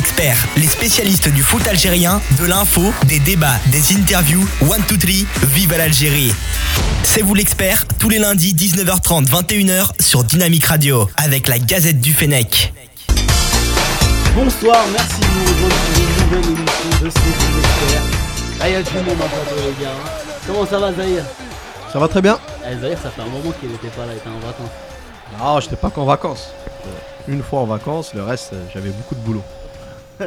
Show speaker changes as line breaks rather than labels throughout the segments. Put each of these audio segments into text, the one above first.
L'expert, les spécialistes du foot algérien, de l'info, des débats, des interviews, One Two Three, vive à l'Algérie. C'est vous l'expert, tous les lundis 19h30, 21h sur Dynamique Radio avec la Gazette du Fennec.
Bonsoir, merci de nous rejoindre pour une nouvelle émission de C'est vous l'expert. Ah, il y a du monde en plateau, les gars. hein. Comment ça va, Zahir
Ça va très bien
Eh, Zahir, ça fait un moment qu'il n'était pas là, il était en vacances.
Non, j'étais pas qu'en vacances. J'étais Euh, Une fois en vacances, le reste, euh, j'avais beaucoup de boulot. en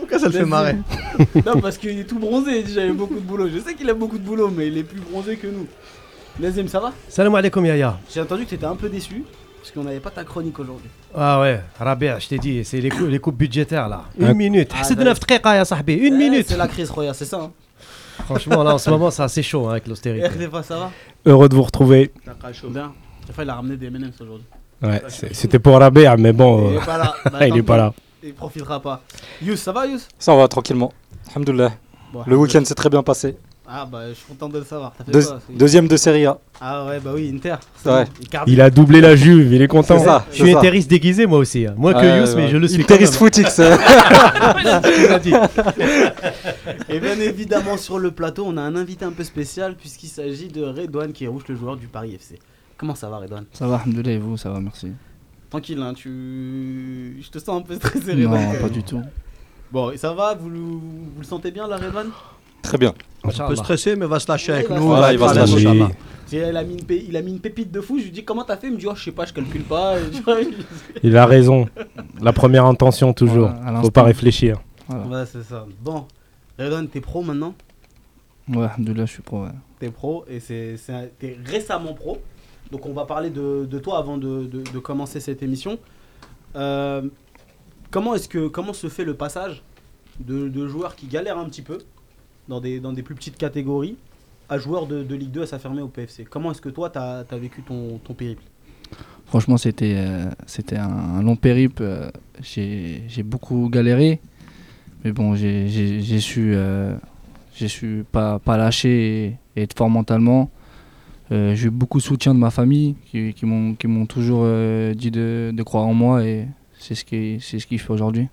tout cas, ça le fait marrer.
non, parce qu'il est tout bronzé, il dit j'avais beaucoup de boulot. Je sais qu'il a beaucoup de boulot, mais il est plus bronzé que nous. Nazim, ça va
Salam alaikum Yaya.
J'ai entendu que t'étais un peu déçu, parce qu'on n'avait pas ta chronique aujourd'hui.
Ah ouais, Rabia, je t'ai dit, c'est les, cou- les coupes budgétaires là. Une
Ah.
minute.
Ah,
Hassid
bah.
neuf tréqa, ya sahbi. Une
Eh,
minute.
C'est la crise, Roya, c'est ça. Hein
Franchement, là en ce moment, c'est assez chaud hein, avec l'austérité.
RDFA, ça va
Heureux de vous retrouver.
Bien. Enfin, il a ramené des MM's aujourd'hui.
Ouais, c'est- c'était pour Rabea, mais bon,
Il
euh,
est pas là. Bah,
il
tant
est pas
pis,
là.
Il profitera pas. Yous, ça va, Yous
Ça va tranquillement. Alhamdoulilah.
Bon,
Le week-end s'est très bien passé.
Ah, bah, je suis content de le savoir. T'as fait
Deux-
quoi c'est-
deuxième de Serie A.
Ah ouais, bah oui, Inter. c'est
Ouais.
bon. Icardi.
Il a doublé la Juve, il est content.
C'est ça.
Je suis interiste déguisé moi aussi. hein. Moins que Yous, mais je le suis. quand
Interiste Footix. euh,
même. Il a dit.
Et bien évidemment, sur le plateau, on a un invité un peu spécial puisqu'il s'agit de Redouane qui est rouge, le joueur du Paris FC. Comment ça va, Redouane
Ça va, Alhamdoulilah, et vous, ça va, merci.
Tranquille, hein, tu. Je te sens un peu stressé, Redouane.
Non, pas du tout.
Bon, et ça va vous le... vous le sentez bien là, Redouane
Très bien.
On peut stresser, mais va se lâcher avec
Ouais,
nous.
il va se
va être à
lâcher. Voilà, il va
l'aise,
se
lâcher.
Inch'Allah.
Tu sais, il a, mis une pé- il a mis une pépite de fou, je lui dis comment t'as fait Il me dit, oh, je sais pas, je calcule pas. Et tu vois, il-
Il a raison. La première intention, toujours.
Voilà, à l'instant.
Faut pas réfléchir.
ouais, c'est ça. Bon, Redouane, t'es pro maintenant
Ouais, Alhamdoulilah, je suis pro. ouais.
T'es pro et c'est, c'est un- t'es récemment pro. Donc on va parler de, de toi avant de, de- de commencer cette émission. Euh, comment est-ce que comment se fait le passage de, de joueurs qui galèrent un petit peu dans des, dans des plus petites catégories à joueurs de, de Ligue 2 à s'affirmer au PFC Comment est-ce que toi t'as, t'as vécu ton, ton périple
Franchement, c'était euh, c'était un, un long périple. euh, j'ai j'ai beaucoup galéré. Mais bon, j'ai- j'ai j'ai su, euh, j'ai su pas, pas lâcher et, et être fort mentalement. Euh, j'ai eu beaucoup de soutien de ma famille qui, qui m'ont qui m'ont toujours euh, dit de, de croire en moi et c'est ce qui c'est ce qui fait aujourd'hui.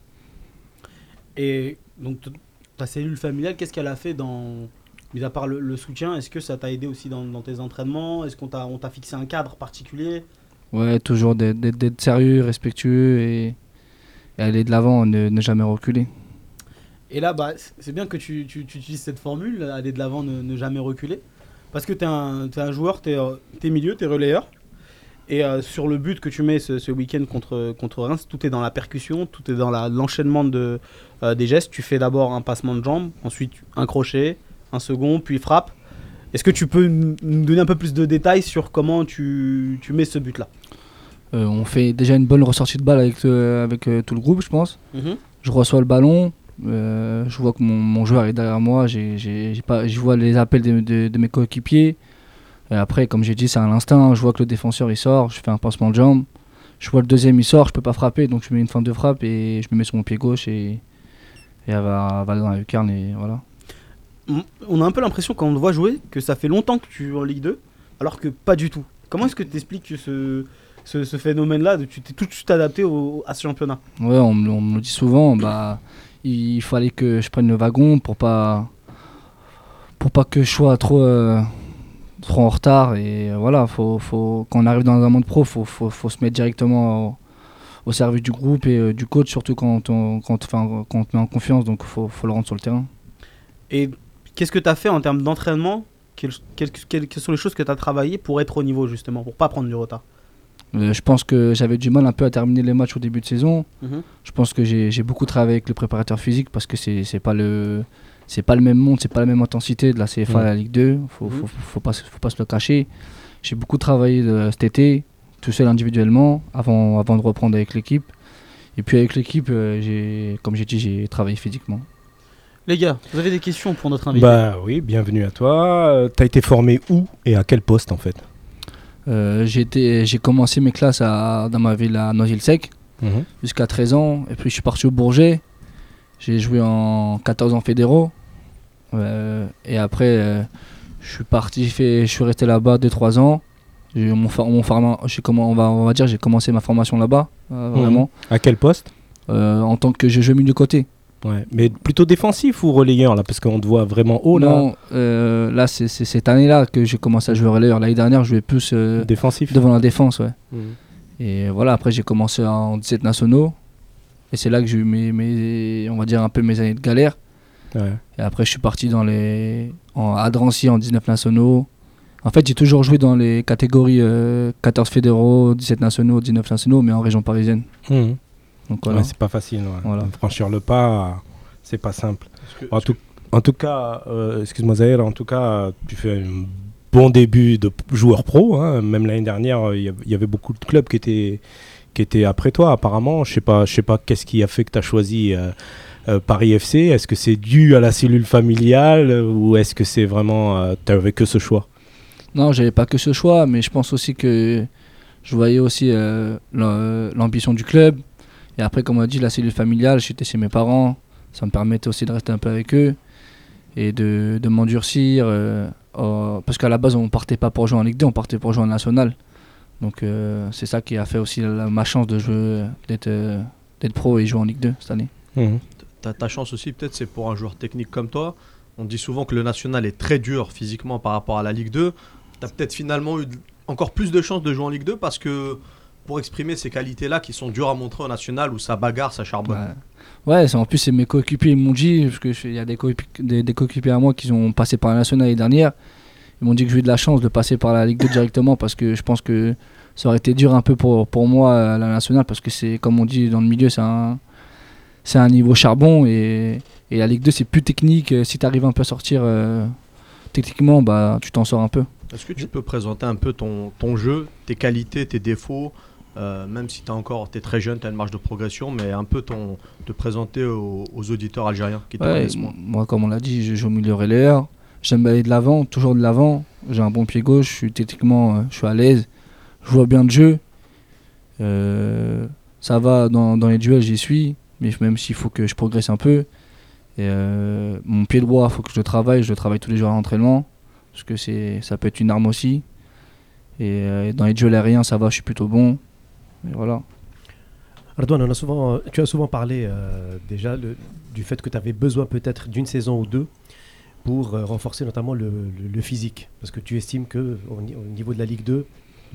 Et donc t- ta cellule familiale, qu'est-ce qu'elle a fait dans mis à part le, le soutien Est-ce que ça t'a aidé aussi dans, dans tes entraînements Est-ce qu'on t'a, on t'a fixé un cadre particulier
Ouais, toujours d'être- d'être d'être sérieux, respectueux et, et aller de l'avant, ne- ne jamais reculer.
Et là, bah, c- c'est bien que tu, tu- tu utilises cette formule, aller de l'avant, ne, ne jamais reculer. Parce que tu es, un joueur, tu es, milieu, tu es relayeur. Et euh, sur le but que tu mets ce, ce week-end contre, contre Reims, tout est dans la percussion, tout est dans la- l'enchaînement de, euh, des gestes. Tu fais d'abord un passement de jambe, ensuite un crochet, un second, puis frappe. Est-ce que tu peux n- nous donner un peu plus de détails sur comment tu, tu mets ce but-là
Euh, on fait déjà une bonne ressortie de balle avec, euh, avec euh, tout le groupe, je pense. Je reçois le ballon, euh, je vois que mon, mon joueur est derrière moi, j'ai- j'ai- j'ai pas- je vois les appels de, de- de mes coéquipiers. Et après, comme j'ai dit, c'est à l'instinct. Je vois que le défenseur il sort, je fais un pansement de jambe. Je vois le deuxième il sort, je peux pas frapper, donc je mets une fin de frappe et je me mets sur mon pied gauche et, et elle va, elle va dans la lucarne et voilà.
on on a un peu l'impression quand on te voit jouer que ça fait longtemps que tu joues en Ligue 2, alors que pas du tout. Comment est-ce que tu expliques ce, ce, ce phénomène-là de Tu t'es tout de suite adapté au- à ce championnat
Ouais, on me, le- on me le dit souvent. Bah, il fallait que je prenne le wagon pour pas, pour pas que je sois trop, euh, trop en retard. Et euh, voilà, faut, faut, quand on arrive dans un monde pro, faut, faut, faut se mettre directement au, au service du groupe et euh, du coach, surtout quand on, quand, enfin, quand on te met en confiance. Donc, faut, faut le rendre sur le terrain.
Et qu'est-ce que tu as fait en termes d'entraînement Quelles- quelles- quelles- quelles sont les choses que tu as travaillées pour être au niveau, justement, pour pas prendre du retard
Euh, je pense que j'avais du mal un peu à terminer les matchs au début de saison.
Mhm.
Je pense que j'ai j'ai beaucoup travaillé avec le préparateur physique parce que c'est c'est pas le c'est pas le même monde, c'est pas la même intensité de la CFA à la Ligue 2. Faut
Mhm.
faut, faut pas se- faut pas se le cacher. J'ai beaucoup travaillé euh, cet été tout seul individuellement avant avant de reprendre avec l'équipe. Et puis avec l'équipe, euh, j'ai comme j'ai dit, j'ai travaillé physiquement.
Les gars, vous avez des questions pour notre invité
Bah oui, bienvenue à toi. Euh, T'as été formé où et à quel poste en fait
Euh, j'ai été- j'ai commencé mes classes à- dans ma ville à Noisy-le-Sec. jusqu'à 13 ans. Et puis je suis parti au Bourget. J'ai joué en 14 ans fédéraux. Euh, et après, euh, je suis parti, j'ai fait- je suis resté là-bas 2-3 ans. J'ai eu mon, for- mon forma- j'ai comment, on, va, on va dire, j'ai commencé ma formation là-bas, euh,
Mhm.
vraiment.
À quel poste
euh, en tant que je joue milieu côté.
Ouais. Mais plutôt défensif ou relayeur là Parce qu'on te voit vraiment haut Oh là.
Non, euh, là, c'est c'est cette année-là que j'ai commencé à jouer relayeur. L'année dernière, je jouais plus euh,
Défensif.
devant la défense, ouais.
Mhm.
Et voilà, après, j'ai commencé en 17 nationaux. Et c'est là que j'ai eu mes, mes- on va dire, un peu mes années de galère.
Ouais.
Et après, je suis parti dans les, en, à Drancy en 19 nationaux. En fait, j'ai toujours joué dans les catégories euh, 14 fédéraux, 17 nationaux, 19 nationaux, mais en région parisienne.
Mhm.
Donc voilà.
Ouais, c'est pas facile. ouais.
Voilà.
Franchir le pas, c'est pas simple.
que-
en, tout, en tout cas, euh, excuse-moi Zahir, en tout cas, euh, tu fais un bon début de p- joueur pro. hein. Même l'année dernière, il y, av- y avait beaucoup de clubs qui étaient, qui étaient après toi, apparemment. Je sais pas, je sais pas qu'est-ce qui a fait que tu as choisi euh, euh, Paris FC. Est-ce que c'est dû à la cellule familiale euh, ou est-ce que c'est vraiment. tu n'avais que ce choix
Non, j'avais pas que ce choix, mais je pense aussi que je voyais aussi euh, l'am- l'ambition du club. Et après, comme on a dit, la cellule familiale, j'étais chez mes parents. Ça me permettait aussi de rester un peu avec eux et de, de m'endurcir. euh, en- parce qu'à la base, on partait pas pour jouer en Ligue 2, on partait pour jouer en National. Donc euh, c'est ça qui a fait aussi la- ma chance de jouer, d'être euh, d'être pro et jouer en Ligue 2 cette année.
Ta, ta chance aussi, peut-être, c'est pour un joueur technique comme toi. On dit souvent que le national est très dur physiquement par rapport à la Ligue 2. Tu as peut-être finalement eu de- encore plus de chances de jouer en Ligue 2 parce que pour exprimer ces qualités-là qui sont dures à montrer au national où ça bagarre, ça charbonne.
Ouais, Ouais, c'est- en plus, c'est mes coéquipiers ils m'ont dit, parce qu'il y a des coéquipiers, des, des coéquipiers à moi qui ont passé par la nationale l'année dernière. Ils m'ont dit que j'ai eu de la chance de passer par la Ligue 2 directement parce que je pense que ça aurait été dur un peu pour, pour moi euh, la nationale parce que c'est, comme on dit dans le milieu, c'est un, c'est un niveau charbon et, et la Ligue 2 c'est plus technique. Euh, Si tu arrives un peu à sortir euh, techniquement, bah, tu t'en sors un peu.
Est-ce que tu peux présenter un peu ton, ton jeu, tes qualités, tes défauts, euh, même si tu encore, es très jeune, tu as une marge de progression, mais un peu ton, te présenter aux, aux auditeurs algériens qui te
Ouais,
connaissent moins.
moi, moi, comme on l'a dit, je joue au milieu relayeur. J'aime aller de l'avant, toujours de l'avant. J'ai un bon pied gauche, je suis techniquement euh, je suis à l'aise. Je vois bien le jeu. Euh, ça va, dans, dans les duels, j'y suis. Mais même s'il faut que je progresse un peu. Et, euh, mon pied droit, il faut que je le travaille. Je le travaille tous les jours à l'entraînement. Parce que c'est, ça peut être une arme aussi. Et euh, dans les duels aériens, ça va, je suis plutôt bon. Et voilà.
Ardouane, on a souvent, euh, tu as souvent parlé euh, déjà le- du fait que tu avais besoin peut-être d'une saison ou deux pour euh, renforcer notamment le, le- le physique. Parce que tu estimes que au, ni- au niveau de la Ligue 2,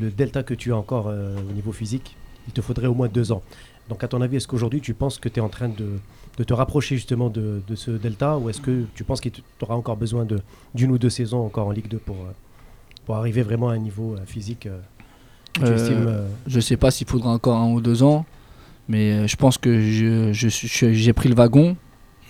le delta que tu as encore euh, au niveau physique, il te faudrait au moins deux ans. Donc à ton avis, est-ce qu'aujourd'hui tu penses que tu es en train de, de te rapprocher justement de, de ce delta ou est-ce que tu penses qu'il te- t'auras encore besoin de- d'une ou deux saisons encore en Ligue 2 pour, euh, pour arriver vraiment à un niveau euh, physique euh, que tu
Euh,
estimes euh,
Je sais pas s'il faudra encore un ou deux ans, mais euh, je pense que je- je suis- je- j'ai pris le wagon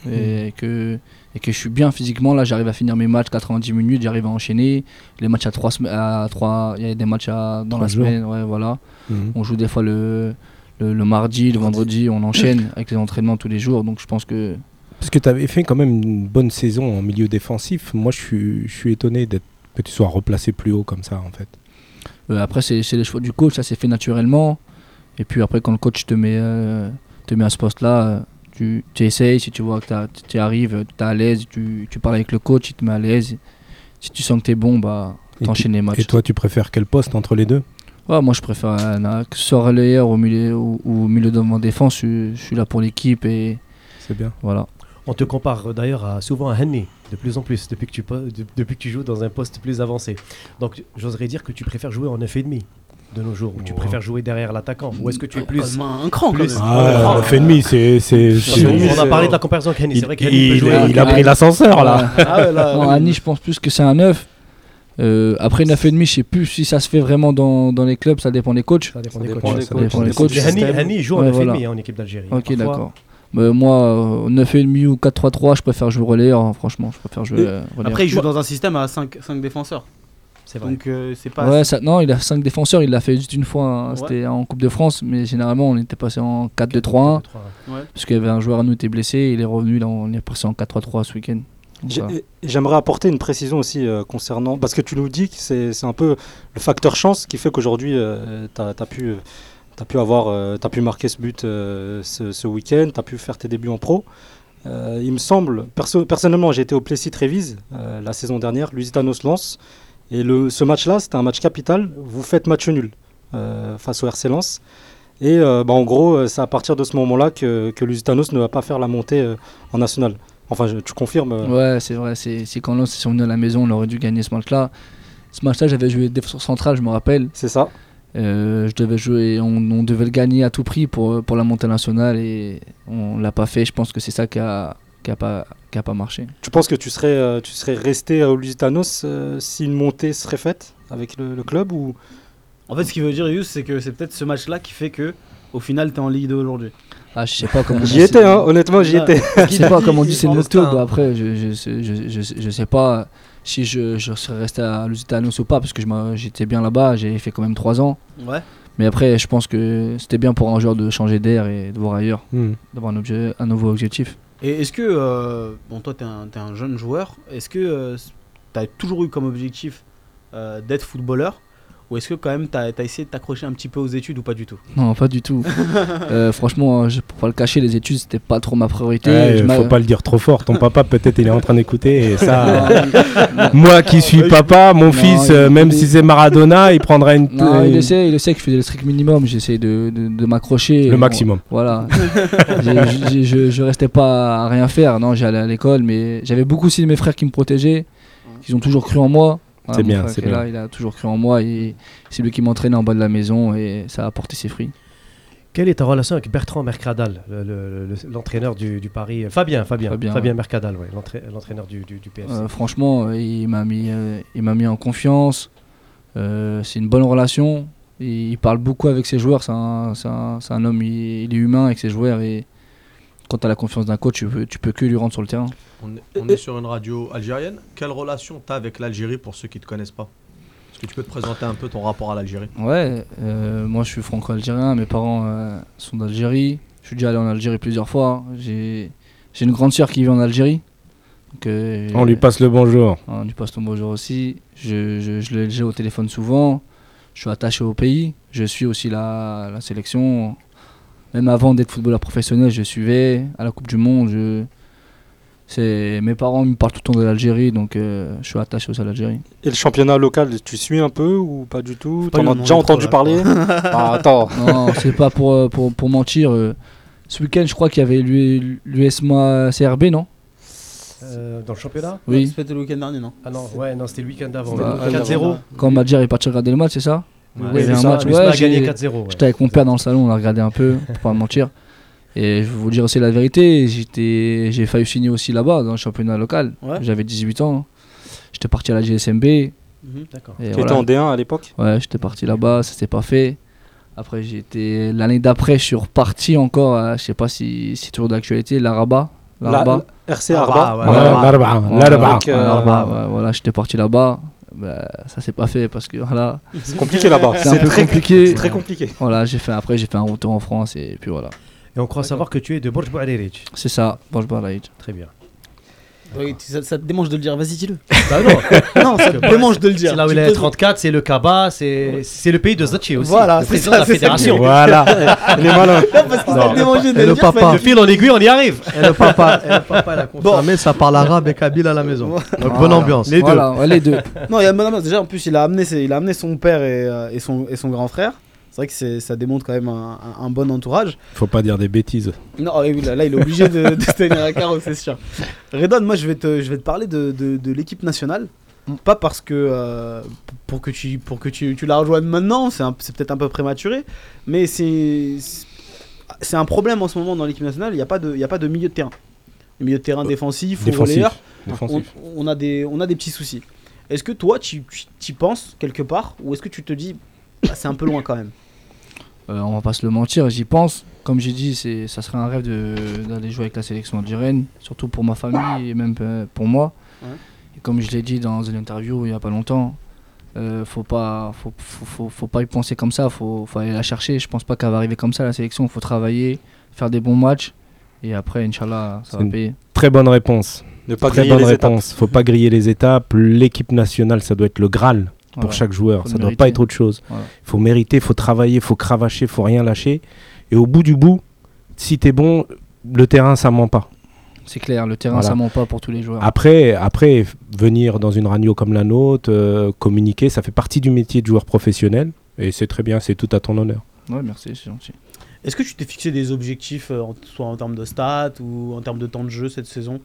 Mhm.
et, que, et que je suis bien physiquement. Là, j'arrive à finir mes matchs 90 minutes, j'arrive à enchaîner. Les matchs à 3 à trois- il y a des matchs à- dans
Trois
la
jours.
semaine, ouais, voilà.
Mhm.
On joue des fois le, le, le mardi, le vendredi, on enchaîne avec les entraînements tous les jours. Donc je pense que
Parce que tu avais fait quand même une bonne saison en milieu défensif. Moi, je suis, je suis étonné d'être- que tu sois replacé plus haut comme ça, en fait.
Euh, après, c'est c'est les choix du coach, ça s'est fait naturellement. Et puis après, quand le coach te met, euh, te met à ce poste-là, euh, tu, tu essayes. Si tu vois que tu arrives, tu es à l'aise, tu, tu parles avec le coach, il te met à l'aise. Si tu sens que tu es bon, bah,
Et tu-
t'enchaînes les matchs.
Et toi, tu préfères quel poste entre les deux
Ouais, moi, je préfère euh, là, que ce soit relayeur au milieu, ou, ou milieu de en défense. Je, je suis là pour l'équipe et
C'est bien.
voilà.
On te compare euh, d'ailleurs à, souvent à Hanni, de plus en plus, depuis que, tu, po- de- depuis que tu joues dans un poste plus avancé. Donc j'oserais dire que tu préfères jouer en 9,5 de nos jours, ou tu
Ouais.
préfères jouer derrière l'attaquant, ou est-ce que
Euh,
tu es plus.
un cran quand
plus-
même.
Ah,
Ah,
neuf et demi, c'est. c'est-
Parce
c'est-
qu'on-
oui,
on a
c'est-
parlé de la comparaison avec Hanni,
Il,
c'est vrai que Hanni peut
il-
jouer.
il a
Ah,
pris l'ascenseur, là.
Ah ouais, là,
Non,
oui.
Annie, je pense plus que c'est un 9. Euh, après 9,5, je sais plus si ça se fait vraiment dans, dans les clubs, ça dépend des coachs.
Ça dépend
Ça
des
dépend
coachs.
des
Ça dépend des
coachs.
coachs.
Mais Hanni, Hanni joue en
Ouais,
9,5
voilà.
hein, en équipe d'Algérie.
Ok,
Parfois,
d'accord. Mais moi, euh, 9,5 ou 4-3-3, je préfère jouer relayeur, hein, franchement. Je préfère jouer
Et
euh, relayeur.
Après, il joue dans un système à 5, défenseurs.
C'est vrai.
Donc, euh, c'est pas.
ouais, ça, non, il a 5 défenseurs, il l'a fait juste une fois, hein,
Ouais.
c'était en Coupe de France, mais généralement on était passé en 4-2-3-1,
Trois.
parce qu'il y avait un joueur à nous qui était blessé, il est revenu, là on est passé en 4-3-3 ce week-end. Donc,
J'ai-
voilà.
J'aimerais apporter une précision aussi euh, concernant. Parce que tu nous dis que c'est c'est un peu le facteur chance qui fait qu'aujourd'hui, tu as, pu. euh, T'as pu avoir, euh, t'as pu marquer ce but euh, ce, ce week-end, t'as pu faire tes débuts en pro. Euh, il me semble, perso- personnellement, j'ai été au Plessis Trévise euh, la saison dernière, Lusitano se lance, et le, ce match-là, c'était un match capital. Vous faites match nul euh, face au RC Lens, Et euh, bah, en gros, euh, c'est à partir de ce moment-là que, que Lusitanos ne va pas faire la montée euh, en national. Enfin, je- tu confirmes euh,
Ouais, c'est vrai. C'est c'est quand Lens ils sont venus à la maison, on aurait dû gagner ce match-là. Ce match-là, j'avais joué défenseur central, je me rappelle.
C'est ça.
Euh, je devais jouer, on, on devait le gagner à tout prix pour, pour la montée nationale et on l'a pas fait. Je pense que c'est ça qui a, qui a pas, qui a pas marché.
Tu penses que tu serais, euh, tu serais resté à Lusitanos euh, si une montée serait faite avec le, le club ou
En fait, ce qui veut dire, Yous, c'est que c'est peut-être ce match-là qui fait que, au final, t'es en Ligue 2 aujourd'hui.
Ah, je sais pas comment.
J'y étais, hein, honnêtement, j'y
Ah.
étais.
Je sais pas comment on dit, c'est
Il- il-
Nocto.
Martin.
après, je, je, sais- je, je, je sais pas si je, je serais resté à Lusitanos ou pas, parce que je m'a- j'étais bien là-bas, j'ai fait quand même 3 ans.
Ouais.
Mais après, je pense que c'était bien pour un joueur de changer d'air et de voir ailleurs,
Hmm.
d'avoir un, objet- un nouveau objectif.
Et est-ce que, euh, bon, toi, t'es un, t'es un jeune joueur, est-ce que euh, t'as toujours eu comme objectif euh, d'être footballeur ou est-ce que quand même t'as as essayé de t'accrocher un petit peu aux études ou pas du tout
Non, pas du tout. Euh, franchement, je, pour pas le cacher, les études, c'était pas trop ma priorité.
Ouais,
Je m'a-
faut pas le dire trop fort. Ton papa, peut-être, il est en train d'écouter. Et ça,
Non,
moi qui suis papa, mon
Non,
fils,
il
euh,
est
même
coupé.
si c'est Maradona, il prendra une,
non,
une-
il, essaie, il essaie que je faisais le strict minimum, j'essayais de, de, de m'accrocher.
le maximum.
Voilà. je, je- je- je restais pas à rien faire. Non, j'allais à l'école, mais j'avais beaucoup aussi de mes frères qui me protégeaient. Ils ont toujours cru en moi. Voilà,
C'est
mon
bien,
frère
c'est
qui est
bien.
Là, il a toujours cru en moi et c'est lui qui m'entraînait en bas de la maison et ça a apporté ses fruits.
Quelle est ta relation avec Bertrand Mercadal, le- le- le- l'entraîneur du, du Paris euh, Fabien, Fabien,
Fabien,
Fabien, Mercadal, ouais, l'entra- l'entraîneur du, du, du PFC.
Euh, franchement, euh, il m'a mis, euh, il m'a mis en confiance. Euh, c'est une bonne relation. Il il parle beaucoup avec ses joueurs. C'est un, c'est un- c'est un homme, il, il est humain avec ses joueurs et quand tu as la confiance d'un coach, tu peux, tu peux que lui rendre sur le terrain.
On est, on est sur une radio algérienne. Quelle relation tu as avec l'Algérie pour ceux qui ne te connaissent pas Est-ce que tu peux te présenter un peu ton rapport à l'Algérie
Ouais, euh, moi je suis franco-algérien, mes parents euh, sont d'Algérie. Je suis déjà allé en Algérie plusieurs fois. J'ai j'ai une grande sœur qui vit en Algérie. Donc, euh,
On lui passe le bonjour.
on lui passe ton bonjour Hein, aussi. Je, je, je l'ai déjà au téléphone souvent. Je suis attaché au pays. Je suis aussi la, la sélection. Même avant d'être footballeur professionnel, je suivais à la Coupe du Monde. Je... c'est- Mes parents me parlent tout le temps de l'Algérie, donc euh, je suis attaché aussi à l'Algérie.
Et le championnat local, tu suis un peu ou pas du tout
pas
T'en
lui
as
en
déjà
demander
entendu
trop, là,
parler Bah, Attends,
Non, c'est pas pour, euh, pour, pour mentir. euh, Ce week-end, je crois qu'il y avait l'USMA CRB, non
Euh, dans le championnat
Oui.
C'était le week-end dernier, non
Ah non, ouais, non, c'était le week-end d'avant.
Bah,
mais 4-0.
Quand Madjer est parti regarder le match, c'est ça
Ouais,
il y avait
c'est
un
ça,
match,
Luisma
ouais,
a gagné
j'ai-
4-0. ouais.
J'étais avec mon père dans le salon, on a regardé un peu, pour pas mentir. Et je vais vous dire aussi la vérité, j'étais, j'ai failli signer aussi là-bas, dans le championnat local.
Ouais.
J'avais 18 ans. J'étais parti à la GSMB. Et
Mhm.
D'accord.
tu
voilà.
étais en D1 à l'époque
Ouais, j'étais parti là-bas, ça s'est pas fait. Après, j'étais l'année d'après, je suis reparti encore. à- je sais pas si c'est toujours d'actualité, l'Araba. L'Araba.
La- RC
Ah,
Arba.
bah, ouais, ouais,
Voilà,
ouais.
l'arba, l'arba.
avec, euh,
L'Araba, ouais, voilà, j'étais parti là-bas. Bah, ça s'est pas fait parce que voilà,
C'est compliqué là-bas.
c'est un peu compliqué.
C'est très compliqué.
Voilà, j'ai fait après, j'ai fait un retour en France et puis voilà.
Et on croit savoir que tu es de Borj Bouaririch.
C'est ça. Bon, je parle à Hit.
Très bien.
Oui, ça, ça te démange de le dire, vas-y, dis-le.
Bah non,
non, ça te démange de le dire.
c'est là où
Tu
il est
te-
34, c'est le Kaba, c'est c'est le pays de Zachi aussi.
Voilà,
le
c'est
président
ça,
de la
c'est ça
fédération.
Voilà.
Il est malin.
Non, parce que ça te démangeait de
Et
le,
le
dire.
papa.
De fil en aiguille, on y arrive.
Et le papa, et le papa, il a confirmé, ça parle arabe et kabyle à la maison. Donc bonne
Voilà.
ambiance.
Les deux.
Voilà, ouais, les deux.
fallait- Non, il y a Madame- déjà, en plus, il a amené, ses- il a amené son père et, euh, et son, et son grand frère. C'est vrai que c'est- ça démontre quand même un- un- un bon entourage.
Faut pas dire des bêtises.
Non, ah oui, là, là, il est obligé de, de se tenir à carreau, c'est sûr. Redon, moi, je vais te, je vais te parler de, de- de l'équipe nationale. Pas parce que. euh, pour que, tu, pour que tu, tu la rejoignes maintenant, c'est un- c'est peut-être un peu prématuré, mais c'est. C'est un problème en ce moment dans l'équipe nationale, il n'y a, pas de- il y a pas de milieu de terrain. Le milieu de terrain défensif, ou
Défensif.
relayeur, on,
Défensif.
on a des, on a des petits soucis. Est-ce que toi, tu tu- t'y penses quelque part, ou est-ce que tu te dis. bah, c'est un peu loin quand même
Euh, on va pas se le mentir, j'y pense. Comme j'ai dit, c'est, ça serait un rêve de- d'aller jouer avec la sélection algérienne, surtout pour ma famille et même euh, pour moi.
Ouais.
Et comme je l'ai dit dans une interview il y a pas longtemps, euh, faut pas, faut, faut, faut- faut pas y penser comme ça. Faut, faut aller la chercher. Je pense pas qu'elle va arriver comme ça la sélection. Faut travailler, faire des bons matchs et après, inchallah, ça
C'est
va
une-
payer.
Très bonne réponse.
Ne pas
Très
griller
bonne
les étapes.
réponse. Faut pas griller les étapes. L'équipe nationale, ça doit être le Graal pour
Voilà.
chaque joueur.
Faut
ça
le
doit
mériter.
pas être autre chose.
Voilà.
Faut mériter, faut travailler, faut cravacher, faut rien lâcher. Et au bout du bout, si t'es bon, le terrain, ça ment pas.
C'est clair, le terrain
Voilà. Ah.
ça ment pas pour tous les joueurs.
Après, après, f- venir dans une radio comme la nôtre, euh, communiquer, ça fait partie du métier de joueur professionnel. Et c'est très bien, c'est tout à ton honneur.
Ouais, merci, c'est gentil.
Est-ce que tu t'es fixé des objectifs, euh, en- soit en termes de stats ou en termes de temps de jeu cette saison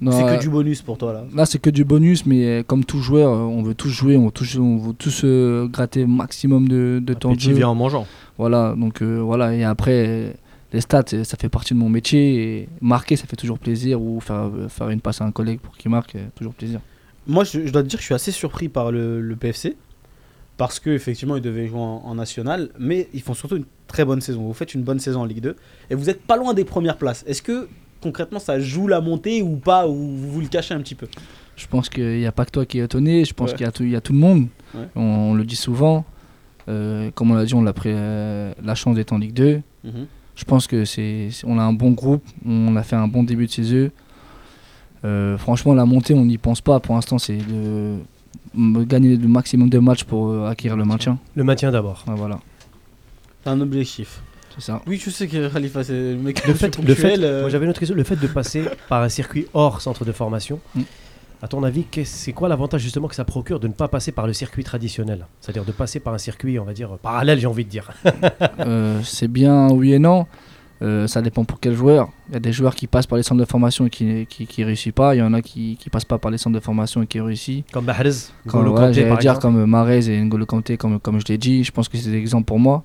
Non,
C'est
euh,
que du bonus pour toi là.
Là, c'est que du bonus, mais euh, comme tout joueur, euh, on veut tous jouer, on veut tous, on veut tous euh, gratter maximum de, de temps de
tu
jeu.
viens en mangeant.
Voilà, donc euh, voilà. Et après, euh, les stats, euh, ça fait partie de mon métier. Et marquer, ça fait toujours plaisir. Ou faire, euh, faire une passe à un collègue pour qu'il marque, euh, toujours plaisir.
Moi, je, je dois te dire que je suis assez surpris par le, le PFC parce que effectivement, ils devaient jouer en, en national, mais ils font surtout une très bonne saison. Vous faites une bonne saison en Ligue 2 et vous êtes pas loin des premières places. Est-ce que concrètement, ça joue la montée ou pas ou vous vous le cachez un petit peu
Je pense qu'il n'y a pas que toi qui es étonné. Je pense
Ouais.
qu'il y, a tout- il y a tout le monde.
Ouais.
On, on le dit souvent. Euh, comme on l'a dit, on l'a pris euh, la chance d'être en Ligue 2.
Mhm.
Je pense que c'est, c'est- on a un bon groupe, on a fait un bon début de CESE. Euh, franchement, la montée, on n'y pense pas. Pour l'instant, c'est de m- gagner le maximum de matchs pour euh, acquérir le maintien.
Le maintien d'abord.
Ouais, voilà,
C'est un objectif.
c'est ça.
Oui, je sais que Khalifa, c'est le mec
Le
le euh,
fait, le fait,
euh,
moi, j'avais une autre question. Le fait de passer par un circuit hors centre de formation,
Mm.
à ton avis, qu'est-ce- c'est quoi l'avantage justement que ça procure de ne pas passer par le circuit traditionnel C'est-à-dire de passer par un circuit, on va dire, parallèle, j'ai envie de dire.
Euh, c'est bien oui et non. Euh, ça dépend pour quel joueur. Il y a des joueurs qui passent par les centres de formation et qui qui, qui réussissent pas. Il y en a qui qui passent pas par les centres de formation et qui réussissent.
Comme Mahrez,
Comme,
N'Golo
voilà,
Kanté,
j'allais
par
dire
exemple.
comme euh, Mahrez et N'Golo Kanté, comme, comme je l'ai dit, je pense que c'est des exemples pour moi.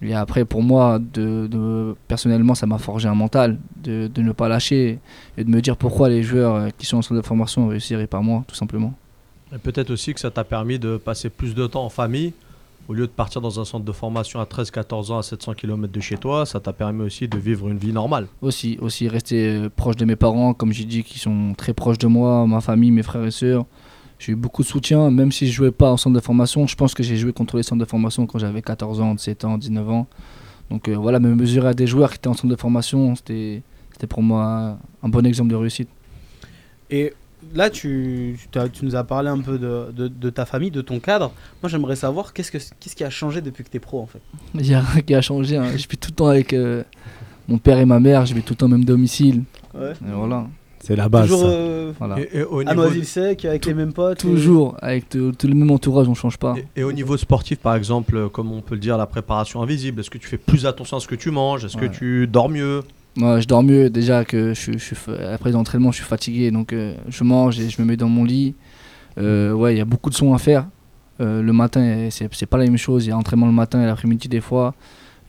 Et après, pour moi, de, de- personnellement, ça m'a forgé un mental de, de ne pas lâcher et de me dire pourquoi les joueurs euh, qui sont en centre de formation réussirent et pas moi, tout simplement.
Et peut-être aussi que ça t'a permis de passer plus de temps en famille. Au lieu de partir dans un centre de formation à 13-14 ans à 700 km de chez toi, ça t'a permis aussi de vivre une vie normale.
Aussi, aussi rester euh, proche de mes parents, comme j'ai dit, qui sont très proches de moi, ma famille, mes frères et sœurs. J'ai eu beaucoup de soutien, même si je jouais pas en centre de formation. Je pense que j'ai joué contre les centres de formation quand j'avais 14 ans, 17 ans, 19 ans. Donc euh, voilà, me mesurer à des joueurs qui étaient en centre de formation, c'était c'était pour moi un- un bon exemple de réussite.
Et là, tu, tu, t'as- tu nous as parlé un peu de, de- de ta famille, de ton cadre. Moi, j'aimerais savoir qu'est-ce, que, qu'est-ce qui a changé depuis que t'es pro en fait.
Il n'y a rien qui a changé. hein. Je vis tout le temps avec euh, mon père et ma mère, je vis tout le temps au même domicile.
Ouais.
Et voilà,
C'est la base.
Toujours
Bah, ça.
euh,
voilà.
Et, et au
à
niveau,
Noisy-le-Sec, avec
Tou-
les mêmes potes. les-
Toujours avec tout tout le même entourage, on change pas.
et- et au niveau sportif, par exemple, euh, comme on peut le dire, la préparation invisible, est-ce que tu fais plus attention à ce que tu manges Est-ce
Ouais.
que tu dors mieux
Moi, je dors mieux déjà que je, suis- je suis fa- après l'entraînement, je suis fatigué, donc euh, je mange et je me mets dans mon lit. Euh, ouais, il y a beaucoup de sons à faire. Euh, le matin, eh, c'est c'est pas la même chose. Il y a entraînement le matin et l'après-midi des fois.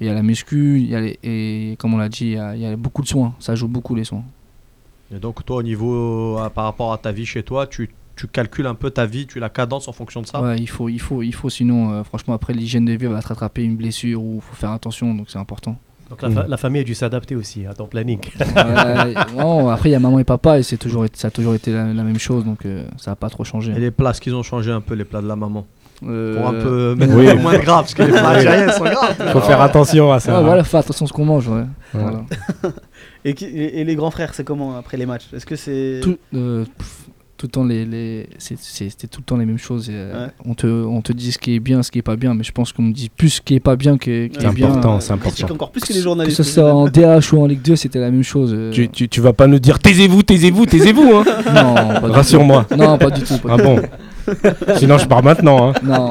Il y a la muscu, il y a les- et comme on l'a dit, il y a- il y a beaucoup de soins. Ça joue beaucoup les soins.
Et donc, toi, au niveau, à- par rapport à ta vie chez toi, tu, tu calcules un peu ta vie, tu la cadences en fonction de ça
Ouais, il faut, il faut, il faut. Sinon, euh, franchement, après l'hygiène de vie va te rattraper une blessure ou faut faire attention, donc c'est important.
Donc la, fa- la famille a dû s'adapter aussi à ton planning.
Ouais, non, après il y a maman et papa et c'est toujours, été- ça a toujours été la, la même chose, donc euh, ça a pas trop changé.
Et les plats, est-ce qu'ils ont changé un peu les plats de la maman
Euh,
Pour un peu
euh,
mettre
Oui.
un peu moins de grave, parce que les plats algériens sont graves.
Faut faire attention à
ouais,
ça.
Ah,
hein.
voilà, faut attention à ce qu'on mange. ouais. Voilà.
Et, qui- et- et les grands frères, c'est comment après les matchs Est-ce que c'est.
Tout, euh, pff, tout le temps les, les c'est- c'est- c'était tout le temps les mêmes choses. et, euh,
Ouais.
On te, on te dit ce qui est bien, ce qui est pas bien, mais je pense qu'on me dit plus ce qui est pas bien que, qui
C'est
est bien.
important,
euh,
c'est important.
critique encore plus que
Que
les journalistes.
ce soit en DH ou en Ligue 2, c'était la même chose. euh,
Tu, tu, tu vas pas nous dire taisez-vous, taisez-vous, taisez-vous. Hein.
non, pas du tout.
Rassure-moi.
Non, pas du tout. pas
Ah
du
bon Sinon, je pars maintenant. Hein.
tout. Non.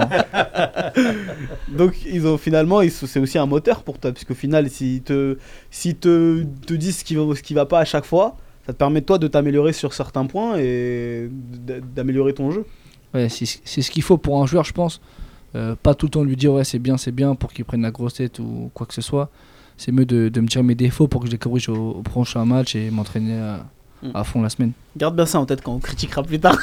Donc, ils ont, finalement, ils sont- c'est aussi un moteur pour toi, puisqu'au final, s'ils te, s'ils te, te disent ce qui, va, ce qui va pas à chaque fois, ça te permet toi de t'améliorer sur certains points et d'a- d'améliorer ton jeu.
Ouais, c'est c'est ce qu'il faut pour un joueur, je pense. Euh, pas tout le temps lui dire ouais c'est bien, c'est bien pour qu'il prenne la grosse tête ou quoi que ce soit. C'est mieux de, de me dire mes défauts pour que je les corrige au, au prochain match et m'entraîner à,
Mm.
à fond la semaine.
Garde bien ça en tête quand on critiquera plus tard.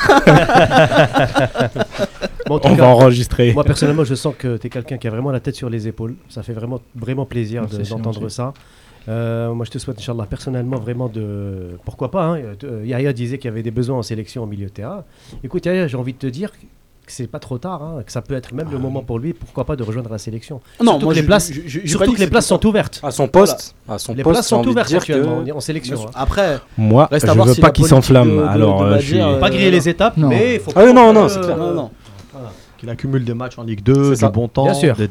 Bon, en tout
On
cas,
va enregistrer.
Moi personnellement, je sens que tu es quelqu'un qui a vraiment la tête sur les épaules. Ça fait vraiment, vraiment plaisir de-
Merci, c'est
d'entendre
gentil.
ça. Euh, moi, je te souhaite, Inch'Allah, personnellement, vraiment de. Pourquoi pas hein, euh, Yahya disait qu'il y avait des besoins en sélection au milieu de terrain. Écoute, Yahya, j'ai envie de te dire que c'est pas trop tard, hein, que ça peut être même le moment pour lui, pourquoi pas, de rejoindre la sélection.
Non,
Surtout
moi,
que les
je-
places-
je- je- j'ai pas
Surtout
dit
que les
c'était
places
pas-
sont ouvertes.
À son poste, à son
Les
poste,
places
j'ai
sont
envie de
ouvertes
dire Ah, que-
actuellement en- en sélection. hein.
Après,
Moi,
reste à
je
voir
veux
si
pas
la
qu'il
politique de-
s'enflamme.
de-
Alors,
de
euh,
Badir,
je suis-
euh,
Pas griller les étapes,
Non.
mais il faut.
Ah oui, non,
pas
non,
que- euh,
c'est clair.
non, non.
Qu'il accumule des matchs en Ligue 2,
ça.
du bon temps,
Bien sûr.
Des,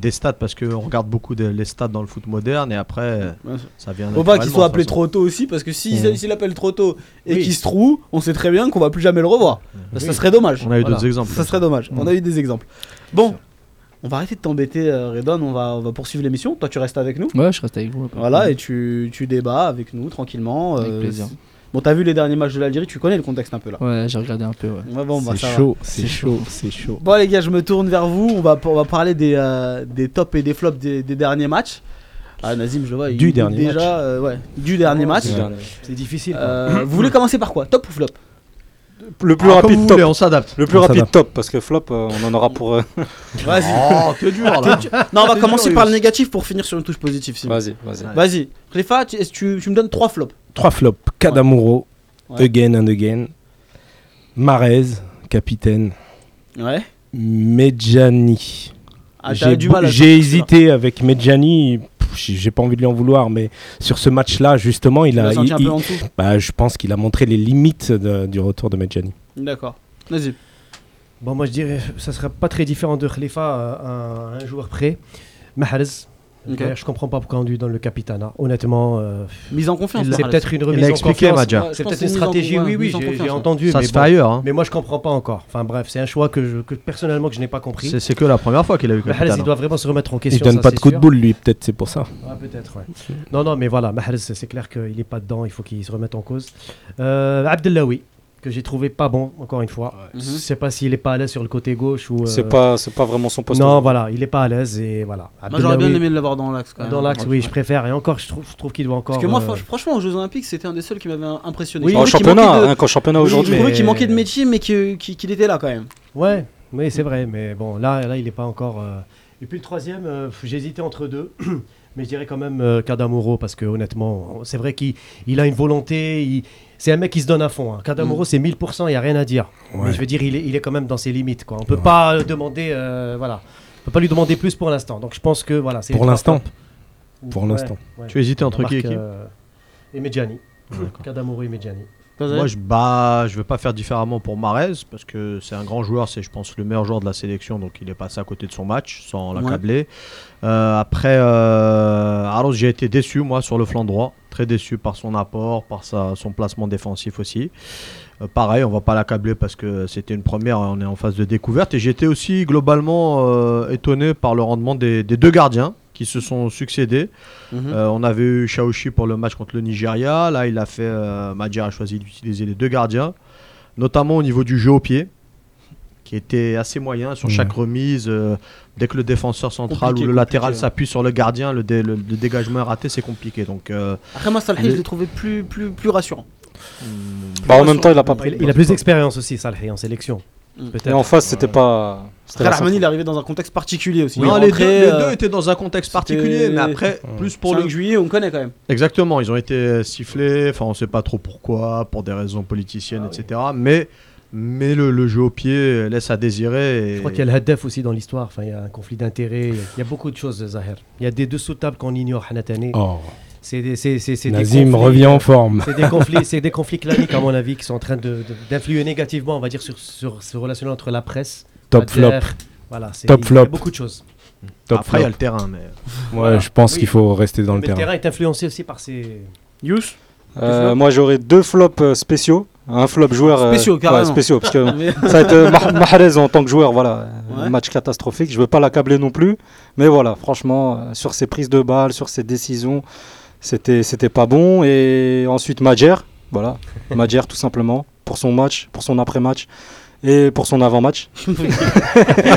des stats, parce qu'on regarde beaucoup de- les stats dans le foot moderne, et après,
Bien sûr.
ça vient.
Faut pas qu'il
naturellement,
soit
de
appelé
toute façon.
trop tôt aussi, parce que s'il
Mhm.
s'il appelle trop tôt et
Oui.
qu'il se trouve, on sait très bien qu'on
Mmh.
va plus jamais le revoir. Ça, ça serait dommage.
On a eu
Voilà.
d'autres exemples.
Ça serait dommage. On a eu des exemples. Bon, On va arrêter de t'embêter, euh, Redon. On va, on va poursuivre l'émission. Toi, tu restes avec nous.
Ouais, je reste avec vous. après.
Voilà,
Mmh.
et tu, tu débats avec nous tranquillement. euh,
Avec plaisir.
c'est- Bon, t'as vu les derniers matchs de l'Algérie, tu connais le contexte un peu là.
Ouais, j'ai regardé un peu, ouais.
Ouais, bon, bah,
c'est
ça va.
chaud, c'est chaud, c'est chaud.
Bon, les gars, je me tourne vers vous. On va, on va parler des, euh, des tops et des flops des, des derniers matchs. Ah, Nazim, je le vois, il
Du
doute
dernier
déjà,
match.
euh, ouais, du dernier match.
Ouais.
Oh, C'est difficile. quoi.
Euh, vous voulez commencer par quoi Top ou flop
Le plus
Ah, comme vous
rapide top.
voulez, on s'adapte.
Le plus
On
rapide
s'adapte.
top, parce que flop, euh, on en aura pour. euh,
Vas-y.
Oh, t'es dur là.
Non, on va
C'est
commencer
dur,
par
Yous.
le négatif pour finir sur une touche positive. Simon.
Vas-y, vas-y.
Vas-y. Khalifa, tu, est-ce que tu, tu me donnes trois flops.
Trois flops. Kadamuro,
Ouais.
again and again. Marez, capitaine.
Ouais.
Medjani.
Ah, t'as
J'ai
du
beau-
mal à-
j'ai hésité avec Medjani. Pff, J'ai j'ai pas envie de lui en vouloir, mais sur ce match-là, justement, il
Tu l'as
a,
senti un
il-
peu en dessous.
bah, je pense qu'il a montré les limites de- du retour de Medjani.
D'accord. Vas-y.
Bon, moi je dirais, ça sera pas très différent de Khalifa euh, un, un joueur près. Mahrez.
Ok.
Euh, Je comprends pas pourquoi on lui donne le capitana. Honnêtement, euh,
Mise en confiance.
c'est
Mahrez.
peut-être une
Il
remise
a
en
expliqué,
confiance.
Madja.
Ouais, je
C'est
pense
peut-être
que
une
c'est mise en-
stratégie.
ouais,
Oui, oui,
mise en
j'ai-
confiance,
j'ai
ouais.
entendu.
Ça
mais
se fait
bon.
ailleurs. hein.
Mais moi, je comprends pas encore. Enfin, bref, c'est un choix que, je- que personnellement que je n'ai pas compris.
C'est c'est que la première fois qu'il a eu
Mahrez,
capitaine. hein.
il doit vraiment se remettre en
Il
question.
donne
ça,
pas de
c'est
coup de
sûr.
boule, lui, peut-être c'est pour ça.
Ouais, peut-être, ouais. Non, non, mais voilà, Mahrez, c'est c'est clair qu'il n'est pas dedans. Il faut qu'il se remette en cause. Euh, Abdellaoui, que j'ai trouvé pas bon, encore une fois.
Mhm.
Je sais pas s'il est pas à l'aise sur le côté gauche ou. euh,
C'est pas, c'est pas vraiment son poste.
Non, bah, voilà, il est pas à l'aise et voilà.
Moi, j'aurais bien
Abdellaoui,
aimé l'avoir dans l'axe quand même.
Bah Dans l'axe, oui, je préfère. Et encore, je trouve, je trouve qu'il doit encore.
Parce que moi,
euh,
fran- franchement, aux Jeux Olympiques, c'était un des seuls qui m'avait impressionné.
Oui,
Je
En
trouvais qu'il
championnat,
manquait de-
hein, qu'en championnat
Oui,
aujourd'hui.
Je trouvais
mais-
qu'il manquait de métier, mais que- qui- qu'il était là quand même.
Ouais, oui, c'est vrai, mais bon, là, là il n'est pas encore. euh, Et puis le troisième, euh, pff, j'ai hésité entre deux, mais je dirais quand même euh, Kadamuro, parce que honnêtement, on- c'est vrai qu'il il a une volonté, il- c'est un mec qui se donne à fond. hein.
Mm.
Kadamuro, c'est 1000%, il n'y a rien à dire. Mais je veux dire, il est, il est quand même dans ses limites, quoi. On peut pas euh, demander. euh, voilà. On peut pas lui demander plus pour l'instant. Donc je pense que voilà. c'est
Pour
les trois
l'instant.
tops.
Pour
Ouais,
l'instant.
ouais.
Tu hésitais entre
On
qui et
marque,
qui
euh, Et Medjani. Kadamuro et Medjani.
euh,
Moi, je, bah, je vais pas faire différemment pour Marez parce que c'est un grand joueur, c'est je pense le meilleur joueur de la sélection, donc il est passé à côté de son match sans l'accabler. Euh, après, euh, Aros, j'ai été déçu moi sur le flanc droit, très déçu par son apport, par sa, son placement défensif aussi. Euh, pareil, on va pas l'accabler parce que c'était une première, hein, on est en phase de découverte. Et j'étais aussi globalement euh, étonné par le rendement des, des deux gardiens qui se sont succédés.
Mhm. Hum.
Euh, on avait eu Shaoshi pour le match contre le Nigeria. Là, il a fait. euh, Madjer a choisi d'utiliser les deux gardiens, notamment au niveau du jeu au pied, qui était assez moyen sur
Ouais.
chaque remise. euh, dès que le défenseur central
Compliqué,
ou le latéral
compliqué, hein.
s'appuie sur le gardien, le, dé- le- le dégagement est raté, c'est compliqué. Donc, euh,
Après, moi, Salhi,
Le-
je l'ai trouvé plus, plus, plus rassurant.
Bah, en même temps, il a pas pris.
Il, il a plus d'expérience aussi, Salhi, en sélection.
Mm.
Peut-être.
Et en face, c'était pas. C'était
Après,
la
Rahmani, il
centrale.
est arrivé dans un contexte particulier aussi.
non,
Il est
les,
rentré,
deux, les
euh,
deux étaient dans un contexte
c'était-
particulier, mais après, plus pour
5
le
juillet, on connaît quand même.
Exactement, ils ont été sifflés, enfin on sait pas trop pourquoi, pour des raisons politiciennes, etc. Mais, mais le, le jeu au pied laisse à désirer. Et...
Je crois qu'il y a le Hadef aussi dans l'histoire. Enfin, il y a un conflit d'intérêts. Il y a- il y a beaucoup de choses, Zahir. Il y a des dessous de table qu'on ignore, Hanatane.
Oh,
C'est des, c'est, c'est, c'est des
Nazim
conflits-
revient en forme.
C'est des conflits, c'est des conflits claniques, à mon avis, qui sont en train de, de- d'influer négativement, on va dire, sur, sur ce relationnel entre la presse.
Top
Hadef,
flop.
Voilà, c'est,
Top
il y
flop.
a beaucoup de choses.
Top
Après il y a
flop.
le terrain, mais
Ouais, je pense
Oui.
qu'il faut rester dans
Mais
le terrain.
est influencé aussi par ces.
Youss
Euh,
flop
moi, j'aurais deux flops euh, spéciaux. Un flop joueur. euh,
Ah, Spéciaux, carrément. Ah,
ouais, spéciaux, parce que
Mais-
ça va être euh, Mah- Mahrez en tant que joueur, voilà.
Ouais.
Un match catastrophique. Je veux pas l'accabler non plus. Mais voilà, franchement, euh, sur ses prises de balles, sur ses décisions, c'était c'était pas bon. Et ensuite, Madjer. Voilà, Madjer, tout simplement. Pour son match, pour son après-match. Et pour son avant-match.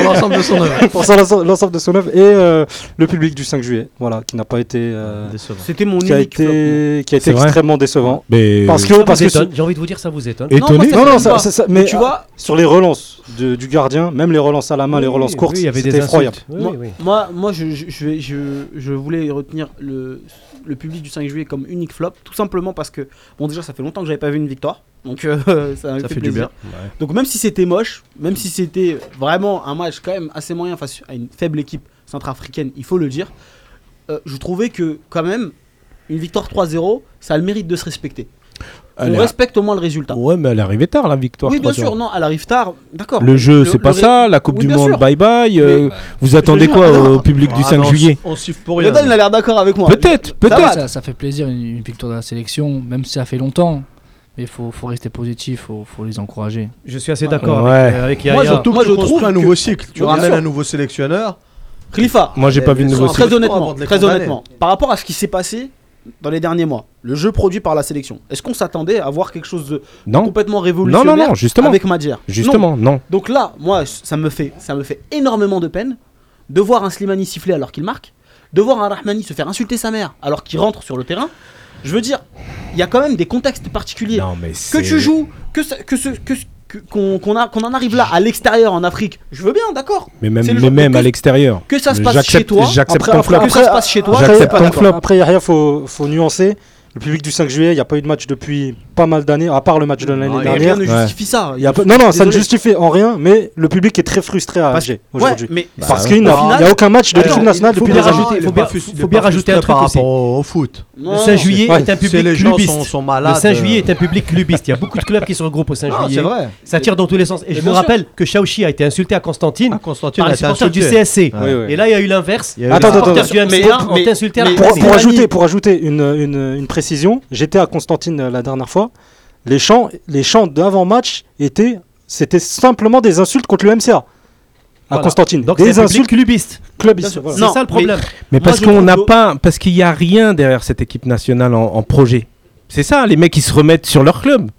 l'ensemble de son œuvre.
pour ça, l'ense- l'ensemble de son œuvre. Et euh, le public du 5 juillet. Voilà, qui n'a pas été. euh,
Décevant.
C'était mon
qui a
unique flop.
été, qui a été
C'est vrai.
extrêmement décevant.
Mais
Parce que, parce que sur-
J'ai envie de vous dire, ça vous étonne.
étonné.
Non, moi, ça-
non, non, ça-
pas.
ça- ça-
Mais
mais
tu
ah,
vois,
sur les relances de- du gardien, même les relances à la main, les relances
Oui,
courtes,
oui, il y avait des
c'était effroyable.
insultes. Oui,
Moi-
oui, oui.
moi, moi je, je, je vais- je- je voulais retenir le, le public du 5 juillet comme unique flop, tout simplement parce que, bon, déjà, ça fait longtemps que j'avais pas vu une victoire. Donc, euh, ça, m'a
Ça fait du
plaisir.
bien.
Donc même si c'était moche, même si c'était vraiment un match quand même assez moyen face à une faible équipe centrafricaine, il faut le dire, euh, je trouvais que quand même une victoire 3-0, ça a le mérite de se respecter.
Elle
On
est-
respecte au moins le résultat.
Ouais, mais elle est arrivée tard la victoire.
oui, bien
3-0.
sûr, non, elle arrive tard, d'accord.
Le jeu, c'est pas
le-
ça. La Coupe
Oui,
du
bien
Monde,
sûr.
bye bye. euh, vous attendez
jure,
quoi
non.
au public du
Ah,
5
mais on-
juillet
On siffle pour rien.
Yodan, il a l'air d'accord avec moi.
Peut-être,
Ça va.
peut-être.
Ça, ça fait plaisir une, une victoire de la sélection, même si ça fait longtemps. Mais il faut, faut rester positif, faut, faut les encourager.
Je suis assez d'accord
Ouais.
avec, euh, avec Yaya.
surtout, Moi,
Moi,
je
je trouve
trouve
un nouveau cycle. Tu
Bien
ramènes
sûr.
un nouveau sélectionneur.
Clifa,
Moi, j'ai pas vu de
Ils sont
nouveau
Très
très honnêtement,
honnêtement, avant de les
très
condamner.
honnêtement, par rapport à ce qui s'est passé dans les derniers mois, le jeu produit par la sélection, est-ce qu'on s'attendait à voir quelque chose de
Non,
complètement révolutionnaire
non, justement.
avec Madjer Non.
justement, non.
Donc là, moi, ça me fait, ça me fait énormément de peine de voir un Slimani siffler alors qu'il marque, de voir un Rahmani se faire insulter sa mère alors qu'il rentre sur le terrain. Je veux dire, il y a quand même des contextes particuliers.
Non, mais
que
c'est-
tu joues, que ça- que ce- que ce- que- qu'on qu'on a- qu'on en arrive là à l'extérieur en Afrique, je veux bien, d'accord.
Mais même,
C'est le
mais
genre de
même à
que-
l'extérieur.
que ça se
Mais
passe chez
j'accepte-
toi,
J'accepte
après-
ton flop.
après- ça se passe chez toi,
j'accepte
Après,
ton
d'accord.
flop.
Après, il faut, faut nuancer. Le public du 5 juillet, il n'y a pas eu de match depuis pas mal d'années, à part le match de l'année
Ouais,
Et rien
dernière.
ne
Ouais.
justifie ça. Il
Il y a pas- Non, non, ça ne
Désolé.
justifie en rien, mais le public est très frustré à
Parce-
Alger
Ouais,
aujourd'hui.
mais
Bah,
Parce
ouais.
qu'il n'y
Au
a,
final-
il y a aucun match de
Alors,
l'équipe nationale
il faut
depuis
bien
les années.
rajouter- il faut bien- faut bien rajouter un truc
par
aussi.
rapport au au foot.
Le
Non,
5 juillet
Ouais,
est un
C'est
public
les gens
clubiste.
sont, sont
Le
malades.
5 juillet est un public clubiste. Il y a beaucoup de clubs qui se regroupent au 5
Non,
juillet.
c'est vrai.
Ça tire dans tous les sens. Et,
Et
je
bien sûr.
vous rappelle que Shaoxi a été insulté à Constantine
Ah, Constantine
par
a
les
été
supporters du
insulté. Ah,
CSC.
Ouais.
Oui, oui.
Et là, il y a eu l'inverse.
Il y a eu
Attends,
Les
attends,
supporters
attends.
du MCA
Mais-
ont
mais-
insulté
mais-
à
Pour, pour
Constantine.
ajouter, pour ajouter une, une- une précision, j'étais à Constantine euh, la dernière fois. Les chants, les chants d'avant-match étaient, c'était simplement des insultes contre le MCA. À
Voilà.
Constantine.
Donc, c'est
des
un public
insultes
clubiste.
clubistes. voilà.
C'est ça le problème.
Mais parce
je trouve
qu'on n'a
que-
pas, parce qu'il n'y a rien derrière cette équipe nationale en, en projet. C'est ça, les mecs ils se remettent sur leur club.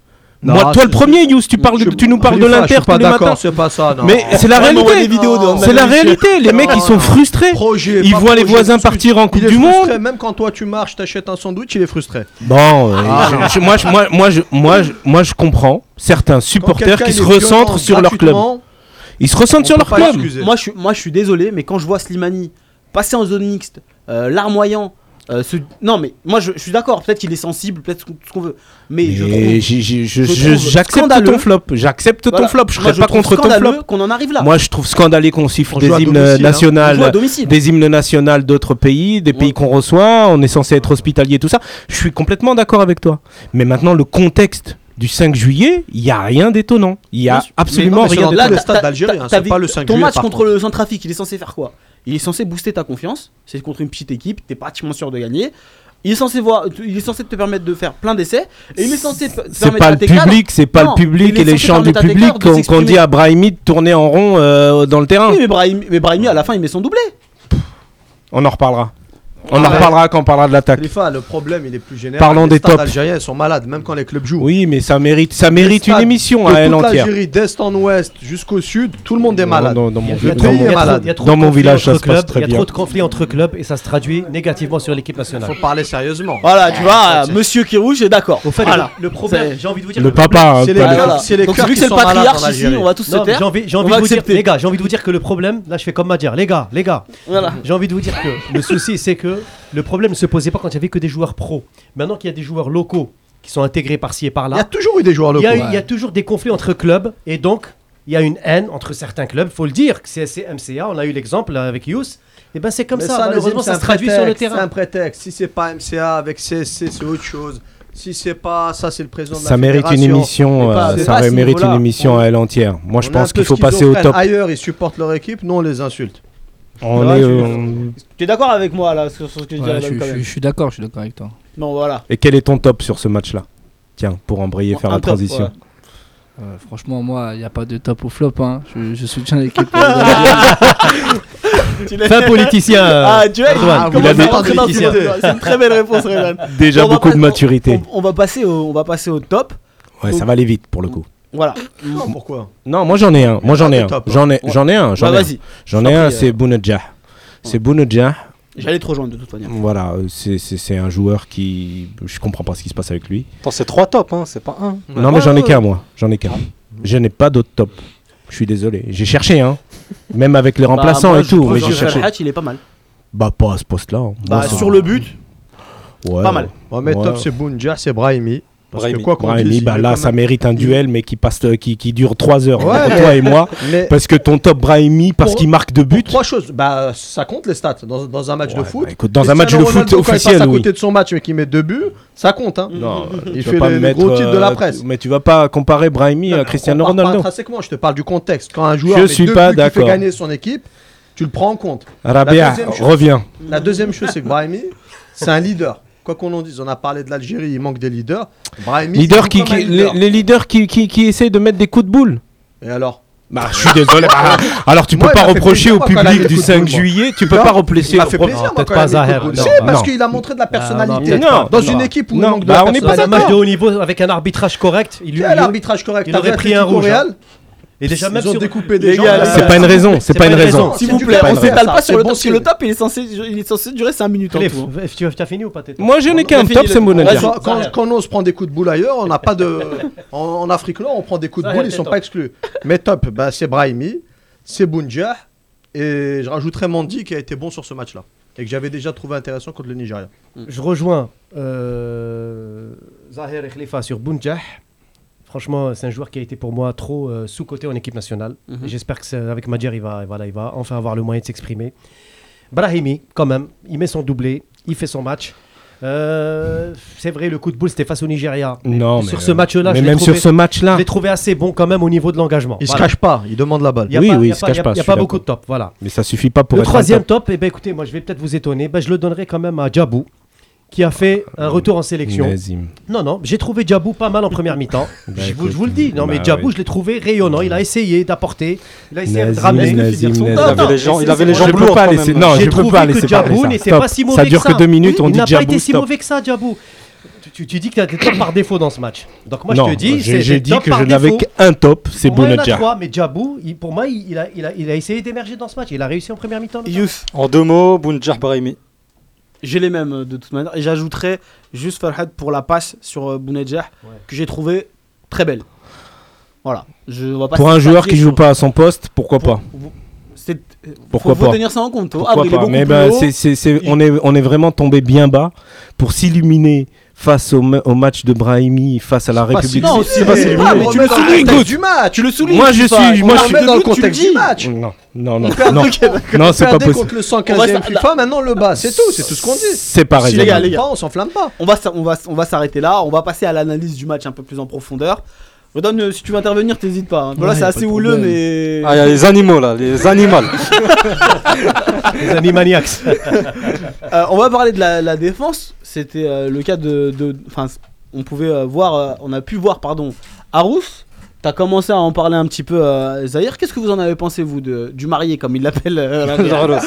Non,
Moi, toi
c'est-
le premier, Yous, tu parles, de- tu nous parles de
Khalifa, je suis
l'Inter
pas
tous les matins.
d'accord, c'est pas ça. non.
Mais c'est la
Ouais, mais on voit
réalité.
des vidéos de-
C'est la
Michel.
réalité. Les mecs ils sont frustrés.
Projet,
Ils
pas
voient les
projet,
voisins
excuse-
partir en
Il
Coupe
est
du
frustré,
Monde.
Même quand toi tu marches, t'achètes un sandwich, il est frustré.
Bon, euh,
Ah.
je- je- moi, je, moi, moi, je, moi, je, moi, je comprends certains
Quand
supporters
quelqu'un,
qui
il
se
est violent
recentrent sur leur club.
gratuitement,
Ils se recentrent
on
sur
peut
leur
pas
club.
l'excuser.
Moi je, suis, moi je suis désolé, mais quand je vois Slimani passer en zone mixte, euh, larmoyant, euh, se- non mais moi je, je suis d'accord, peut-être qu'il est sensible, peut-être ce qu'on- ce qu'on veut, mais, je
Mais
trouve,
j'ai- j'ai- je-
je
je-
trouve
j'accepte
scandaleux.
ton flop. J'accepte ton
Voilà.
flop. Je
moi,
serais pas
trouve
contre ton
scandaleux
flop.
qu'on en arrive là.
Moi, je trouve scandaleux qu'on siffle
On
des
joue à
hymnes
domicile, hein.
On joue à
nationales,
domicile.
des hymnes nationales d'autres pays, des
Ouais.
pays qu'on reçoit. On est censé être hospitalier, tout ça. Je suis complètement d'accord avec toi. Mais maintenant, le contexte du 5 juillet, il y a rien d'étonnant. Il y
Bien
a
sûr.
Mais
absolument
non, mais
rien
c'est
d'étonnant.
le stade
t'as-
d'Algérie,
t'as-
hein, c'est
t'as-
pas le 5
Ton
juillet,
match
par
contre
contre.
le Centrafrique, il est censé faire quoi Il est censé booster ta confiance. C'est contre une petite équipe, t'es pratiquement sûr de gagner. Il est censé voir, il est censé te permettre de faire plein d'essais. Et il est censé te
C'est
permettre
pas
à
le
tes cadres-
public, c'est pas
Non,
le public
il est
et les
censé
chants du
permettre à tes
public
cadres de
qu'on qu'on
s'exprimer.
dit à Brahimi de tourner en rond euh, dans le terrain.
Oui, mais Brahim, mais Brahimi, à la fin il met son doublé.
On en reparlera.
Ah
On en reparlera quand on parlera de l'attaque.
Khalifa, le problème, il est plus général.
Parlons
les
des
stades
tops.
algériens ils sont malades, même quand les clubs jouent.
Oui, mais ça mérite, ça mérite une
Stade
émission
de
à elle
toute
entière.
l'Algérie, d'est en ouest jusqu'au sud, tout le monde est
Non,
malade.
non, dans mon
Il y a
village-
trop-
dans
il y
mon-
a trop-
malade.
il y a trop
Dans
de
mon
conflits
village, ça
entre
se passe
clubs,
très
Il y a
bien.
trop de conflits entre clubs et ça se traduit négativement sur l'équipe nationale.
Faut parler sérieusement.
Voilà, tu vois,
c'est-
Monsieur Kirouche est d'accord.
Au fait,
Voilà.
le le problème,
C'est-
j'ai envie de vous dire.
Le
que le-
papa, hein,
c'est
pas
les-
le-
Voilà.
c'est les
Donc,
cœurs
vu que
qui
c'est le
sont malades en
patriarche ici,
Algérie.
on va tous se
Non, mais
taire.
j'ai envie, j'ai
On
envie
va
de vous dire,
accepter.
les gars, j'ai envie de vous dire que le problème, là je fais comme Madjer, les gars, les gars,
Voilà.
j'ai envie de vous dire que le souci c'est que le problème ne se posait pas quand il y avait que des joueurs pros. Maintenant qu'il y a des joueurs locaux qui sont intégrés par ci et par
Il y a
là,
toujours eu des joueurs
il y,
locaux.
a, il y a toujours des conflits entre clubs et donc il y a une haine entre certains clubs, faut le dire, CSC, MCA, on a eu l'exemple là, avec Yous, et ben c'est comme
Mais
ça,
les
malheureusement
hommes, c'est
ça
un
se traduit sur le
prétexte, C'est un
terrain.
prétexte. Si c'est pas MCA avec CSC, c'est autre chose. Si c'est pas ça, c'est le président de la
Ça mérite une
fédération.
émission,
Mais pas-
euh,
c'est pas à
ça
ce
mérite
niveau-là.
une émission à elle entière. Moi, je
On est un
pense
peu
qu'il faut passer au
schizophrène.
Ah,
top.
Ailleurs, ils supportent leur équipe, nous on les insulte.
On
Ouais,
est,
je-
euh,
Tu es d'accord avec moi là sur sur ce que je dis
Ouais,
là,
je,
quand
je-
même
je suis d'accord, je suis d'accord avec toi.
Non, voilà.
Et quel est ton top sur ce match-là Tiens, pour embrayer, faire
Un
la
top,
transition.
ouais.
Euh, franchement, moi, il n'y a pas de top ou flop. Hein. Je, je soutiens l'équipe. euh, d'Algérie.
Tu l'as-
Fin politicien. euh,
Ah, tu vois, il
Erdogan.
commence
Il a des-
à rentrer dans ses
politicien.
modes. C'est une très belle réponse, Renan.
Déjà
On va
beaucoup
pas-
de maturité.
On, on va passer au, on va passer au top.
Ouais, ça va aller vite pour le coup.
Voilà.
Non, pourquoi
Non, moi j'en ai un. Moi j'en ai
Ah,
un.
top, hein.
J'en ai,
Ouais.
j'en ai un.
Bah,
J'en ai un.
vas-y.
J'en ai un.
prie, euh.
C'est Bounedjah. C'est Bounedjah.
J'allais te rejoindre de toute manière.
Voilà, euh, c'est- c'est c'est un joueur qui. Je comprends pas ce qui se passe avec lui.
Attends, c'est trois tops, hein, c'est pas un.
Non, mais
Ouais,
j'en ai
ouais.
qu'un, moi. J'en ai qu'un. Je n'ai pas d'autre top. Je suis désolé. J'ai cherché, hein. Même avec les
Bah,
remplaçants et tout. Mais
Mais
j'ai cherché.
il est pas mal.
Bah, pas à ce poste-là. hein.
Bah,
Moi, c'est-
sur le but,
Ouais,
pas mal.
Bon, mais
Ouais.
top, c'est Bounja, c'est Brahimi. Parce
Brahimi.
que quoi qu'on
Ouais,
dise,
mais
il
bah
est
là,
quand
ça
même-
mérite un duel, mais qui, passe, euh, qui, qui dure 3 heures
Ouais,
entre
mais-
toi et moi.
Mais
Parce que ton top Brahimi, parce
Pour-
qu'il marque deux buts.
pour trois choses. Bah, ça compte les stats dans, dans un match de
Ouais,
foot.
bah, écoute, dans un
Cristiano
match de foot
Ronaldo, quand il
officiel,
passe à
oui.
côté de son match mais qui met deux buts, ça compte. Hein.
Non, euh,
Il
tu vas
fait
pas
le-
me
le gros
mettre,
titre de la
euh,
presse.
tu- Mais tu vas pas comparer Brahimi à Cristiano
On parle pas
Ronaldo.
intrinsèquement, je te parle du contexte. Quand un joueur
Je
met
suis
deux
pas
buts qui fait
d'accord.
gagner son équipe, tu le prends en compte. La
Rabia,
deuxième chose-
reviens.
La deuxième chose, c'est que Brahimi, c'est un leader. Quoi qu'on en dise, on a parlé de l'Algérie, il manque des leaders. Brahimi,
Leader
il
qui,
joue comme un
qui- les,
leader.
les leaders qui, qui, qui essayent de mettre des coups de boule.
Et alors
Bah, je suis désolé. Ah, alors, tu peux
Moi, il m'a
pas
fait
reprocher
plaisir,
au
moi, quand il a mis
public
le
du
coup de
5
boule, moi.
juillet, tu peux
Non,
pas reprocher.
Il m'a fait
au-
plaisir, moi,
Oh, Non, peut-être
quand
pas
il a mis le
Zahir,
coup de
non,
boule. Si,
non.
parce qu'il a montré de la personnalité.
non,
Dans
non.
une équipe où il
Non,
manque de
bah,
la
on n'est pas
Dans un match de
personnalité.
haut niveau avec un arbitrage correct, il lui
Quel arbitrage correct
il
T'as
aurait
vu
pris un
Atlético
rouge, hein.
Real
Et déjà, même
Ils ont
sur.
découpé des
Les
gens.
gars, là,
là,
C'est pas une raison, c'est pas une raison.
S'il
C'est
vous
du
plaît,
clair,
on
ça,
s'étale
ça,
pas sur
c'est
le
bon
top, parce que
signe.
le top il est censé, il est censé durer 5 minutes en
Clef,
tout. hein.
tu as- t'as fini ou pas t'es-
Moi, je n'ai qu'un
fini,
top,
là.
c'est mon
Ouais,
avis.
ça-
Quand, quand, quand nous on se prend des coups de boule ailleurs, on n'a pas de. En, en Afrique noire, on prend des coups de
Ça,
boule,
c'est
ils sont
top.
pas exclus. Mais top, bah, c'est Brahimi, c'est Bounja, et je rajouterai Mandy qui a été bon sur ce match-là. Et que j'avais déjà trouvé intéressant contre le Nigeria.
Je rejoins euh, Zahir et Khalifa sur Bounjah. Franchement, c'est un joueur qui a été pour moi trop euh, sous-coté en équipe nationale.
Mhm.
Et J'espère que c'est- avec Madjer, il va, voilà, il va enfin avoir le moyen de s'exprimer. Brahimi, quand même, il met son doublé, il fait son match. Euh, c'est vrai, le coup de boule, c'était face au Nigeria.
Non, mais
sur ce
euh,
match-là,
mais
je l'ai
même
trouvé,
sur ce match-là.
je l'ai trouvé assez bon quand même au niveau de l'engagement.
Il
Voilà.
se cache pas, il demande la balle.
Il y a
Oui,
pas-
oui,
il
il
y a
se
pas-
cache
il y a-
pas,
Il n'y
je
a
suis
pas
d'accord.
beaucoup de top, voilà.
Mais ça suffit pas pour
le
être un
troisième
top.
top, eh ben, écoutez, moi je vais peut-être vous étonner, Ben, je le donnerai quand même à Djabou, qui a fait
Euh,
un retour en sélection.
Nazim.
Non, non, j'ai trouvé Djabou pas mal en première mi-temps. je, vous,
Ben, écoute,
je vous le dis, non,
bah
mais Djabou,
oui.
je l'ai trouvé rayonnant. Il a essayé d'apporter, il a essayé de
Nazim,
ramener.
Nazim,
Son-
Nazim.
Non,
Il
non,
avait les gens- il avait les
Je
jambes
peux
lourdes.
pas
quand
laisser.
même.
Non,
j'ai
je peux
trouvé
pas
que
laisser
Djabou
parler ça.
n'était
Stop.
pas si mauvais
Ça dure
que ça.
que deux minutes,
Oui,
on
il
dit
n'a pas été
Djabou.
si
stop.
mauvais que ça, Djabou. Tu, tu- tu dis que tu as des tops par défaut dans ce match. Donc moi
Non,
je te dis,
j'ai
c'est
j'ai
des
dit
tops
que
par
je n'avais
défaut.
qu'un top, c'est
Pour moi, il y en a
Bounedjah.
trois, mais Djabou, il- pour moi, il a, il a- il a essayé d'émerger dans ce match. Il a réussi en première mi-temps. notamment.
Youth,
En deux mots, Bounjah Brahimi.
j'ai les mêmes euh, de toute manière. Et j'ajouterais juste Farhad pour la passe sur euh, Bounedjah, que j'ai trouvé très belle. Voilà. Je vois pas
Pour un joueur qui joue
sur-
pas à son poste, pourquoi
Pour-
pas
C'est- euh,
Pourquoi
faut, faut
pas
tenir ça en compte. Oh,
Pourquoi
Avril est
pas
beaucoup
Mais
plus
ben,
haut.
c'est- c'est- c'est-
Il-
on est on est vraiment tombé bien bas pour s'illuminer face au, ma- au match de Brahimi face à la République.
Non,
c'est pas
c'est
s'illuminer.
pas, mais tu le soulignes,
écoute.
du match, tu le soulignes.
Moi, je
FIFA,
suis-
on
moi,
le
je suis-
remet dans le
Dans le
contexte
contexte
du match.
du
Non, non, non,
Perdez
non, non, c'est pas
Perdez
possible.
contre le
On va
115e
s'arr-
FIFA, maintenant le bas, c'est tout, c'est tout ce qu'on dit.
C'est pas
Si, les gars,
raisonnable.
les gars.
On s'enflamme pas.
On va, s- on va, s- on va s'arrêter là. On va passer à l'analyse du match un peu plus en profondeur. Redonne, euh, si tu veux intervenir, t'hésites pas. hein. Voilà,
Ouais,
c'est
y a
assez
pas de
houleux,
problème.
mais.
Ah, il y a les animaux là, les animaux.
Les animaniacs.
Euh, on va parler de la, la défense. C'était euh, le cas de. de- Enfin, on pouvait euh, voir. euh, on a pu voir, pardon, Arous. T'as commencé à en parler un petit peu, euh, Zahir. Qu'est-ce que vous en avez pensé, vous, de, du marié, comme il l'appelle euh, la mère
Genre,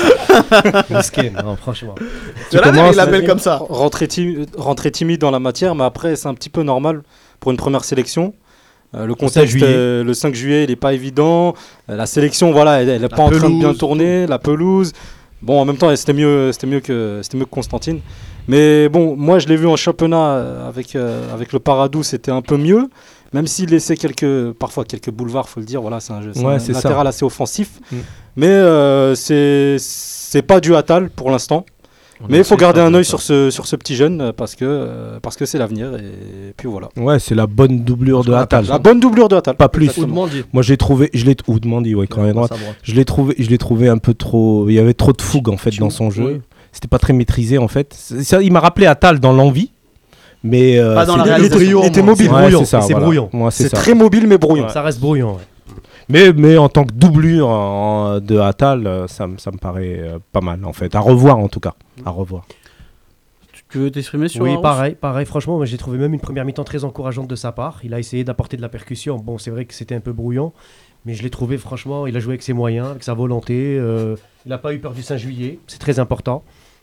Miskin, non, franchement.
De la mère,
commences,
il l'appelle comme ça.
rentrer, timi- rentrer timide dans la matière, mais après, c'est un petit peu normal pour une première sélection. Euh, le contexte,
juillet.
euh, le 5 juillet, il n'est pas évident. Euh, la sélection, voilà, elle n'est pas en train de bien
pelouse,
tourner. La pelouse. Bon, en même temps, c'était mieux, c'était mieux que, c'était mieux que Constantine. Mais bon, moi, je l'ai vu en championnat euh, avec, euh, avec le Paradou, c'était un peu mieux. Même s'il laissait quelques, parfois quelques boulevards, faut le dire. Voilà, c'est un jeu, c'est
Ouais,
un
c'est ça.
latéral assez offensif.
Mm.
Mais euh, c'est, c'est pas du Atal pour l'instant. Mais il faut garder un œil sur ce, sur ce petit jeune euh, parce que euh, parce que c'est l'avenir et puis voilà.
Ouais, c'est la bonne doublure de Atal.
La bonne doublure de Atal.
Pas plus.
Ou
Exactement.
Moi, j'ai trouvé, je l'ai ou de Mandy, ouais, quand même. Je l'ai trouvé, je l'ai trouvé un peu trop. Il y avait trop de fougue en fait
Tu-
dans son jeu.
oui.
C'était pas très maîtrisé en fait. C'est- ça, il m'a rappelé Atal dans l'envie, mais euh,
Pas dans
c'est-
la
Ouais,
réalisation.
Il était
c'est
mobile.
brouillon,
ça,
c'est
voilà.
brouillon.
Moi, c'est
C'est
ça.
très mobile mais brouillon.
Ça reste brouillon. ouais.
Mais, mais en tant que doublure en- de Atal, euh, ça, me- ça me paraît euh, pas mal en fait. À revoir en tout cas. À revoir.
Tu- Tu veux t'exprimer sur
Oui,
Arous
pareil, pareil. Franchement, moi, j'ai trouvé même une première mi-temps très encourageante de sa part. Il a essayé d'apporter de la percussion. Bon, c'est vrai que c'était un peu brouillon, mais je l'ai trouvé, franchement, il a joué avec ses moyens, avec sa volonté. euh, il n'a pas eu peur du 5 juillet, c'est très important.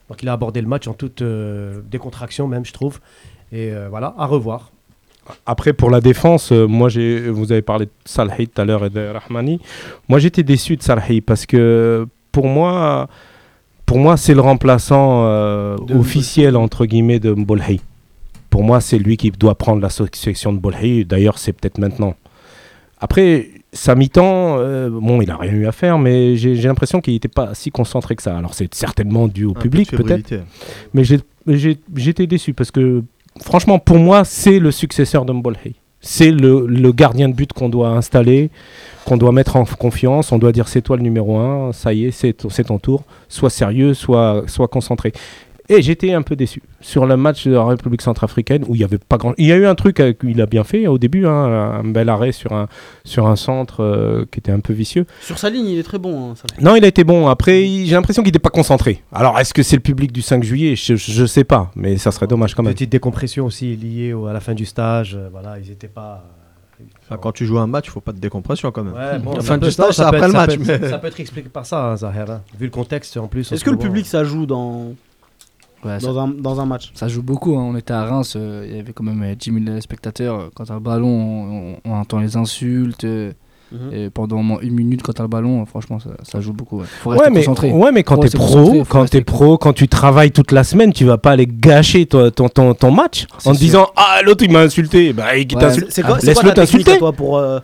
Donc, il a abordé le match en toute euh, décontraction, même, je trouve. Et euh, voilà, à revoir.
Après, pour la défense, euh, moi, j'ai, vous avez parlé de Salhi tout à l'heure et de Rahmani. Moi, j'étais déçu de Salhi parce que pour moi, pour moi c'est le remplaçant euh, officiel, entre guillemets, de Mbolhi. Pour moi, c'est lui qui doit prendre la succession de Mbolhi. D'ailleurs, c'est peut-être maintenant. Après, sa mi-temps, euh, bon, il n'a rien eu à faire, mais j'ai, j'ai l'impression qu'il n'était pas si concentré que ça. Alors, c'est certainement dû au public, peut-être. Mais j'ai- j'ai- j'étais déçu parce que, franchement, pour moi, c'est le successeur de Mbolhi. C'est le, le gardien de but qu'on doit installer, qu'on doit mettre en f- confiance. On doit dire c'est toi le numéro un, ça y est, c'est ton- c'est ton tour. Sois sérieux, sois, sois concentré. Et j'étais un peu déçu sur le match de la République centrafricaine où il y avait pas grand. Il y a eu un truc euh, qu'il a bien fait au début, hein, un bel arrêt sur un, sur un centre euh, qui était un peu vicieux.
Sur sa ligne, il est très bon. hein, ça.
Non, il a été bon. Après, il- j'ai l'impression qu'il n'était pas concentré. Alors, est-ce que c'est le public du 5 juillet Je- Je ne sais pas, mais ça serait dommage quand même.
Petite décompression aussi liée au- à la fin du stage. euh, voilà, ils n'étaient pas. euh,
Enfin, quand tu joues un match, faut pas de décompression quand même.
Ouais, bon,
enfin,
ça peut-
du stage,
ça
c'est
peut
après
être-
le
ça
match.
peut être-
mais-
Ça peut être expliqué par ça, hein, Zahir, hein. vu le contexte en plus. en
Est-ce
ce
que le
moment.
public ça joue dans,
Ouais, ça,
dans, un, dans un match
ça joue beaucoup. hein. On était à Reims, euh, il y avait quand même euh, 10 000 spectateurs. Euh, Quand t'as le ballon, on, on entend les insultes. euh,
Mhm.
Et pendant au moins une minute, quand t'as le ballon, euh, franchement, ça, ça joue beaucoup. ouais. Faut rester
Ouais mais,
concentré.
ouais, mais quand
Faut
t'es
rester concentré,
pro,
faut
quand
rester
t'es pro, quand tu travailles toute la semaine, tu vas pas aller gâcher toi, ton, ton, ton match
C'est
en te
sûr.
disant Ah, l'autre il m'a insulté. Bah, il
Ouais.
t'insulte.
C'est quoi, c'est
Laisse-le
quoi ta technique
t'insulter.
à toi pour, euh,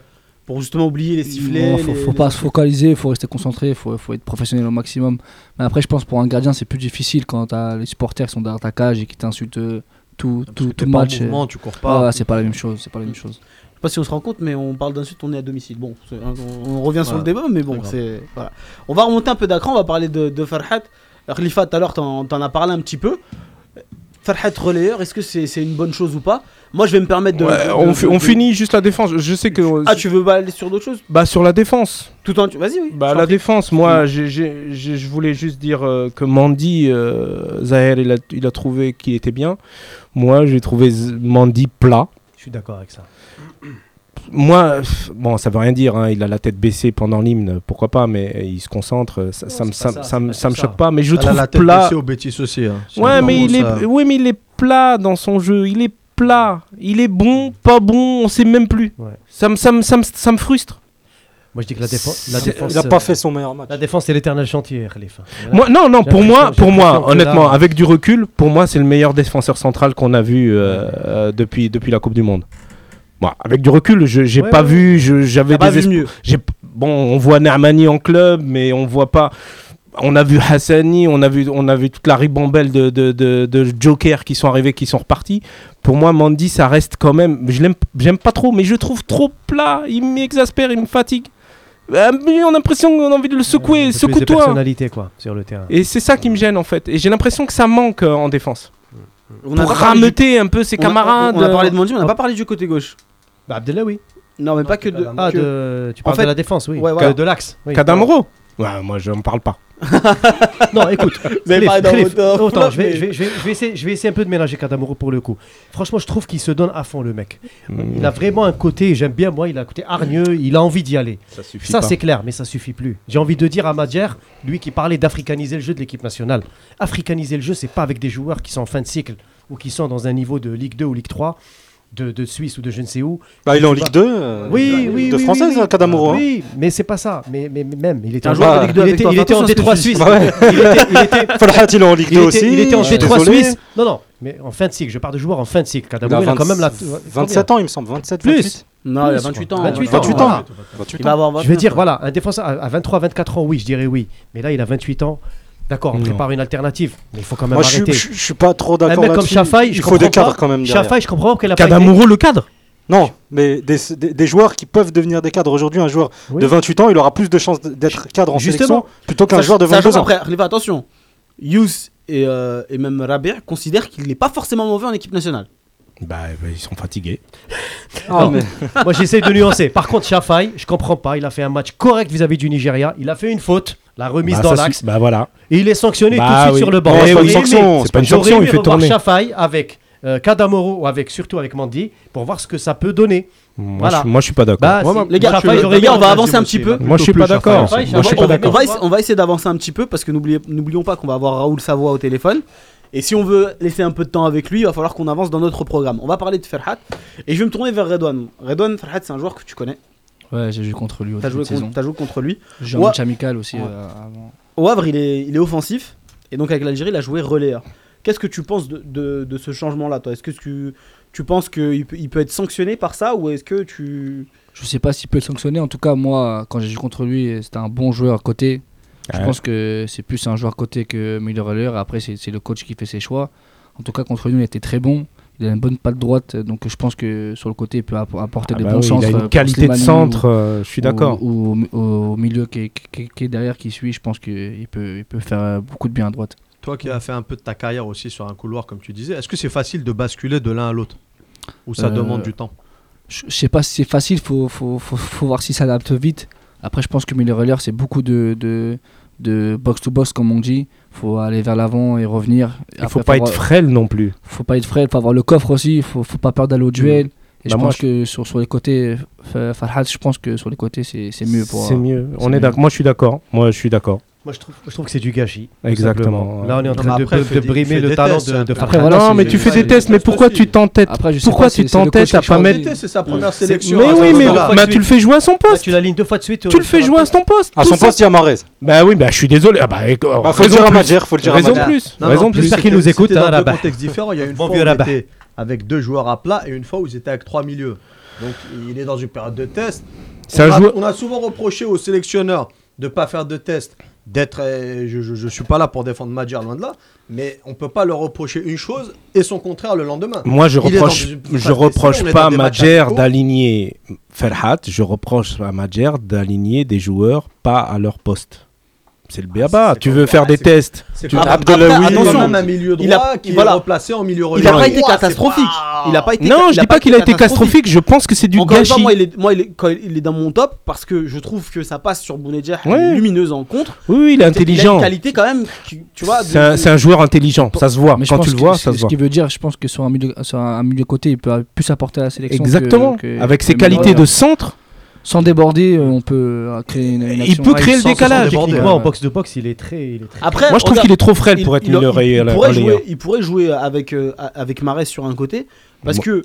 pour justement oublier les sifflets
Bon, faut,
les-
faut pas se focaliser, faut rester concentré, faut, faut être professionnel au maximum. Mais après, je pense pour un gardien, c'est plus difficile quand t'as les supporters qui sont derrière ta cage et qui t'insultent euh, tout,
Parce que
tout,
t'es
tout
pas en
match.
mouvement, tu cours
Ah,
pas.
c'est pas la même chose, c'est pas la même chose.
Je sais pas si on se rend compte, mais on parle d'insultes, on est à domicile. Bon, c'est- on, on revient sur
Ouais,
le débat, mais bon,
grave.
c'est. Voilà. On va remonter un peu d'accran, on va parler de, de Farhat. Khalifa, tout à l'heure, t'en t'en as parlé un petit peu. Farhat relayeur, est-ce que c'est c'est une bonne chose ou pas Moi, je vais me permettre de.
Ouais,
de-
on,
de-
fi- on
de-
finit juste la défense. Je sais que.
Ah, tu veux pas aller sur d'autres choses
Bah, sur la défense.
Tout en. Vas-y, oui.
Bah,
je t'en
la
prie.
défense, moi, j'ai- j'ai- j'ai- je voulais juste dire euh, que Mandy, euh, Zahir, il a, il a trouvé qu'il était bien. Moi, j'ai trouvé Z- Mandy plat.
Je suis d'accord avec ça.
Moi, pff, bon, ça veut rien dire. hein, il a la tête baissée pendant l'hymne, pourquoi pas, mais il se concentre. euh, Ça, ça me,
c'est pas
ça,
ça,
ça me-
c'est pas
ça me
ça.
choque pas, mais je
Je
le trouve
la tête
plat.
baissée au bêtises aussi. hein. C'est
Ouais, mais il
normal,
est,
ça.
oui, mais il est plat dans son jeu. Il est plat. Il est bon, pas bon, on sait même plus.
Ouais.
Ça me, ça me, ça me, ça me frustre.
Moi, je dis que la, défense la
C'est-
défense.
Il n'a
euh,
pas fait son meilleur match.
La défense, c'est l'éternel chantier, Khalifa.
Moi, non, non,
J'ai
pour moi,
l'impression-
pour
j'ai
moi,
l'impression que
honnêtement,
là-
avec du recul, pour moi, c'est le meilleur défenseur central qu'on a vu euh, euh, depuis, depuis la Coupe du Monde. Moi, avec du recul, je j'ai
Ouais,
pas
ouais.
vu, je- j'avais
T'as pas vu
des espoirs.
mieux.
J'ai- Bon, on voit Nermani en club, mais on voit pas. On a vu Hassani, on a vu, on a vu toute la ribambelle de, de, de, de Joker qui sont arrivés, qui sont repartis. Pour moi, Mandy, ça reste quand même. Je l'aime, j'aime pas trop, mais je le trouve trop plat. Il m'exaspère, il me fatigue. Euh, mais on a l'impression qu'on a envie de le secouer.
Plus de
Secoue-toi.
personnalité, quoi, sur le terrain.
Et c'est ça qui me gêne en fait. Et j'ai l'impression que ça manque euh, en défense.
On
Pour
a parlé du-
rameuter un peu ses
on a-
camarades.
On a parlé
euh,
de Mandy, on n'a pas parlé du côté gauche.
Bah, Abdelawi.
Non, mais pas que de.
Ah,
que-
de... tu
En
parles
fait-
de la défense, oui.
Ouais, voilà.
Que De l'axe. oui.
Kadamaro. Ouais, moi je ne parle pas.
Non, écoute.
avez
Cliff,
parlé d'un
Cliff,
auteur
autant,
flop,
je vais,
mais-
je, vais, je, vais, je vais essayer, je vais essayer un peu de mélanger Kadamaro pour le coup. Franchement, je trouve qu'il se donne à fond, le mec. Il a
Mm.
vraiment un côté, j'aime bien moi, il a un côté hargneux, il a envie d'y aller.
Ça suffit
Ça, c'est clair, mais ça suffit plus. J'ai envie de dire à Madjer, lui qui parlait d'africaniser le jeu de l'équipe nationale. Africaniser le jeu, c'est pas avec des joueurs qui sont en fin de cycle ou qui sont dans un niveau de Ligue 2 ou Ligue 3, de, de Suisse ou de je ne sais où.
Bah, il est en Ligue 2. euh,
Oui, oui,
De
oui,
française,
oui, oui.
hein, Kadamoro, hein.
Oui, mais c'est pas ça. Mais, mais, mais même, il était
Un
en-
joueur de
bah,
Ligue 2
il
avec
était-
toi,
il était
attention
en
à ce que
Détroit
tu dis.
suisse.
Bah ouais.
Il était- il était-
Falhat, il est en Ligue 2
il était-
aussi.
il était en
je suis
Détroit
désolé.
Suisse. Non, non, mais en fin de cycle. Je parle de joueurs en fin de cycle.
Il a
Kadamoro, il a quand même la.
27 ans, il me semble. 27,
Plus.
28.
Non, il a 28 ans.
28 ans.
28
voilà.
ans. 28
Il va
ans.
avoir 29.
Je veux dire, voilà, un défenseur à- à 23, 24 ans, oui, je dirais oui. Mais là, il a 28 ans. D'accord, on
Non.
prépare une alternative. Mais il faut quand même
Moi, je suis-
arrêter.
je je suis pas trop
un
d'accord
mec comme
là-dessus.
Chafaï, je
il faut
comprends
des cadres
pas.
quand même. derrière.
Chafaï, je comprends pas qu'elle a pas été-
Kadamoro le cadre.
Non, mais des, des- des joueurs qui peuvent devenir des cadres aujourd'hui, un joueur
Oui.
de 28 ans, il aura plus de chances d'être cadre en
Justement.
sélection plutôt qu'un
Sach-
joueur de
sachant
22 ans.
qu'après, Khalifa, attention, Yous et, euh, et même Rabir considèrent qu'il n'est pas forcément mauvais en équipe nationale.
Bah, bah, ils sont fatigués.
Ah,
Non.
mais-
Moi, j'essaye de nuancer. Par contre, Chafaï, je comprends pas. Il a fait un match correct vis-à-vis du Nigeria. Il a fait une faute, la remise
Bah,
dans
ça
l'axe.
suffit. Bah voilà.
Et il est sanctionné
Bah
tout de suite
oui.
sur le banc.
Eh
J'aurais
oui.
aimé-
Sanction, c'est pas une
j'aurais
sanction,
aimé
il fait
revoir
tourner.
Chafaï avec euh, Kadamoro ou avec, surtout avec Mandy pour voir ce que ça peut donner.
Moi,
Voilà.
je, moi, je suis pas d'accord.
Bah,
Ouais, moi,
c'est-
les gars,
Chafaï,
je suis-
j'aurais
les gars,
aimé
on va
revoir
avancer
Chafaï
un petit
aussi,
peu.
hein.
moi, je suis
plutôt
pas
plus
d'accord.
Chafaï.
Moi, je suis
on,
pas
va- on
d'accord.
va, essa- on va essayer d'avancer un petit peu parce que n'oubliez- n'oublions pas qu'on va avoir Raoul Savoie au téléphone. Et si on veut laisser un peu de temps avec lui, il va falloir qu'on avance dans notre programme. On va parler de Ferhat et je vais me tourner vers Redouane. Redouane, Ferhat, c'est un joueur que tu connais.
Ouais, j'ai joué contre lui au
T'as
début
joué,
de saison.
contre- t'as joué contre lui.
J'ai
Ouais.
un match amical aussi
Ouais.
euh, avant.
Au Havre, il est, il est offensif et donc avec l'Algérie, il a joué relayeur. Qu'est-ce que tu penses de, de- de ce changement-là, toi Est-ce que tu, tu penses qu'il peut, il peut être sanctionné par ça ou est-ce que tu.
Je sais pas s'il peut le sanctionner. En tout cas, moi, quand j'ai joué contre lui, euh, c'était un bon joueur côté. Je
Ouais.
pense que c'est plus un joueur côté que Miller Heller. Après, c'est c'est le coach qui fait ses choix. En tout cas, contre nous, il était très bon. Il a une bonne patte droite. Donc, je pense que sur le côté, il peut app- apporter
Ah
de
bah
bons
oui,
centres.
il a
euh,
une
pour
qualité de
Slimani
centre,
ou-
euh, je suis d'accord.
Ou, ou- au au milieu qui est, qui est- qui est derrière, qui suit. Je pense qu'il peut, il peut faire euh, beaucoup de bien à droite.
Toi qui as fait un peu de ta carrière aussi sur un couloir, comme tu disais, est-ce que c'est facile de basculer de l'un à l'autre Ou ça
Euh,
demande du temps
je je sais pas si c'est facile, faut, faut, faut, faut voir s'il s'adapte vite. Après, je pense que Miller Heller, c'est beaucoup de, de, de box to box, comme on dit. faut aller vers l'avant et revenir.
Il
Après,
faut pas être
avoir-
frêle non plus.
faut pas être frais, faut avoir le coffre aussi, faut, faut pas peur d'aller au duel. Et
Bah,
je
moi,
pense
je-
que sur, sur les côtés, Fa- Farhad, je pense que sur les côtés, c'est c'est mieux pour.
C'est mieux.
c'est
On est
mieux.
d'accord. Moi, je suis d'accord. Moi, je suis d'accord.
hein. Moi, je trouve, je trouve que c'est du gâchis. tout
Exactement,
simplement.
ouais.
Là, on est en train
Non, mais
de,
après,
de-
fais
de
des-
brimer
fais
le
des
talent
tests,
de,
hein.
de
Après,
Farhad.
voilà,
non,
c'est-
mais tu fais
ouais,
des
c'est
tests, mais
juste
pourquoi
aussi.
tu t'entêtes
euh, Après, je sais
Pourquoi
pas, c'est-
tu
c'est le
t'entêtes
coach
à
qui
pas
choisit.
mettre
L'été, c'est sa première
C'est-
sélection.
Ah,
Mais
Là,
oui,
tu
mais
l'as
bah,
fait
tu le fais jouer à son
Là,
poste.
tu l'alignes deux fois de suite.
Tu le fais jouer à son poste.
À
tout
son
ça.
poste, il y a Mahrez.
Bah oui, bah je suis désolé. Ah bah,
Bah, faut le dire à Madjer, faut le dire à
raison
Madjer.
plus.
Non,
raison
non,
plus.
j'espère
c'était-
qu'ils nous écoutent,
c'était
hein,
Dans deux
là-bas.
contextes différents. Il y a une
Bon
fois où
vieux
ils
là-bas.
étaient avec deux joueurs à plat et une fois où ils étaient avec trois milieux. Donc il est dans une période de test.
C'est
on,
un
a,
joueur-
on a souvent reproché aux sélectionneurs de ne pas faire de test, d'être. euh, je, je, je suis pas là pour défendre Madjer, loin de là, mais on peut pas leur reprocher une chose et son contraire le lendemain.
Moi, je
Il est dans
reproche,
des-
je reproche
on est dans
pas à
des matchs
Madjer
amicaux.
d'aligner Ferhat. Je reproche à Madjer d'aligner des joueurs pas à leur poste. C'est
Ah,
le béaba.
c'est
Tu
pas-
veux
ouais,
faire des
c'est-
tests.
C'est
Tu- Ah,
quand même-
Abdelawi,
après, attention,
il-
quand même un milieu droit
il a-
qui
voilà.
est replacé en milieu
Il n'a pas
reliant.
été
Droit, c'est
catastrophique.
pas-
Il a pas été
Non, je dis pas qu'il a été
catastrophique.
catastrophique. Je pense que c'est du
Encore une fois,
gâchis.
moi, il est, moi il, est, quand il est dans mon top parce que je trouve que ça passe sur Bounedjah elle est
Ouais.
lumineuse en contre.
Oui, oui, il est
Il a
intelligent.
une qualité quand même, qui- tu vois. de-
C'est un, c'est un joueur intelligent. Ça se voit.
Mais je
Quand
pense
tu le
que
vois,
c'est-
ça se
Ce
voit.
qui veut dire, je pense que sur un milieu, sur un milieu côté, il peut plus apporter à la sélection. que-
Exactement.
que-
Avec
que
ses
milieu
qualités
arrière.
de centre,
Sans déborder, euh, on peut euh, créer une, une
Il
action.
peut
Ouais,
créer le
sans- sans
décalage.
déborder,
Techniquement, en
ouais.
boxe de boxe, il est très. il est très-
Après,
moi je trouve
regarde,
qu'il est trop frêle pour
il-
être
il-
milieu
il- il
relais-
pourrait
relayeur.
jouer- Il pourrait jouer avec, euh, a- avec Marais sur un côté. Parce
Moi-
que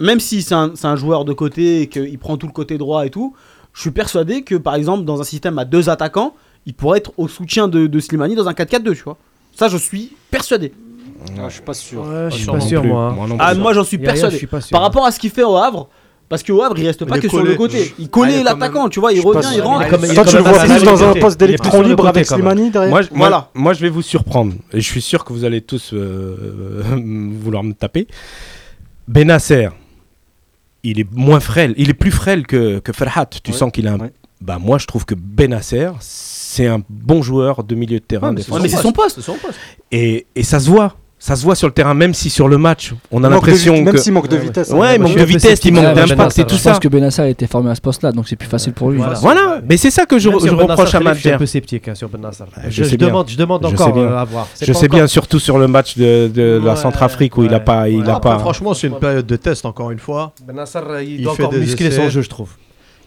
même si c'est un, c'est un joueur de côté et qu'il prend tout le côté droit et tout, je suis persuadé que par exemple, dans un système à deux attaquants, il pourrait être au soutien de, de Slimani dans un 4-4-2, tu vois. Ça, je suis persuadé.
Ah, Je suis pas sûr.
Ouais, je suis
Non
pas
plus.
sûr, moi. hein.
non
Ah,
plus.
moi, j'en suis
Yaya,
persuadé.
je suis pas sûr.
Par rapport à ce qu'il fait au Havre, parce qu'au Havre, il reste pas
Il est
que sur le
collé.
côté. Il connaît
Ah, il est quand
l'attaquant, tu vois, il
Je suis pas
revient, il
sûr.
rentre.
Il est comme- il est
Toi,
comme
tu le
un
vois
banal
plus dans un
côté.
poste
Il est plus
d'électron
sur le
libre
côté,
avec
quand même.
Slimani derrière.
Moi je,
Voilà.
moi- moi, je vais vous surprendre. Et je suis sûr que vous allez tous euh, vouloir me taper. Benasser, il est moins frêle. Il est plus frêle que, que Ferhat. Tu
Ouais,
sens qu'il a un.
ouais.
Bah, moi, je trouve que Benasser, c'est un bon joueur de milieu de terrain.
Ouais, mais
défensif.
Ouais, mais c'est son poste.
C'est son poste.
et, et ça se voit. Ça se voit sur le terrain, même si sur le match, on a
Manque de
l'impression
vit- Même
que.
s'il manque de vitesse. hein.
ouais, il
Moi,
manque
je suis un
de
peu
vitesse, il
sceptique
manque
avec
d'impact
Benasser,
et tout
Je pense
ça.
que Benassar a été formé à ce poste-là, donc c'est plus facile pour lui.
Voilà.
Voilà, mais c'est ça que je,
Même
je
sur Ben
reproche
Nasser
à
Khelif, Je suis un
Madjer.
peu sceptique hein, sur Ben Nasser.
Je
Je,
sais
je
bien.
demande, je demande
Je sais
encore
bien.
euh, à voir. C'est
Je
pas
sais
encore-
bien, surtout sur le match de, de la
Ouais,
Centrafrique où il a
ouais,
pas, il
ouais.
a
Après,
pas.
franchement, c'est une période de test, encore une fois.
Ben Nasser, il
Il
doit
fait
encore
des
muscler
essais.
son jeu, je trouve.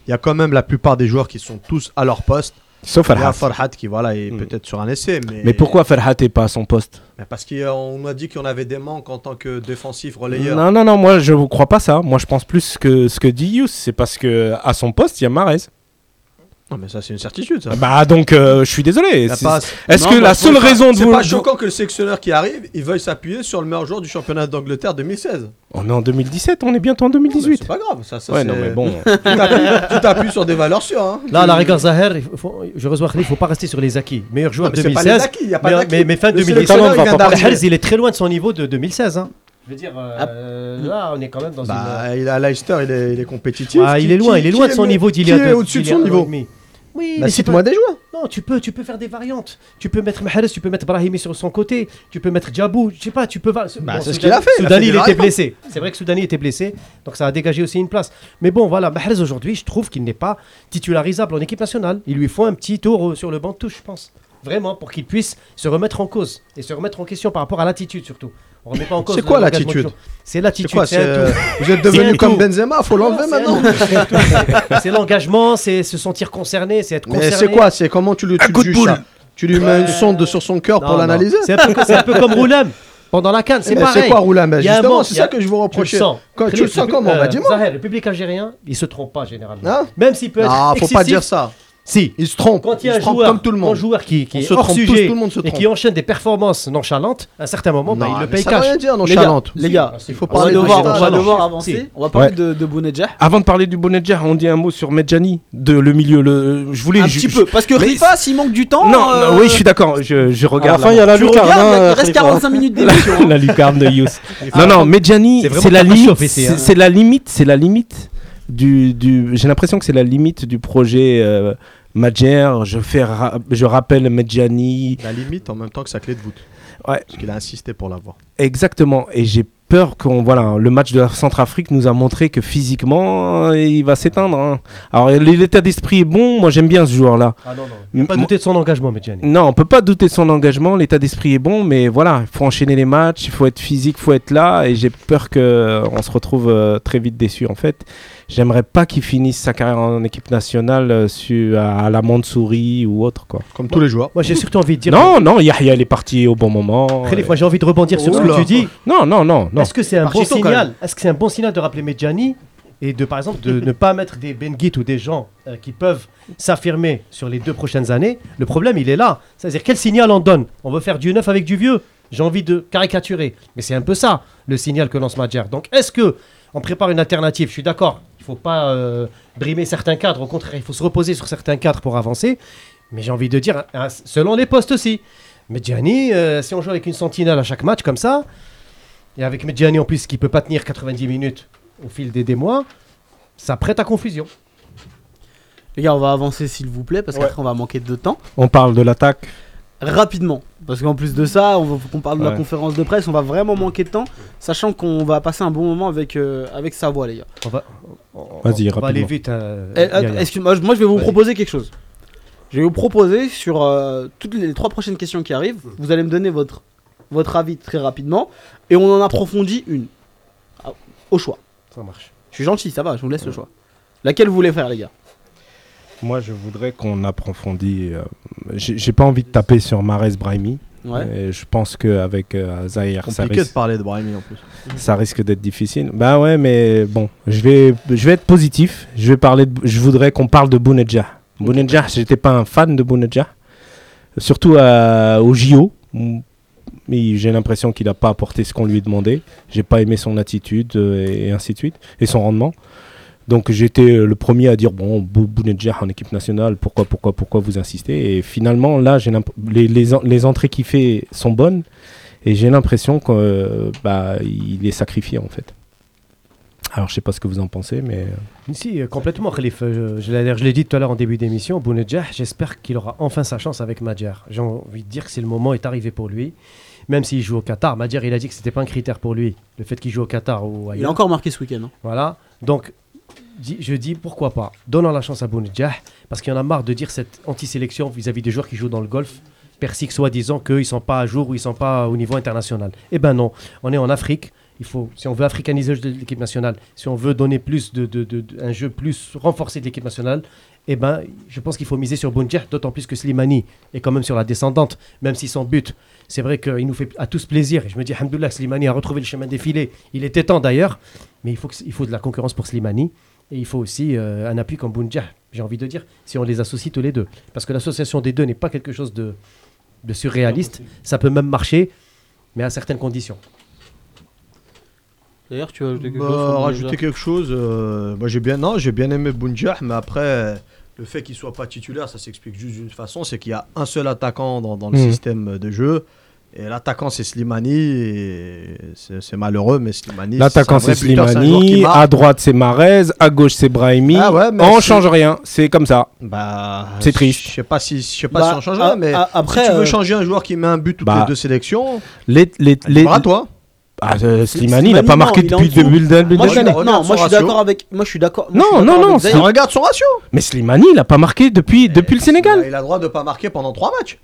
il y a quand même la plupart des joueurs qui sont tous à leur poste.
Sauf
Il y a
Farhat.
Farhat qui voilà, est
Hmm.
Mm.
peut-être sur un essai. Mais,
Mais pourquoi Ferhat n'est pas à son poste
Mais Parce qu'on a dit qu'on avait des manques en tant que défensif relayeur.
Non, non, non, moi je ne crois pas ça. Moi je pense plus que ce que dit Yous, c'est parce que à son poste, il y a Marez.
Non, mais ça, c'est une certitude.
Ah
Ça.
Bah donc euh, je suis désolé.
Ah. La
C'est-
passe.
Est-ce
Non,
que
moi,
la
je
seule
trouve ça-
raison de
C'est
vous...
pas choquant que le sélectionneur qui arrive, il veuille s'appuyer sur le meilleur joueur du championnat d'Angleterre 2016.
On est en 2017, on est bientôt en
Mais
2018.
C'est pas grave. Ça, ça,
ouais,
c'est-
non mais bon.
Tu t'appuies- tu t'appuies sur des valeurs sûres. Hein.
Là, à la rigueur, Zahir, il faut- je reçois Khalif, il ne faut pas rester sur les acquis. Meilleur joueur
Non, mais c'est pas les
2016.
acquis, il y a pas
Mais,
d'acquis.
mais, mais fin
Le
2016,
sélectionneur, il vient d'arriver.
Mahrez, il est très loin de son niveau de 2016. hein. Je veux dire, euh, là, on est quand même dans une. euh,
Bah, il à Leicester, il est, il est compétitif.
Ah, il
Qui-
est loin,
qui-
il est
qui
loin de son
mieux-
niveau d'il y
Qui
a
est
deux-
au-dessus de
d'il y a
son
un an et
niveau.
demi. Oui,
Bah,
mais c'est
Cite-moi
pas-
des joueurs.
Non, tu peux, tu peux faire des variantes. Tu peux mettre Mahrez, tu peux mettre Brahimi sur son côté, tu peux mettre Djabou, je sais pas, tu peux. va-
Bah, c'est ce
Soudani-
qu'il a fait, il a fait
Soudani,
des
il était
variantes.
blessé. C'est vrai que Soudani était blessé, donc ça a dégagé aussi une place. Mais bon, voilà, Mahrez aujourd'hui, je trouve qu'il n'est pas titularisable en équipe nationale. Il lui faut un petit tour euh, sur le banc de touche, je pense. Vraiment, pour qu'il puisse se remettre en cause et se remettre en question par rapport à l'attitude surtout. On remet pas en cause.
C'est quoi
l'engagement du
l'attitude
joueur. C'est
C'est
l'attitude,
quoi
c'est un
c'est-
tout.
Vous êtes
C'est un
devenu comme
tout.
Benzema, faut l'enlever
C'est un
maintenant.
tout, c'est un tout. C'est l'engagement, c'est se sentir concerné, c'est être concerné.
Mais c'est quoi C'est comment tu le tu le juges ça Tu lui mets une sonde de- sur son cœur
Non,
pour
Ah, non.
l'analyser
C'est un, peu- c'est un peu comme Roulem pendant la canne, c'est
Eh,
pareil.
C'est quoi Roulin
Il y a un
Justement,
manque,
c'est
il y a-
ça que je vous
tu le
reprochais.
sens.
Quand tu le sens comment
euh,
Bah dis-moi.
Zahir, le public algérien, il se trompe pas généralement.
Hein
Même s'il peut être.
Non, faut
excessif,
pas dire ça.
Si.
Il se trompe.
Quand il y
il
a
se
un
trompe
joueur,
comme tout le
un
monde.
joueur qui, qui
On
est
se
hors
trompe tous,
sujet
tout le monde se
et qui
trompe.
enchaîne des performances nonchalantes, à un certain moment, bah,
Non,
il le
mais
paye
ça veut
cash.
rien dire, non,
Les gars,
Charente.
les gars,
Il faut
On va
parler de
devoir,
de
on va
Charente.
Bounedjah.
devoir avancer. On va parler de, de Bounedjah.
Avant de parler du Bounedjah, on dit un mot sur Medjani, de le milieu. Le... Je voulais.
Un
je-
petit
je-
peu. Parce que
Mais-
Rifa, s'il manque du temps.
Non,
Oh,
non,
euh,
oui, je suis d'accord. Je, je
À la
regarde.
fin, il y a la
Tu regardes,
lucarne.
il
hein,
il reste
Khalifa.
45 minutes d'émission. hein.
la lucarne de Yous. non, non, Medjani,
C'est vraiment
c'est la
pas
limite.
chauffe, ici,
c'est-
hein.
C'est la limite. C'est la limite du. du J'ai l'impression que c'est la limite du projet euh, Madjer. Je fais, ra- je rappelle Medjani.
La limite en même temps que sa clé de voûte.
Ouais.
Parce qu'il a insisté pour l'avoir.
Exactement. Et j'ai peur qu'on voilà le match de la Centrafrique nous a montré que physiquement euh, il va s'éteindre. hein. Alors l'état d'esprit est bon, moi j'aime bien ce joueur là.
Ah non, non. Il faut Pas douter de son engagement, Medjani.
Non, on peut pas douter de son engagement, l'état d'esprit est bon, mais voilà, il faut enchaîner les matchs, il faut être physique, il faut être là, et j'ai peur qu'on se retrouve euh, très vite déçu en fait. J'aimerais pas qu'il finisse sa carrière en équipe nationale euh, su- à, à la Mandsouri ou autre quoi.
Comme tous les joueurs.
Moi, j'ai surtout envie de dire.
Non, non, Yahya il est parti au bon moment. euh,
Khalif, moi, j'ai envie de rebondir sur ce
Oula.
que tu dis.
Non, non, non, non.
Est-ce que c'est un
Partons
bon
quand
signal Est-ce que c'est un bon signal de rappeler Medjani et de par exemple de ne pas mettre des Benguit ou des gens euh, qui peuvent s'affirmer sur les deux prochaines années Le problème, il est là. C'est-à-dire quel signal on donne On veut faire du neuf avec du vieux. J'ai envie de caricaturer, mais c'est un peu ça le signal que lance Madjer. Donc est-ce que on prépare une alternative Je suis d'accord. Il faut pas euh, brimer certains cadres. Au contraire, il faut se reposer sur certains cadres pour avancer. Mais j'ai envie de dire, hein, selon les postes aussi. Medjani, euh, si on joue avec une sentinelle à chaque match comme ça, et avec Medjani en plus qui peut pas tenir 90 minutes au fil des, des mois, ça prête à confusion.
Les gars, on va avancer s'il vous plaît, parce qu'après on va manquer de temps.
On parle de l'attaque.
Rapidement, parce qu'en plus de ça, on va- faut qu'on parle de la
Ouais.
conférence de presse, on va vraiment manquer de temps, sachant qu'on va passer un bon moment avec, euh, avec Savoie, les gars.
On va,
Vas-y,
on va aller
rapidement.
vite. euh,
Eh,
Yaya.
att- Excuse-moi, je- moi je vais vous
Vas-y.
proposer quelque chose. Je vais vous proposer sur euh, toutes les trois prochaines questions qui arrivent, vous allez me donner votre, votre avis très rapidement et on en approfondit une. Ah, Au choix.
Ça marche.
Je suis gentil, ça va, je vous laisse le choix. Laquelle vous voulez faire, les gars
Moi je voudrais qu'on approfondisse. euh, j'ai j'ai pas envie de taper sur Mares Brahimi.
Ouais.
Et je pense qu'avec euh, Zahir, ça
Compliqué de
risque,
parler de Brahimi en plus.
ça risque d'être difficile. Bah ouais, mais bon, je vais, je vais être positif. Je vais parler. de- je voudrais qu'on parle de Bounedjah. Bounedjah, j'étais pas un fan de Bounedjah, surtout à- au JO. Mm. Mais j'ai l'impression qu'il n'a pas apporté ce qu'on lui demandait. J'ai pas aimé son attitude euh, et ainsi de suite et son rendement. Donc j'étais euh, le premier à dire bon Bou- Bounedjah en équipe nationale pourquoi pourquoi pourquoi vous insistez et finalement là j'ai l'imp- les, les, en- les entrées qu'il fait sont bonnes et j'ai l'impression que euh, bah il est sacrifié en fait. Alors je sais pas ce que vous en pensez mais
Si, euh, complètement, Khalif. Euh, je l'ai- je l'ai dit tout à l'heure en début d'émission, Bounedjah, j'espère qu'il aura enfin sa chance avec Madjer. J'ai envie de dire que c'est le moment est arrivé pour lui. Même s'il joue au Qatar, Madjer, il a dit que c'était pas un critère pour lui, le fait qu'il joue au Qatar ou
Il a
ailleurs.
encore marqué ce week-end. hein.
Voilà. Donc, di- je dis pourquoi pas. Donnons la chance à Bounedjah, parce qu'il y en a marre de dire cette antisélection vis-à-vis des joueurs qui jouent dans le golf. Persique, soi-disant qu'ils ne sont pas à jour ou ils ne sont pas au niveau international. Eh ben non, on est en Afrique. Il faut, si on veut africaniser le jeu de l'équipe nationale, si on veut donner plus de, de- de- de- un jeu plus renforcé de l'équipe nationale, eh ben, je pense qu'il faut miser sur Bounedjah, d'autant plus que Slimani est quand même sur la descendante, même si son but, c'est vrai qu'il nous fait à tous plaisir. Et je me dis, Alhamdoulilah, Slimani a retrouvé le chemin défilé. Il était temps d'ailleurs. Mais il faut, que- il faut de la concurrence pour Slimani. Et il faut aussi euh, un appui comme Bounja, j'ai envie de dire, si on les associe tous les deux. Parce que l'association des deux n'est pas quelque chose de, de surréaliste. Ça peut même marcher, mais à certaines conditions.
D'ailleurs, tu veux ajouter quelque
Bah,
chose sur le
rajouter
Niger
quelque chose euh, moi j'ai bien non, j'ai bien aimé Bounjah mais après euh, le fait qu'il soit pas titulaire ça s'explique juste d'une façon c'est qu'il y a un seul attaquant dans, dans le
Mhm.
système de jeu et l'attaquant c'est Slimani et c'est c'est malheureux mais Slimani
l'attaquant
un vrai
c'est
buteur, c'est un joueur qui
Slimani,
marque.
à droite c'est Marez, à gauche c'est Brahimi.
Ah ouais, mais
on
c'est-
change rien, c'est comme ça.
Bah,
C'est triste.
Je sais pas si je sais pas
Bah,
si on changera
a-
mais
a- après,
si tu veux
euh,
changer un joueur qui met un but toutes
Bah,
les deux sélections,
Les, les, les-
libre à toi.
Ah, euh, Slimani
Slimani,
n'a pas
non,
marqué
il est en
depuis le
dessous.
début de début de
Moi, je suis
l'année.
d'ac- non,
Regarde
moi, je
son
suis d'accord
ratio.
avec. Moi je suis d'accord. moi,
Non,
je suis
non,
d'accord
non,
avec
c'est-
Zahir.
Regarde son ratio.
Mais Slimani, il n'a pas marqué
Eh,
depuis, depuis le Sénégal. Bah,
Il a le droit de pas marquer pendant trois matchs.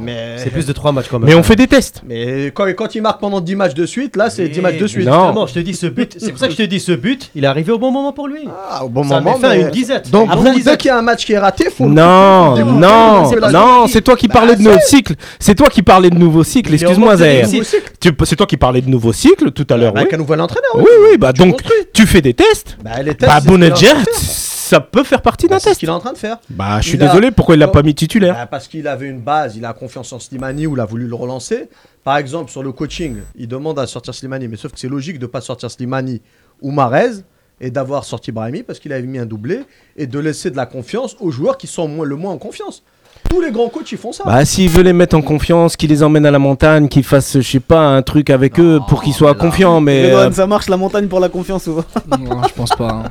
Mais
C'est plus de trois matchs quand même.
Mais on fait des tests.
Mais quand, quand il marque pendant 10 matchs de suite, là, c'est 10 matchs de suite.
Non.
Justement, je te dis ce but. C'est pour ça que je te dis ce but. Il est arrivé au bon moment pour lui.
Ah, au bon
Ça
moment.
met fin à
mais-
une disette.
Donc,
Après,
vous,
une
dès
disette.
qu'il y a un match qui est raté, faut.
Non,
faut-
non,
c'est la-
non, c'est toi qui
Bah,
parlais de
c'est-
nouveau cycle. C'est toi qui parlais de nouveau cycle.
Mais on
Excuse-moi,
manque de
Zahir.
réussite.
Tu- C'est toi qui parlais de nouveau cycle tout à l'heure. Oui,
Bah, Avec un nouvel entraîneur.
oui, oui, bah
Tu
donc
construis.
tu fais des tests.
Bah, les tests,
Bah,
c'est ce qu'il est en train de
Bonadjer,
faire.
ça peut faire partie d'un
Bah, C'est ce
test.
qu'il est en train de faire.
Bah, je suis
Il a-
désolé, pourquoi il l'a
Oh.
pas mis titulaire
Bah, parce qu'il avait une base, il a confiance en Slimani ou il a voulu le relancer. Par exemple, sur le coaching, il demande à sortir Slimani, mais sauf que c'est logique de ne pas sortir Slimani ou Marez et d'avoir sorti Brahimi parce qu'il avait mis un doublé et de laisser de la confiance aux joueurs qui sont moins- le moins en confiance. Tous les grands coachs, ils font ça.
Bah, s'il veut les mettre en confiance, qu'il les emmène à la montagne, qu'il fasse, je sais pas, un truc avec eux pour qu'ils soient
là.
confiants, mais.
Mais
euh,
bon, ça marche la montagne pour la confiance souvent.
Non, je pense pas. hein.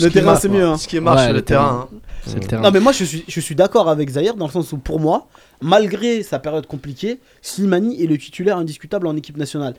Le terrain c'est mieux. hein.
Ce qui marche
Ouais,
sur le
le
terrain. hein.
C'est le terrain.
Non mais moi je suis, je suis d'accord avec Zahir dans le sens où pour moi, malgré sa période compliquée, Slimani est le titulaire indiscutable en équipe nationale.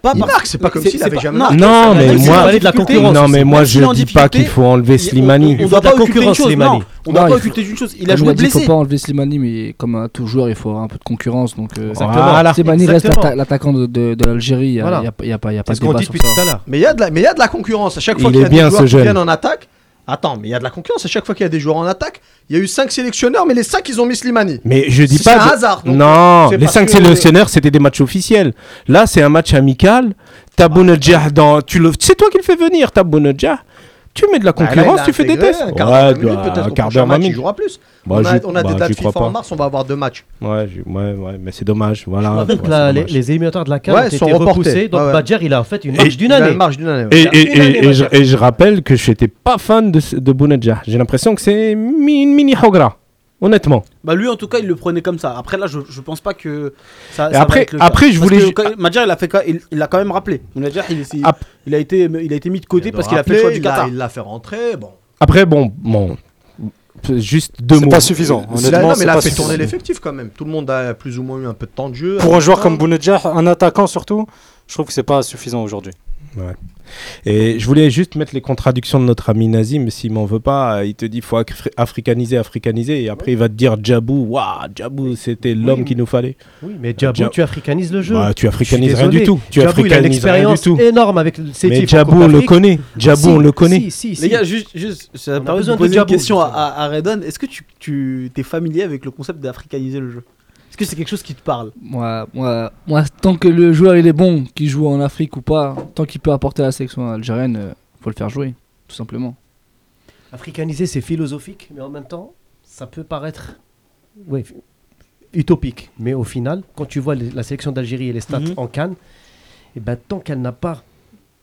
Pas
Il
par-
marque, c'est pas comme
c'est-
s'il
c'est
avait
pas-
jamais
non,
marqué.
Non,
c'est
mais
la
moi,
difficulté.
non, mais moi je
S'il est en
dis pas
difficulté,
qu'il faut enlever
il-
Slimani.
On, on doit
de la
pas occulter une
concurrence,
chose.
Slimani.
Non, on doit
Non,
pas
il faut-
occulter une chose. Il a
Comme
joué
on dit,
blessé.
faut pas enlever Slimani, mais comme à tout joueur, il faut avoir un peu de concurrence. Donc, euh,
Voilà.
Slimani reste
Exactement.
l'atta- l'attaquant de, de- de l'Algérie. Il n'y a,
Voilà.
il y a pas- il y a pas, il y a pas
C'est
de
ce qu'on
débat
dit
sur
depuis
ça.
tout à l'heure.
Mais il y, a de la- mais il y a de la concurrence. À chaque fois
Il
qu'il y a
est bien,
des
ce
joueurs qui
jeune.
viennent en attaque. Attends, mais il y a de la concurrence. À chaque fois qu'il y a des joueurs en attaque, il y a eu 5 sélectionneurs, mais les 5 ils ont mis Slimani.
Mais je dis
C'est
pas.
un
de-
hasard, donc,
non,
c'est
les
parce
5
que-
sélectionneurs, c'était des matchs officiels. Là, c'est un match amical.
Bah,
Tabou Najah dans. Tu le... C'est toi qui le fais venir, Tabou Najah. Tu mets de la
Bah, là,
concurrence,
il a
tu fais des
intégré
tests.
Un quart d'heure,
Ouais,
vingt minutes,
bah,
peut-être.
un
au
quart
prochain
d'heure,
match,
vingt
il
minutes.
jouera plus.
Bah,
on a,
j'y-
on a
bah,
des
j'y
dates
crois
FIFA en
pas.
mars, on va avoir deux matchs.
Ouais, je- ouais, ouais, mais c'est dommage. Voilà.
Je me rappelle
Ah, Ouais,
que la-
c'est
les,
dommage.
les éliminatoires de la CAN
Ouais,
ont été
sont reportés.
repoussés, donc
Ouais, ouais.
Badger il a en fait une marche d'une
Il a une
année.
marge d'une année.
Et,
Il a
et-
une année,
et- et je,
Roger.
et je rappelle que je n'étais pas fan de, ce- de Bounedjah. J'ai l'impression que c'est mi- une mini Hogra, honnêtement.
Bah lui en tout cas il le prenait comme ça. Après là je, je pense pas que ça,
Et
ça
après-
va être le cas.
après, je
Parce
voulais
que
ju-
quand- Madjer il a fait quand- il il l'a quand même rappelé. Madjer il, il,
Ap-
il a été il a été mis de côté
Il
parce
doit
qu'il a fait le
rappeler,
choix du
il l'a-
Qatar.
Il l'a fait rentrer. Bon.
Après, bon, bon juste deux
C'est
mots.
pas suffisant.
Il a-
Honnêtement,
non, mais
c'est
il a
pas
fait tourner
suffisant.
l'effectif quand même. Tout le monde a plus ou moins eu un peu de temps de jeu.
Pour un joueur comme Bounedjah, un attaquant surtout, je trouve que c'est pas suffisant aujourd'hui.
Et je voulais juste mettre les contradictions de notre ami Nazim, s'il m'en veut pas, euh, il te dit faut afri- africaniser, africaniser, et après il va te dire Djabou, waouh, Djabou, c'était l'homme qu'il nous fallait.
Oui, mais Djabou,
Dja-
tu africanises le jeu.
Bah, tu
Je suis
africanises rien
désolé.
du tout. Tu
Djabou, il a une
africanises rien du
expérience
tout.
énorme avec ses
Mais
types.
Djabou, on le connaît. Djabou,
Ah,
on le connaît.
Les gars, juste, juste ça me
On a
permet de
besoin de
poser une
Djabou,
question à,
justement.
à, à Redon. Est-ce que tu, tu es familier avec le concept d'africaniser le jeu Est-ce que c'est quelque chose qui te parle
Moi, moi, moi, tant que le joueur il est bon, qu'il joue en Afrique ou pas, tant qu'il peut apporter à la sélection algérienne, euh, faut le faire jouer, tout simplement.
Africaniser, c'est philosophique, mais en même temps, ça peut paraître ouais, f- utopique. Mais au final, quand tu vois les- la sélection d'Algérie et les stats
Mhm.
en Cannes, et ben, tant qu'elle n'a pas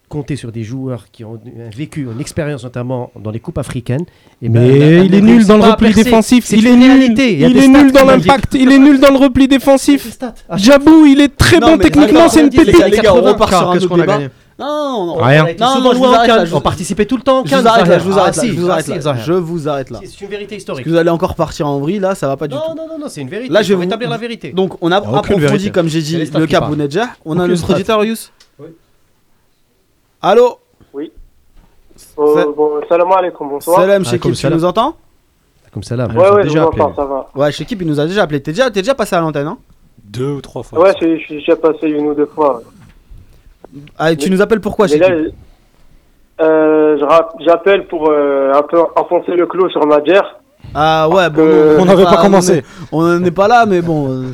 compté sur des joueurs qui ont un vécu, une expérience notamment dans les coupes africaines, et ben, elle-
Mais
elle
il
ne
est nul
réussit
dans le
pas à
repli
percer.
défensif,
C'est
il
une
est nul,
réalité. Il y a
il
des
est
stats
nul dans
qui manquent.
l'impact, il est nul dans le repli défensif.
Des stats. À chaque
Jabou, il est très
Non,
bon
mais
techniquement,
d'accord,
c'est une
on dit, les gars,
pépite.
Les gars, on repart sur un
Qu'est-ce
autre
qu'on a
débat.
gagné
Non, non, non.
Rien.
Non,
Non, non, je vous
en
arrête là,
Cannes.
je vous-
On participait tout le temps en
Je
Cannes.
vous arrête là,
Zahir.
je vous arrête
Ah,
là,
si,
je vous
ah,
arrête
si,
là.
Zahir.
Je vous arrête là.
C'est une vérité
Parce
historique.
que vous allez encore partir en vrille, là, ça va pas du tout.
Non, non, non, non, c'est une vérité.
Là, je
Faut
vais vous-
établir la vérité.
Donc on a
aucune
approfondi,
vérité.
comme j'ai dit,
C'est les stats
le
qui
cas
parlent.
Bounedjah. On a
Aucune
le
stat.
auditeur, Yous
Oui.
Allô Ça-
Euh, bon, salam alaikum, bonsoir.
Salam,
Ah,
Shekib,
comme
tu
salam.
nous entends
Comme ça, là.
ouais, ouais, je
déjà
vous
appelé,
entends,
lui.
ça va.
Ouais, Shekib, il nous a déjà appelé. T'es déjà, t'es déjà passé à l'antenne, hein
Deux ou trois fois.
Ouais, je je suis déjà passé une ou deux fois.
Ah, et tu nous appelles pourquoi,
Mais
Shekib
là, euh, je rap- j'appelle pour euh, un peu enfoncer le clou sur Madjer.
Ah ouais, bon,
Euh,
non,
on n'avait
est
pas commencé.
On n'en est pas là, mais bon, euh,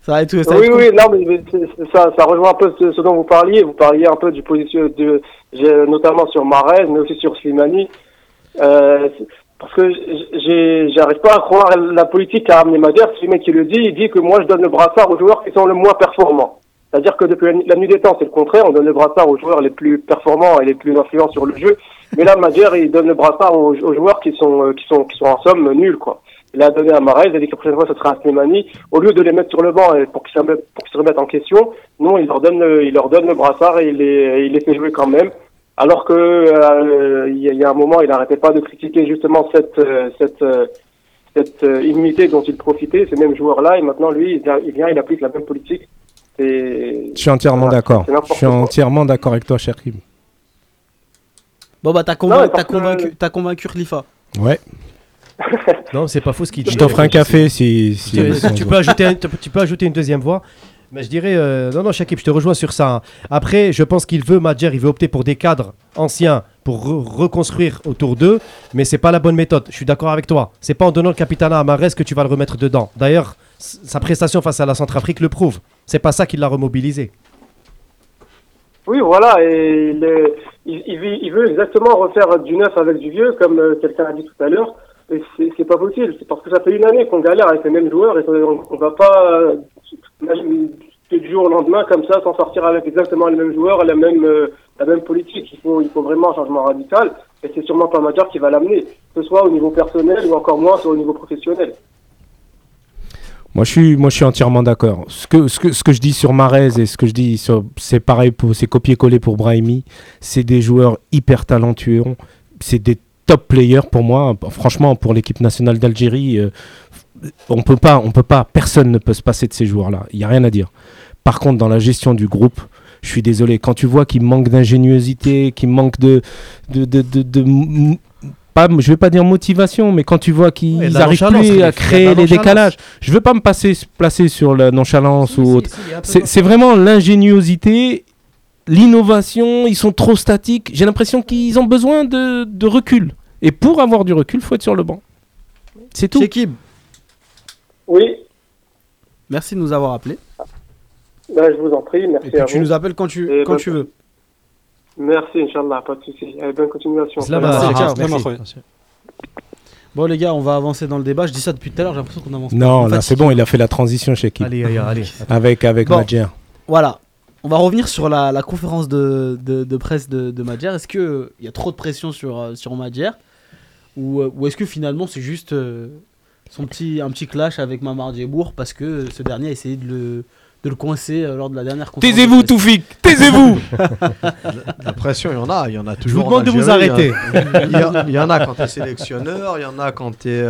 ça va être tout. Ça va
Oui,
être
oui, non, mais mais c'est- c'est- ça, ça rejoint un peu ce, ce dont vous parliez. Vous parliez un peu du position, de, j'ai- notamment sur Marez, mais aussi sur Slimani. Euh, c'est- parce que j- j'ai- j'arrive pas à croire la politique qu'a amené Madjer. C'est le mec qui le dit. Il dit que moi, je donne le brassard aux joueurs qui sont le moins performants. C'est-à-dire que depuis la, nu- la nuit des temps, c'est le contraire. On donne le brassard aux joueurs les plus performants et les plus influents sur le jeu. Mais là, Madjer, il donne le brassard aux, aux joueurs qui sont, euh, qui sont, qui sont en somme nuls, quoi. Il a donné à Marez, il a dit que la prochaine fois, ce sera à Slimani au lieu de les mettre sur le banc et pour qu'ils se remettent, pour qu'ils se remettent en question, non, il leur donne le, il leur donne le brassard et il les, il les fait jouer quand même. Alors que euh, il y, a- il y a un moment, il n'arrêtait pas de critiquer justement cette euh, cette euh, cette euh, immunité dont il profitait, ces mêmes joueurs-là, et maintenant lui, il vient, il, vient, il applique la même politique. C'est
Je suis entièrement
Voilà,
d'accord.
c'est n'importe
Je suis
quoi.
entièrement d'accord avec toi, cher Kim.
Bon, bah, t'as
Non,
convaincu,
mais parce
t'as convaincu,
que-
t'as convaincu Khalifa.
Ouais.
Non, c'est pas faux ce qu'il dit.
Je t'offre un café si.
Tu,
si- si on
tu
veut.
peux ajouter un- tu peux- tu peux ajouter une deuxième voix. Mais je dirais, euh, non, non, Shakib, je te rejoins sur ça. hein. Après, je pense qu'il veut, Madjer, il veut opter pour des cadres anciens pour re- reconstruire autour d'eux, mais c'est pas la bonne méthode. Je suis d'accord avec toi. C'est pas en donnant le capitana à Marès que tu vas le remettre dedans. D'ailleurs, s- sa prestation face à la Centrafrique le prouve. C'est pas ça qui l'a remobilisé.
Oui, voilà, et il, est- il, il vit- il veut exactement refaire du neuf avec du vieux, comme euh, quelqu'un a dit tout à l'heure. Et c'est c'est pas possible, c'est parce que ça fait une année qu'on galère avec les mêmes joueurs et on, on va pas euh, que du jour au lendemain comme ça s'en sortir avec exactement les mêmes joueurs, la même euh, la même politique. Il faut il faut vraiment un changement radical et c'est sûrement pas Major qui va l'amener, que ce soit au niveau personnel ou encore moins soit au niveau professionnel.
Moi, je suis, moi, je suis entièrement d'accord. Ce que, ce que, ce que je dis sur Marez et ce que je dis sur, c'est pareil pour, c'est copier-coller pour Brahimi. C'est des joueurs hyper talentueux. C'est des top players pour moi. Franchement, pour l'équipe nationale d'Algérie, euh, on peut pas, on peut pas, personne ne peut se passer de ces joueurs-là. Il y a rien à dire. Par contre, dans la gestion du groupe, je suis désolé. Quand tu vois qu'il manque d'ingéniosité, qu'il manque de, de, de, de- de m- pas, je vais pas dire motivation, mais quand tu vois qu'ils
Ouais, de la
n'arrivent
nonchalance, il y
plus
a de
à
la
créer les
nonchalance.
décalages, je veux pas me passer, placer sur la nonchalance ou autre. C'est c'est vraiment l'ingéniosité, l'innovation. Ils sont trop statiques. J'ai l'impression qu'ils ont besoin de, de recul. Et pour avoir du recul, faut être sur le banc. C'est tout.
Oui,
Merci de nous avoir appelés.
ben, je vous en prie, merci
Et puis
à
tu
vous.
nous appelles quand tu,
Et
bah,
quand
bonne-
tu veux.
Merci, Inch'Allah, pas de soucis. Allez, bonne continuation.
Ah,
Merci, ciao.
Merci.
Bon les gars, on va avancer dans le débat. Je dis ça depuis tout à l'heure, j'ai l'impression qu'on avance. pas.
Non,
En
là
fait,
c'est bon, il a fait la transition chez qui
Allez, allez, allez.
Avec avec
Bon.
Madjer.
Voilà. On va revenir sur la, la conférence de, de- de presse de, de Madjer. Est-ce qu'il y a trop de pression sur, euh, sur Madjer Ou, euh, ou est-ce que finalement c'est juste euh, son petit, un petit clash avec Mamar Djebour parce que euh, ce dernier a essayé de le, de le coincer euh, lors de la dernière conférence
Taisez-vous,
tout
Toufik Taisez-vous
La pression, il y en a, il y en a toujours.
demande
en
de vous
Algérie, hein.
arrêter.
Il y, a- il y en a quand tu es sélectionneur, il y en a quand tu es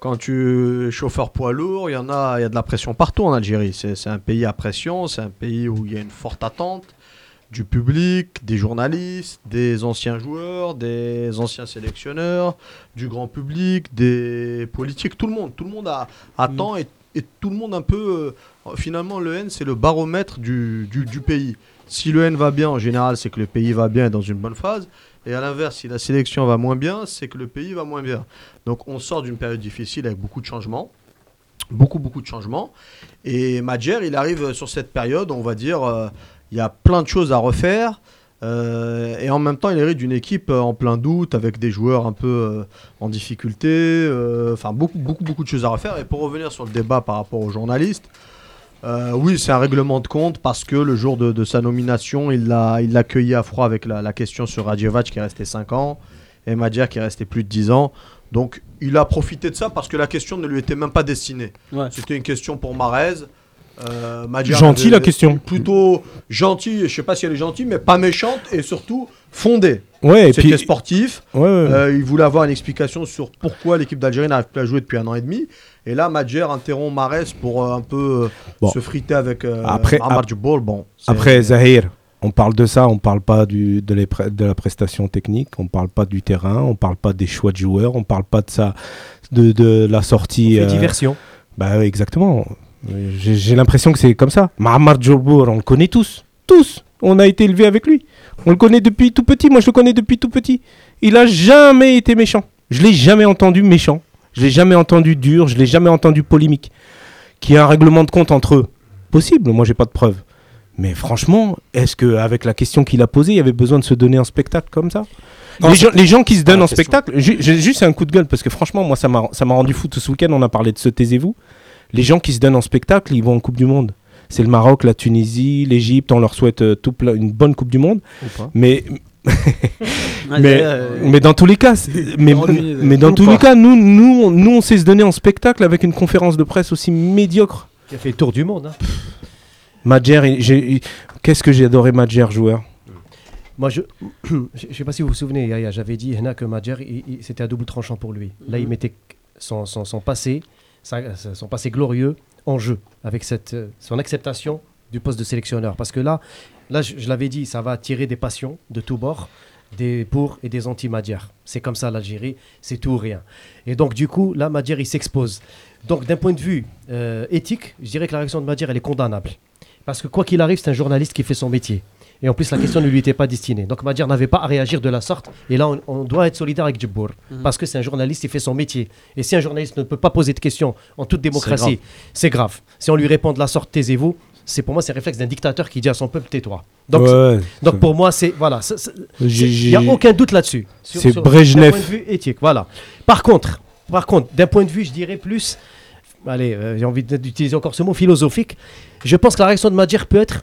quand tu es chauffeur poids lourd, il y en a, il y a de la pression partout en Algérie. C'est c'est un pays à pression, c'est un pays où il y a une forte attente du public, des journalistes, des anciens joueurs, des anciens sélectionneurs, du grand public, des politiques, tout le monde, tout le monde a, attend
Mm.
et, et tout le monde un peu. euh, finalement, le N, c'est le baromètre du, du- du pays. Si le N va bien, en général, c'est que le pays va bien et dans une bonne phase. Et à l'inverse, si la sélection va moins bien, c'est que le pays va moins bien. Donc on sort d'une période difficile avec beaucoup de changements beaucoup, beaucoup de changements. Et Madjer, il arrive sur cette période, on va dire, euh, il y a plein de choses à refaire. Euh, et en même temps, il hérite d'une équipe euh, en plein doute, avec des joueurs un peu euh, en difficulté. euh, Enfin, beaucoup, beaucoup, beaucoup de choses à refaire. Et pour revenir sur le débat par rapport aux journalistes, euh, oui, c'est un règlement de compte parce que le jour de, de sa nomination, il l'a il l'a accueilli à froid avec la, la question sur Radjevac qui est resté 5 ans et Madjer qui est resté plus de 10 ans. Donc il a profité de ça parce que la question ne lui était même pas destinée. C'était une question pour Marez. Euh, Madjer
Gentil,
avait-
la question.
Plutôt gentille, je sais pas si elle est gentille, mais pas méchante et surtout fondée.
Ouais, et
C'était
puis-
sportif.
Ouais, ouais, ouais.
Euh, il voulait avoir une explication sur pourquoi l'équipe d'Algérie n'arrive plus à jouer depuis un an et demi. Et là, Madjer interrompt Marès pour euh, un peu euh,
Bon.
se friter avec euh,
Après,
Ahmad
ap-
Djibour. Bon, c'est-
Après Zahir, on parle de ça, on parle pas du, de, les pre- de la prestation technique, on parle pas du terrain, on parle pas des choix de joueurs, on parle pas de ça, de, de la sortie. euh,
On fait diversion.
Bah ouais, exactement. Euh, J'ai j'ai l'impression que c'est comme ça. Mahamar Djobour, on le connaît tous, tous. On a été élevés avec lui. On le connaît depuis tout petit. Moi, je le connais depuis tout petit. Il a jamais été méchant. Je l'ai jamais entendu méchant. Je l'ai jamais entendu dur. Je l'ai jamais entendu polémique. Qu'il y ait un règlement de compte entre eux, possible. Moi, j'ai pas de preuves. Mais franchement, est-ce qu'avec la question qu'il a posée, il y avait besoin de se donner un spectacle comme ça
Non,
les,
c'est-
gens, les gens qui se
c'est pas
donnent
la
en
question.
spectacle, ju- j'ai juste un coup de gueule parce que franchement, moi, ça m'a ça m'a rendu fou tout ce week-end. On a parlé de ce taisez-vous. Les gens qui se donnent en spectacle, ils vont en Coupe du Monde. C'est le Maroc, la Tunisie, l'Égypte. On leur souhaite euh, tout plein- une bonne Coupe du Monde.
Ou pas.
Mais
Ah,
mais,
euh,
mais dans tous les cas, c'est- mais,
Ennuyé,
mais dans
ou
tous
pas.
les cas, euh, nous, nous, on- nous, on sait se donner en spectacle avec une conférence de presse aussi médiocre.
Il a fait le tour du monde. hein.
Madjer, il- j'ai- il- qu'est-ce que j'ai adoré Madjer joueur.
Moi, je ne sais pas si vous vous souvenez, Yaya, j'avais dit Hena, que Madjer, il- il- c'était à double tranchant pour lui. Là, il mettait son, son, son passé, sa- sa- son passé glorieux en jeu, avec cette, euh, son acceptation du poste de sélectionneur. Parce que là, là je, je l'avais dit, ça va attirer des passions de tous bords, des pour et des anti-Madjer. C'est comme ça l'Algérie, c'est tout ou rien. Et donc, du coup, là, Madjer, il s'expose. Donc, d'un point de vue euh, éthique, je dirais que la réaction de Madjer, elle est condamnable. Parce que quoi qu'il arrive, c'est un journaliste qui fait son métier. Et en plus, la question ne lui était pas destinée. Donc Madjer n'avait pas à réagir de la sorte. Et là, on, on doit être solidaire avec Djibour. Parce que c'est un journaliste qui fait son métier. Et si un journaliste ne peut pas poser de questions en toute démocratie, c'est grave. Si on lui répond de la sorte, taisez-vous, c'est pour moi, c'est un réflexe d'un dictateur qui dit à son peuple, tais-toi. Donc,
Ouais, ouais,
donc
c'est-
pour moi, c'est. Voilà. c'est- c'est- c'est-
J'ai-
Il n'y a
j'ai-
aucun doute là-dessus. Sur-
C'est
sur-
Brejnev.
d'un point de vue éthique, voilà. Par contre, par contre, d'un point de vue, je dirais plus, allez, euh, j'ai envie de- d'utiliser encore ce mot philosophique. Je pense que la réaction de Madjer peut être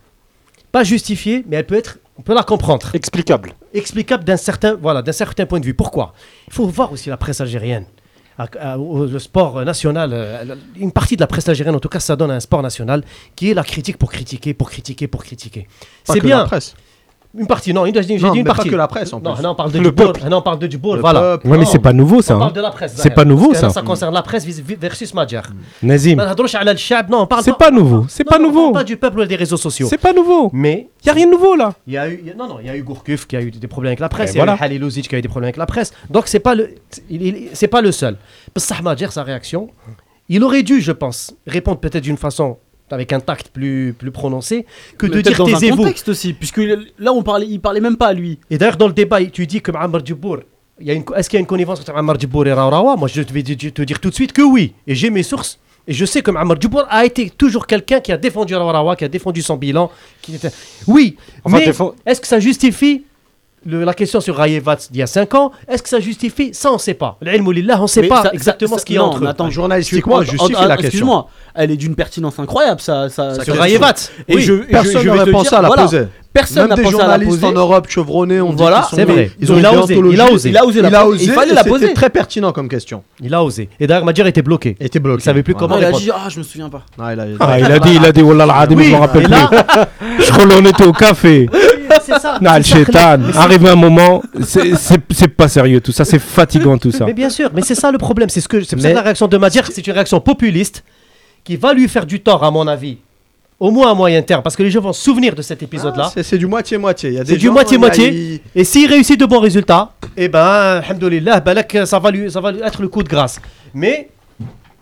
pas justifiée, mais elle peut être, on peut la comprendre.
Explicable.
Explicable d'un certain, voilà, d'un certain point de vue. Pourquoi Il faut voir aussi la presse algérienne. À- à- au- le sport euh, national, euh, la- une partie de la presse algérienne, en tout cas, ça donne à un sport national qui est la critique pour critiquer, pour critiquer, pour critiquer.
Pas
C'est
que
bien.
la presse.
Une partie, non, une- j'ai dit
Non,
une
mais pas
partie.
que la presse, en
Non,
plus.
non, on parle de
Le
Djibour,
peuple.
non, on parle de Djibour,
Le
voilà.
peuple. Ouais, mais
Non,
c'est pas nouveau, ça,
On
hein.
parle de la presse.
C'est
Zahir,
pas nouveau,
parce que là,
ça.
Ça concerne la presse vis- vis- versus Madjar.
Nazim.
ما نهضروش على الشعب، non, on parle
C'est pas nouveau, c'est pas nouveau.
pas du peuple ou des réseaux sociaux.
C'est pas nouveau.
Mais
il y a rien de nouveau là.
Il y a eu, il y a- non, non, il y a eu Gourcuff qui a eu des problèmes avec la presse,
Et
il y a eu
voilà.
Halilouzic qui a eu des problèmes avec la presse. Donc c'est pas le, il- il- c'est pas le seul. Parce que Sahmadjer, sa réaction, il aurait dû, je pense, répondre peut-être d'une façon avec un tact plus, plus prononcé que de
Peut-être
dire
dans un
taisez-vous.
contexte aussi, puisque là on parlait, il parlait même pas à lui.
Et d'ailleurs dans le débat, tu dis que Amar Djibour, il y a une, est-ce qu'il y a une connivence entre Amar Djibour et Raourawa Moi je vais te te dire tout de suite que oui. Et j'ai mes sources. Et je sais que Amar Djibour a été toujours quelqu'un qui a défendu Raourawa, qui a défendu son bilan. Qui était... Oui,
Enfin,
mais
défend-
est-ce que ça justifie le- la question sur Rayevat d'il y a 5 ans, est-ce que ça justifie Ça, on ne sait pas. L'ilm lillah, on ne sait
Mais
pas
ça-
exactement
ça-
ce qu'il y a
non,
entre
mais
eux.
attends,
Journalistiquement,
excuse-
justifie
ah, ah,
la question.
Excuse-moi, elle est d'une pertinence incroyable, ça. ça,
Sur Rayevat.
Et
Oui,
je, et je-
personne
je vais
n'aurait
te
pensé
dire,
à la
voilà,
poser.
Personne
Même
n'a
des
pensé à la
journalistes
poser.
en Europe chevronnés, on dit
Voilà,
qu'ils sont-
c'est vrai.
Ils ont
Il
une
a osé,
déontologie.
il a osé.
Il a osé la
Il a
poser,
osé.
il fallait
et
la
c'était
poser.
Très pertinent comme question.
Il a osé. Et d'ailleurs, Madjer était bloqué.
Il était bloqué.
Il savait plus
Voilà.
comment
Non, il a
répondre.
dit Ah, je me souviens pas.
Ah, il a-
Ah, il a dit, il a dit, Wallah al-Adim,
Oui,
je me rappelle
et
plus.
là-
Je crois qu'on était au café.
C'est ça.
Non, le
c'est ça que la-
chétan. Arrive un moment, c'est- c'est c'est pas sérieux tout ça, c'est fatigant tout ça.
Mais bien sûr, mais c'est ça le problème. C'est ce que c'est pour ça
Mais-
que la réaction de Madjer, c'est une réaction populiste qui va lui faire du tort, à mon avis. Au moins à moyen terme, parce que les gens vont se souvenir de cet épisode-là.
Ah, C'est c'est du moitié-moitié. Il y a des
c'est du
gens,
moitié-moitié.
ils-
Et s'il réussit de bons résultats, eh ben, alhamdoulilah, balak, ça va lui, ça va lui être le coup de grâce. Mais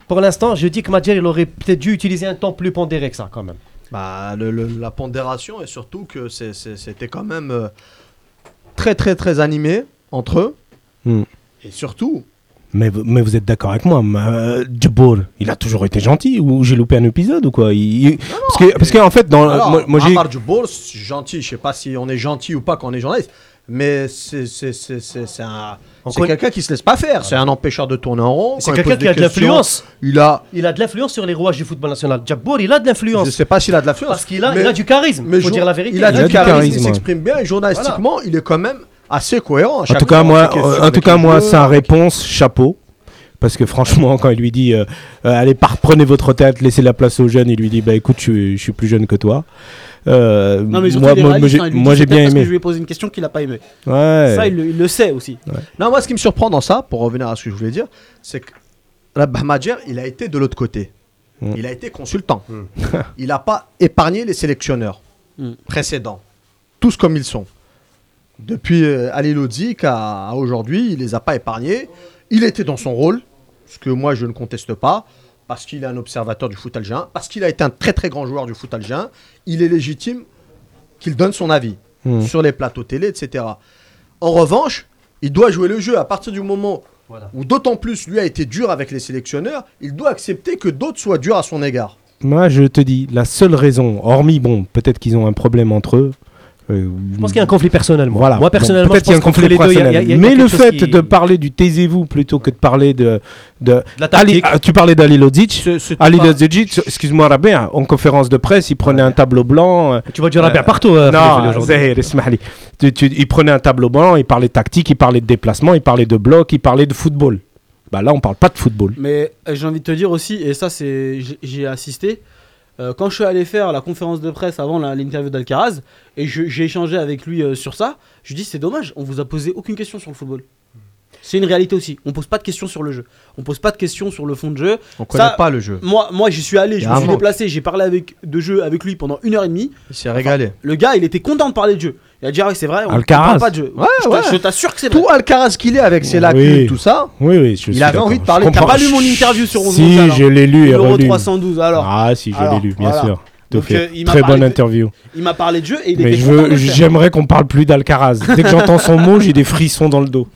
pour l'instant, je dis que Madjer, il aurait peut-être dû utiliser un temps plus pondéré que ça, quand même.
Bah, le- le- la pondération et surtout que c'est- c'est- c'était quand même euh, très très très animé entre eux.
Hmm.
Et surtout,
Mais, vous- mais vous êtes d'accord avec moi, mais, euh, Djibour, il a toujours été gentil ou j'ai loupé un épisode ou quoi Il- il- Parce que parce qu'en fait,
Euh,
dans,
alors,
moi, moi, j'ai
Amar Djoubol, c'est gentil, je sais pas si on est gentil ou pas quand on est journaliste, mais c'est c'est- c'est- c'est- c'est un- c'est
connaît-
quelqu'un qui se laisse pas faire. C'est un empêcheur de tourner en rond.
C'est
quand il
quelqu'un
pose
qui a
des
de
questions,
l'influence.
Il a,
Il a de l'influence sur les rouages du football national. Djabour, il a de
je
l'influence.
sais pas s'il a de l'influence.
Parce qu'il a,
mais-
il a du charisme.
Mais
faut
jour-
dire la vérité.
Il a du charisme, il
ouais.
s'exprime bien et journalistiquement, il est quand même assez cohérent.
En tout cas, moi, euh, en tout cas, moi, sa réponse, chapeau. Parce que franchement, quand il lui dit euh, Euh, allez, par, prenez votre tête, laissez la place aux jeunes, il lui dit bah écoute, je, suis- je suis plus jeune que toi. Euh,
Non, mais surtout,
moi,
il est
moi,
réaliste,
j'ai-
hein, il lui
moi
dit,
j'ai
c'est peut-être
bien
Parce que
aimé.
je lui ai posé une question qu'il a pas aimé.
Ouais.
Ça, il le, il le sait aussi.
Non, moi, ce qui me surprend dans ça, pour revenir à ce que je voulais dire, c'est que Rabah Madjer, il a été de l'autre côté.
Mm.
Il a été consultant. il n'a pas épargné les sélectionneurs précédents. Tous comme ils sont. Depuis euh, Ali Lodzik à, à aujourd'hui, il les a pas épargnés. Il était dans son rôle, ce que moi je ne conteste pas, parce qu'il est un observateur du foot algérien, parce qu'il a été un très très grand joueur du foot algérien. Il est légitime qu'il donne son avis
Mm.
sur les plateaux télé, etc. En revanche, il doit jouer le jeu à partir du moment où d'autant plus lui a été dur avec les sélectionneurs, il doit accepter que d'autres soient durs à son égard.
Moi, je te dis, la seule raison, hormis bon, peut-être qu'ils ont un problème entre eux. euh,
Je pense qu'il y a un conflit personnel. Moi,
Voilà.
moi
Bon,
personnellement,
peut-être
je
qu'il y a un
pense qu'entre
conflit
les deux, il y a- il
personnel.
y a- il y a
mais
quelque
le
chose
fait
qui-
de parler du taisez-vous plutôt que de parler de de,
la tactique. Bah.
Ali- ah, tu parlais d'Ali Lodzic.
Ce- ce-
Ali
pas-
Lodzic, excuse-moi Rabia, en conférence de presse, il prenait un tableau blanc. euh,
Tu vois du rabia partout. euh, Félix,
non,
aujourd'hui.
Zahir, ismahli. Tu- tu- il prenait un tableau blanc, il parlait de tactique, il parlait de déplacement, il parlait de bloc, il parlait de football. Bah là, on parle pas de football.
Mais euh, j'ai envie de te dire aussi, et ça, c'est j'ai- j'ai assisté. euh, quand je suis allé faire la conférence de presse avant la- l'interview d'Alcaraz, et je- j'ai échangé avec lui euh, sur ça, je lui ai dit c'est dommage, on vous a posé aucune question sur le football. C'est une réalité aussi. On pose pas de questions sur le jeu. On pose pas de questions sur le fond de jeu.
On
Ça-
ne connaît pas le jeu.
Moi, moi j'y suis allé,
Il y
je
a
me
un
suis
manque.
déplacé, j'ai parlé avec, de jeu avec lui pendant une heure et demie.
Il s'est régalé.
Le gars, il était content de parler de jeu. Il a dit, ah ouais, c'est vrai, on on
Alcaraz.
parle pas de jeu.
Ouais,
je t'a-
ouais.
je t'assure que c'est vrai.
tout Alcaraz qu'il est avec ses lacunes,
Oui.
tout ça.
Oui, oui, je suis
Il avait
d'accord.
envie de
Je
parler.
T'as
comprends.
pas lu mon interview sur 11
Si, je l'ai lu et
Euro
relu.
312, alors.
Ah, si, je
Alors,
l'ai lu, bien
voilà.
sûr. Tout
Donc,
fait.
euh, il m'a
Très
parlé
bonne
de-
interview.
Il m'a parlé de jeu et il
Mais
était
je
content de
veux,
le faire.
j'aimerais qu'on parle plus d'Alcaraz. Dès que j'entends son mot, j'ai des frissons dans le dos.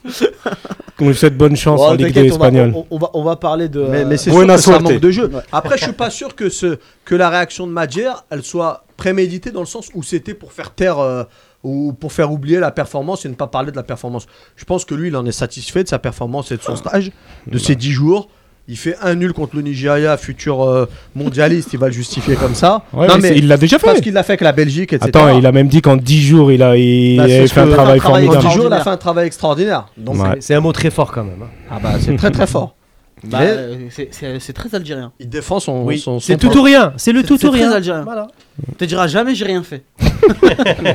Qu'on lui souhaite bonne chance
Oh,
en Ligue 2
t'inquiète, on va-
espagnole.
On, on va, on va parler de...
Mais, mais c'est sûr
Buena
que euh, ça
suerte.
manque de jeu. Après, je suis pas sûr que, ce, que la réaction de Madjer, elle soit préméditée dans le sens où c'était pour faire taire euh, ou pour faire oublier la performance et ne pas parler de la performance. Je pense que lui, il en est satisfait de sa performance et de son stage, de ses 10 jours. Il fait un nul contre le Nigeria, futur euh, mondialiste, il va le justifier comme ça.
Ouais, mais c'est- il l'a déjà
Parce
fait.
qu'il l'a fait avec la Belgique, etc.
Attends, il a même dit qu'en 10 jours, il a il
Bah, c'est
avait
ce
fait un
que-
travail
En
travail
10
formidable.
extraordinaire.
jours, il a fait un travail extraordinaire. Donc,
Ouais.
C'est un mot très fort quand même. hein.
ah bah, c'est très très fort.
Bah,
Mais-
euh, c'est- C'est c'est très algérien.
Il défend son. son- son
C'est tout ou rien. C'est le tout
C'est
ou
très
rien.
algérien. Tu te diras jamais j'ai rien fait.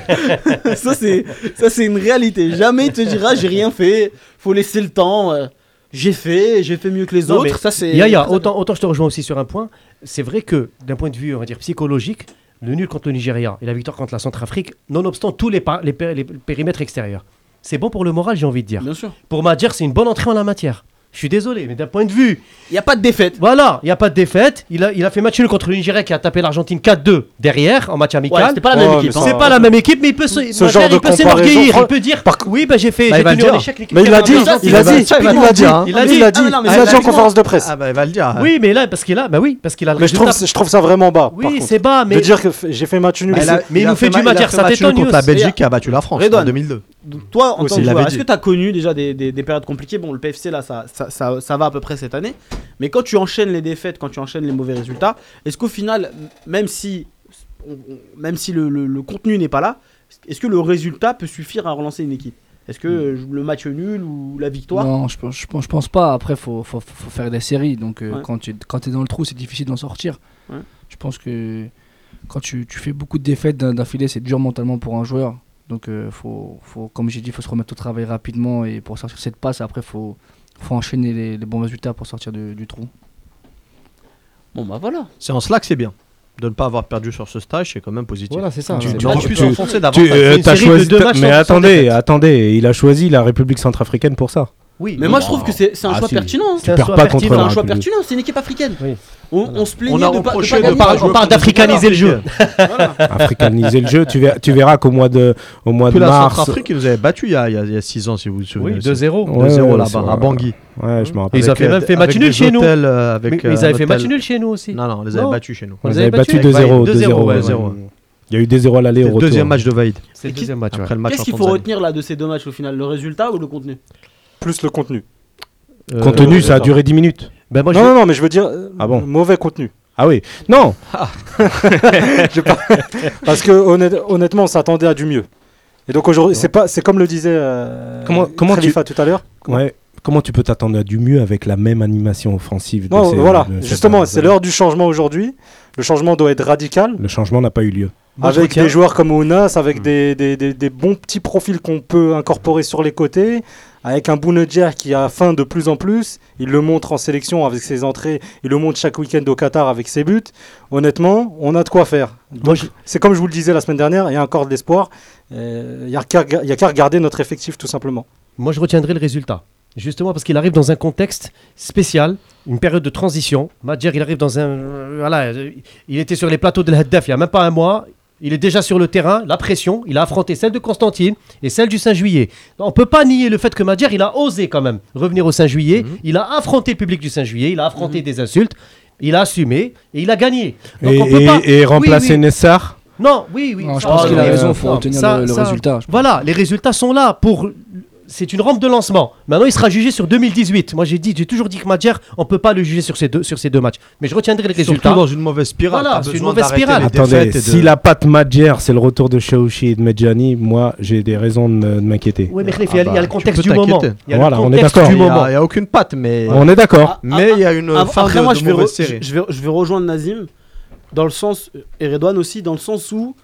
ça, c'est, ça, c'est une réalité. Jamais il te dira, j'ai rien fait, faut laisser le temps. euh, J'ai fait, j'ai fait mieux que les
Non,
autres.
mais
Ça, c'est.
Yaya, autant, autant je te rejoins aussi sur un point. C'est vrai que d'un point de vue, on va dire psychologique, le nul contre le Nigeria et la victoire contre la Centrafrique, nonobstant tous les, pa- les, pér- les périmètres extérieurs, c'est bon pour le moral, j'ai envie de dire.
Bien sûr.
Pour Madjer, c'est une bonne entrée en la matière. Je suis désolé, mais d'un point de vue.
Il n'y a pas de défaite.
Voilà, il n'y a pas de défaite. Il a, il a fait match nul contre le Nigeria qui a tapé l'Argentine 4-2 derrière en match amical.
Ouais, c'était pas la même Ouais, équipe, mais hein.
C'est pas la même équipe, mais il peut se,
Ce
Madjer,
genre de
il peut
comparaison,
s'énorgueillir. Il
Fran-
peut dire Oui, bah, j'ai fait.
Bah,
j'ai
il va
tenu
le
en
dire.
échec l'équipe
Mais il l'a dit,
d'Argentine.
il l'a dit, il l'a dit, il l'a dit, il l'a dit, il l'a dit en conférence de presse.
Ah bah, il va le dire.
Oui, mais là, parce qu'il a, bah oui, parce qu'il a. le
Mais je trouve,
résultat.
je trouve ça vraiment bas. par
Oui,
contre.
c'est bas, mais-
De dire que f- j'ai fait match nul.
Mais
c'est-
Bah, il a-
mais il
a
nous fait
ma-
du matière,
il a fait match
Saint-Étienne
nul contre la
aussi.
Belgique qui a battu la France
Redouane.
en 2002.
Toi, en
Aussi,
tant que
il l'avait
joueur, est-ce
dit.
que tu as connu déjà des, des- des périodes compliquées Bon, le PFC, là, ça, ça, ça- ça va à peu près cette année. Mais quand tu enchaînes les défaites, quand tu enchaînes les mauvais résultats, est-ce qu'au final, m- même si, on- on- même si le, le- le contenu n'est pas là, est-ce que le résultat peut suffire à relancer une équipe Est-ce que
Hmm.
euh, le match nul ou la victoire
Non, je, pense- je, pense- je pense pas. Après, faut, faut, faut faire des séries. Donc, euh,
Ouais.
quand tu quand es dans le trou, c'est difficile d'en sortir.
Ouais.
Je pense que quand tu, tu fais beaucoup de défaites d'un d'un filet, c'est dur mentalement pour un joueur. Donc, euh, faut, faut, comme j'ai dit, faut se remettre au travail rapidement. Et pour sortir cette passe, après, faut, faut enchaîner les, les bons résultats pour sortir de- du trou.
Bon bah voilà.
C'est en cela que c'est bien. De ne pas avoir perdu sur ce stage, c'est quand même positif.
Voilà, c'est ça.
Tu,
Ouais.
tu-
Là,
tu
tu
peux
peux-
t'enfoncer
tu-
davantage.
euh,
Une
t'as
série de
choisi-
deux matchs
Mais
sans- sans
attendez,
défaite.
attendez, il a choisi la République centrafricaine pour ça.
Oui,
Mais moi, je trouve que c'est c'est un
Ah,
choix
si.
pertinent. hein.
Tu perds pas contre
C'est
la
un choix
République.
pertinent, c'est une équipe africaine. On, on se plaignait
On a
de pas- de pas
reproché de
gagner.
pas jouer
On parle d'africaniser le jeu.
Africaniser le jeu, tu verras, tu verras qu'au mois de, au mois
Puis
de
la
mars.
Centrafrique, ils nous avaient battu il y a- il y a 6 ans, si vous vous souvenez.
Oui,
aussi.
2-0.
2-0
Ouais, ouais, c'est
là-bas, à
vrai.
Bangui.
Ouais, je me rappelle.
Et
Ils avaient
avec,
même
euh,
fait match
avec
nul
des
chez nous.
hôtels, euh, avec,
Mais mais
euh,
ils avaient
un
fait match
hôtel.
nul chez nous aussi.
Non, non, on les avait
Non.
battus chez nous.
Vous
On les
avez
avait
battu
battus
avec-
2-0.
2-0,
2-0,
ouais,
ouais.
0.
Il y a eu 2-0 à l'aller
C'est
au
le
retour.
deuxième match de Vaïd.
C'est
Et
le
qui-
deuxième match. ouais.
Après le match
Qu'est-ce
en
qu'il faut
Tanzanie.
retenir là de ces deux matchs au final Le résultat ou le contenu
Plus le contenu.
Compte tenu, ça a duré 10 minutes.
Ben, moi, je-
Non, non, non, mais je veux dire, euh,
Ah bon
mauvais contenu.
Ah oui. Non,
Je sais pas. Parce que honnête- honnêtement, on s'attendait à du mieux. Et donc aujourd'hui, c'est pas, c'est comme le disait euh,
Comment- comment tu-
Khalifa tout à l'heure.
Ouais. Comment tu peux t'attendre à du mieux avec la même animation offensive de
Non,
ces-
voilà,
de ces
justement,
dernières
c'est
années
l'heure du changement aujourd'hui. Le changement doit être radical.
Le changement n'a pas eu lieu.
Moi, je
avec
retiens-
des joueurs comme Ounas, avec
Mm.
des, des- des- des bons petits profils qu'on peut incorporer sur les côtés, avec un Bounedjah qui a faim de plus en plus, il le montre en sélection avec ses entrées, il le montre chaque week-end au Qatar avec ses buts. Honnêtement, on a de quoi faire. Donc,
Moi, je-
C'est comme je vous le disais la semaine dernière, il y a encore de l'espoir. Euh, Il n'y a qu'à rega- il y a qu'à regarder notre effectif tout simplement.
Moi, je retiendrai le résultat. Justement, parce qu'il arrive dans un contexte spécial, une période de transition. Madjer, il arrive dans un. euh, Voilà, euh, il était sur les plateaux de la Haddaf il n'y a même pas un mois. Il est déjà sur le terrain, la pression. Il a affronté celle de Constantine et celle du 5 juillet. On ne peut pas nier le fait que Madjer, il a osé quand même revenir au 5 juillet.
Mhm.
Il a affronté le public du 5 juillet. Il a affronté des insultes. Il a assumé et il a gagné. Donc
et,
on peut
et-
pas.
et
Oui,
remplacer
oui.
Nessar
Non, oui, oui.
Non, je
ça-
pense
Ah,
qu'il a
oui,
raison,
euh,
faut
non,
retenir
ça-
le- le
ça-
résultat, je pense.
Voilà, les résultats sont là pour. C'est une rampe de lancement. Maintenant, il sera jugé sur 2018. Moi, j'ai dit, j'ai toujours dit que Madjer, on peut pas le juger sur ces deux, sur ces deux matchs. Mais je retiendrai les
Surtout
résultats.
dans une mauvaise spirale.
Voilà,
t'as
c'est une
besoin
mauvaise
d'arrêter
spirale.
les
Attendez,
défaites et de-
si la patte Madjer, c'est le retour de Shaoshi et de Medjani, moi, j'ai des raisons de me- de m'inquiéter.
Oui, mais Khalif, il y a-
Ah
il y a
bah,
le contexte
peux
du moment.
t'inquiéter.
Il y a
Voilà,
le
on est
contexte
d'accord.
du
Il y a-
moment.
Il n'y a aucune patte, mais.
On est d'accord.
Ah.
Mais il y a une
Av-
fin
après,
de,
moi,
de
je, vais re-
mauvaise
je,
série.
je vais, je vais rejoindre Nazim dans le sens, euh, et Redouane aussi, dans le sens où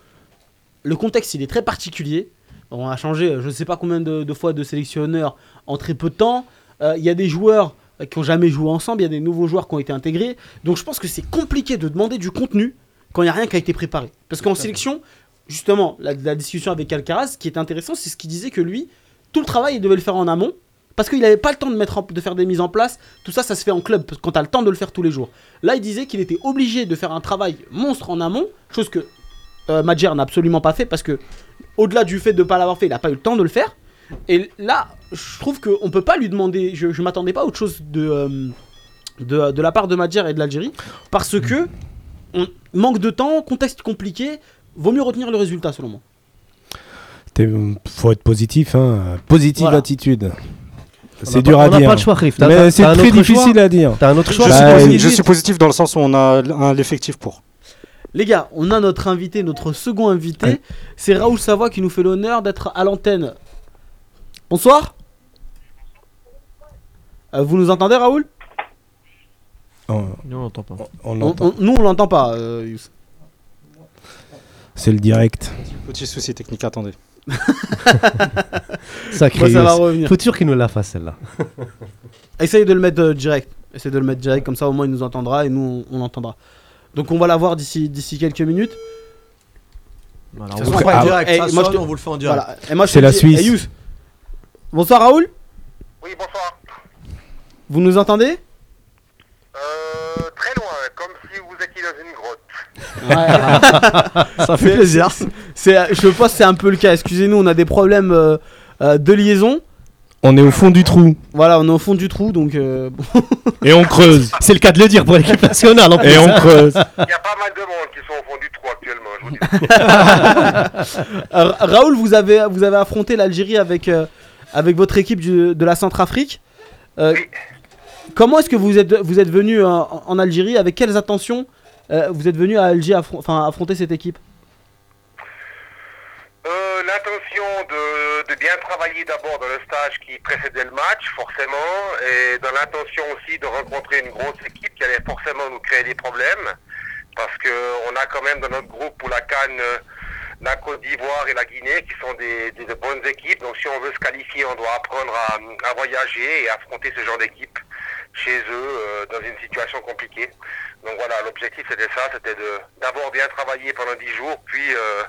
le contexte il est très particulier. On a changé euh, je ne sais pas combien de, de fois de sélectionneurs en très peu de temps. Euh, Il y a des joueurs euh, qui n'ont jamais joué ensemble, il y a des nouveaux joueurs qui ont été intégrés. Donc je pense que c'est compliqué de demander du contenu quand il n'y a rien qui a été préparé. Parce qu'en sélection, justement, la, la discussion avec Alcaraz, ce qui est intéressant, c'est ce qu'il disait que lui, tout le travail, il devait le faire en amont. Parce qu'il n'avait pas le temps de, mettre en- de faire des mises en place. Tout ça, ça se fait en club, parce- quand tu as le temps de le faire tous les jours. Là, il disait qu'il était obligé de faire un travail monstre en amont, chose que euh, Madjer n'a absolument pas fait, parce que au-delà du fait de ne pas l'avoir fait, il n'a pas eu le temps de le faire. Et là, je trouve qu'on ne peut pas lui demander, je ne m'attendais pas à autre chose de, euh, de, de la part de Madjer et de l'Algérie, parce que on manque de temps, contexte compliqué, vaut mieux retenir le résultat selon moi.
T'es- Faut être positif, hein. Positive
Voilà.
attitude.
On
C'est
a
dur
pas-
à
On n'a
dire.
pas le choix, Khalif. T'as- t'as-
Mais c'est
t'as un
très
autre
difficile
choix.
à dire.
T'as un autre
Je,
choix.
Bah,
suis,
euh,
positif,
il-
je suis positif dans le sens où on a l- un- l'effectif pour.
Les gars, on a notre invité, notre second invité, c'est Raoul Savoie qui nous fait l'honneur d'être à l'antenne. Bonsoir. Euh, vous nous entendez Raoul
On,
Non, on l'entend pas.
on
On-
l'entend.
on- Nous on l'entend pas. euh, Youss.
C'est le direct.
Petit souci technique, attendez.
Moi, ça va revenir.
Faut toujours qu'il nous la fasse celle-là.
Essaye de le mettre euh, direct. Essaye de le mettre direct, comme ça au moins il nous entendra et nous on, on l'entendra. Donc on va la voir d'ici d'ici quelques minutes.
Voilà,
De toute
on vous le
façon,
fait en
ah,
direct,
eh,
ça
moi, je
sonne,
te-
on vous le fait en direct.
Voilà. Et moi, je
C'est
te
la
dis-
Suisse.
eh, Youssef. Bonsoir Raoul. Oui, bonsoir. Vous nous entendez Euh, Très loin, comme si vous étiez dans une grotte.
Ça fait plaisir.
C'est, je pense que c'est un peu le cas. Excusez-nous, on a des problèmes euh, euh, de liaison.
On est au fond du trou
Voilà, on est au fond du trou, donc euh, bon.
et on creuse.
C'est le cas de le dire pour l'équipe nationale. en
Et
plus.
on creuse.
Ra- Euh, Raoul, vous avez, vous avez affronté l'Algérie avec, euh, avec votre équipe du- de la Centrafrique. Euh, Comment est-ce que vous êtes, vous êtes venu euh, en, en Algérie Avec quelles intentions euh, vous êtes venu à Alger affron- enfin, affronter cette équipe
Euh, L'intention de, de bien travailler d'abord dans le stage qui précédait le match, forcément, et dans l'intention aussi de rencontrer une grosse équipe qui allait forcément nous créer des problèmes, parce que on a quand même dans notre groupe pour la Cannes euh, la Côte d'Ivoire et la Guinée qui sont des, des- de bonnes équipes, donc si on veut se qualifier, on doit apprendre à, à voyager et affronter ce genre d'équipe chez eux euh, dans une situation compliquée. Donc voilà, l'objectif c'était ça, c'était de d'abord bien travailler pendant 10 jours, puis euh,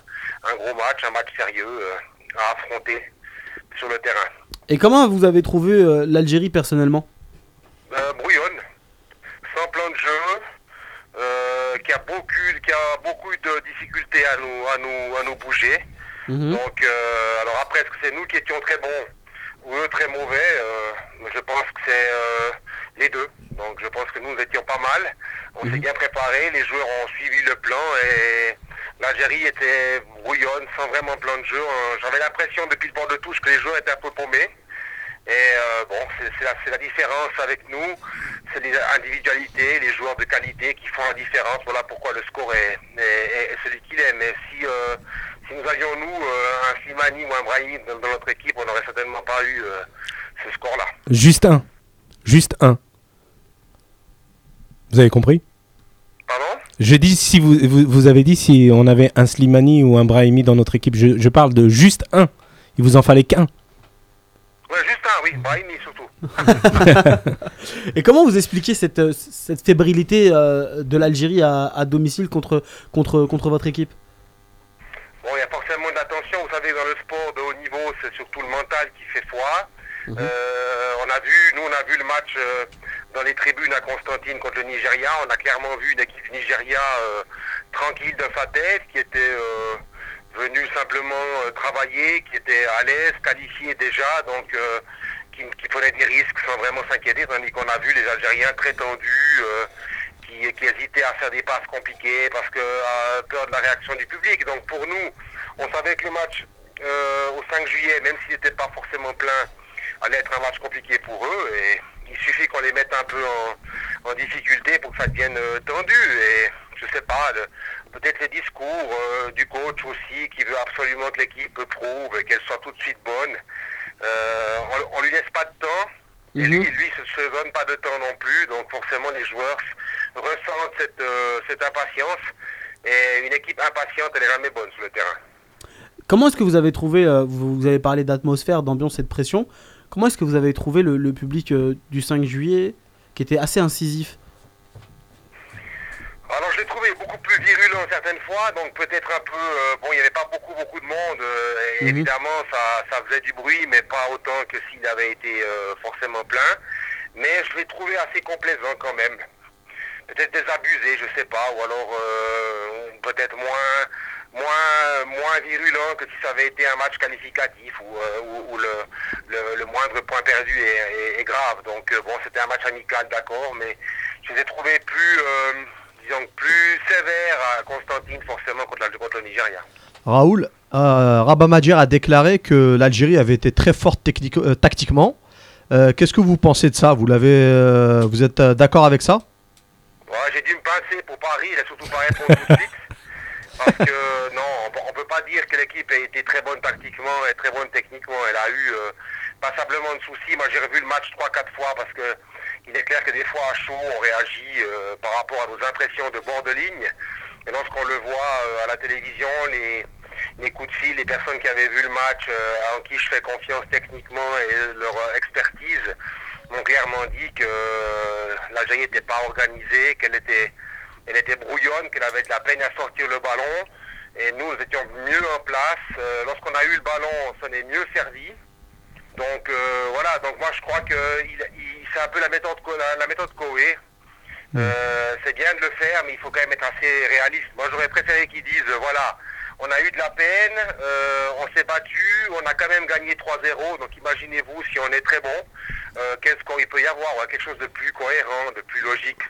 un gros match, un match sérieux euh, à affronter sur le terrain.
Et comment vous avez trouvé euh, l'Algérie personnellement
Euh, brouillonne, sans plan de jeu, euh, qui a beaucoup, qui a beaucoup de difficultés à nous, à nous, à nous bouger.
Mhm.
Donc, euh, alors après, est-ce que c'est nous qui étions très bons ou eux très mauvais Euh, Je pense que c'est euh, les deux. Donc, je pense que nous, nous étions pas mal. On s'est bien préparé, les joueurs ont suivi le plan et l'Algérie était brouillonne, sans vraiment plan de jeu. Euh, J'avais l'impression depuis le bord de touche que les joueurs étaient un peu paumés. Et euh, bon, c'est c'est la, c'est la différence avec nous, c'est les individualités, les joueurs de qualité qui font la différence. Voilà pourquoi le score est, est- est celui qu'il est. Mais si, euh, si nous avions, nous, euh, un Slimani ou un Brahim dans, dans notre équipe, on n'aurait certainement pas eu euh, ce score-là.
Juste un. Juste un. Vous avez compris
Pardon
Je dis si vous, vous, vous avez dit si on avait un Slimani ou un Brahimi dans notre équipe. Je, je parle de juste un. Il vous en fallait qu'un.
Ouais, juste un, oui, Brahimi surtout.
Et comment vous expliquez cette, euh, cette fébrilité euh, de l'Algérie à, à domicile contre, contre, contre votre équipe
Bon, il y a forcément de l'attention. Vous savez, dans le sport de haut niveau, c'est surtout le mental qui fait foi.
Mhm.
Euh, on a vu, nous, on a vu le match euh, dans les tribunes à Constantine contre le Nigeria. On a clairement vu une équipe du Nigeria euh, tranquille dans sa tête, qui était euh, venue simplement euh, travailler, qui était à l'aise, qualifiée déjà, donc euh, qui, qui prenait des risques sans vraiment s'inquiéter, tandis qu'on a vu les Algériens très tendus. euh, qui, qui hésitaient à faire des passes compliquées parce que euh, peur de la réaction du public. Donc pour nous, on savait que le match euh, au 5 juillet, même s'il n'était pas forcément plein, allait être un match compliqué pour eux. Et il suffit qu'on les mette un peu en, en difficulté pour que ça devienne euh, tendu. Et je sais pas, le- peut-être les discours euh, du coach aussi qui veut absolument que l'équipe prouve et qu'elle soit tout de suite bonne. Euh, on, on lui laisse pas de temps. Et lui, lui se, se donne pas de temps non plus, donc forcément les joueurs ressentent cette, euh, cette impatience. Et une équipe impatiente, elle est jamais bonne sur le terrain.
Comment est-ce que vous avez trouvé, euh, vous, vous avez parlé d'atmosphère, d'ambiance et de pression, comment est-ce que vous avez trouvé le, le public euh, du 5 juillet qui était assez incisif
Alors je l'ai trouvé beaucoup plus virulent certaines fois, donc peut-être un peu... euh, bon, il n'y avait pas beaucoup, beaucoup de monde. euh, et
Mhm.
Évidemment, ça, ça faisait du bruit, mais pas autant que s'il avait été euh, forcément plein. Mais je l'ai trouvé assez complaisant quand même. Peut-être désabusé, je sais pas, ou alors euh, peut-être moins, moins, moins virulent que si ça avait été un match qualificatif où, euh, où- où le, le- le moindre point perdu est, est- est grave. Donc euh, bon, c'était un match amical, d'accord, mais je les ai trouvés plus, euh, disons, plus sévères à Constantine, forcément, contre, la, contre le Nigeria.
Raoul, euh, Rabamajer a déclaré que l'Algérie avait été très forte technique- euh, tactiquement. Euh, Qu'est-ce que vous pensez de ça vous, l'avez, euh, vous êtes euh, d'accord avec ça
Ouais, j'ai dû me pincer pour Paris, il a surtout pas répondu tout de suite. Parce que non, on peut- on peut pas dire que l'équipe a été très bonne tactiquement et très bonne techniquement. Elle a eu euh, passablement de soucis. Moi, j'ai revu le match 3-4 fois parce que il est clair que des fois à chaud, on réagit euh, par rapport à nos impressions de bord de ligne.
Et lorsqu'on le voit euh, à la télévision, les, les coups de fil, les personnes qui avaient vu le match, euh, en qui je fais confiance techniquement et leur euh, expertise, m'ont clairement dit que euh, la Jaillie n'était pas organisée, qu'elle était, elle était brouillonne, qu'elle avait de la peine à sortir le ballon. Et nous, nous étions mieux en place. Euh, Lorsqu'on a eu le ballon, on s'en est mieux servi. Donc euh, voilà, donc moi je crois que il, il- c'est un peu la méthode, Co- la, la méthode Koé. Euh, c'est bien de le faire, mais il faut quand même être assez réaliste. Moi j'aurais préféré qu'ils disent, euh, voilà, on a eu de la peine, euh, on s'est battu, on a quand même gagné 3-0, donc imaginez-vous si on est très bon, euh, quel score il peut y avoir, ouais, quelque chose de plus cohérent, de plus logique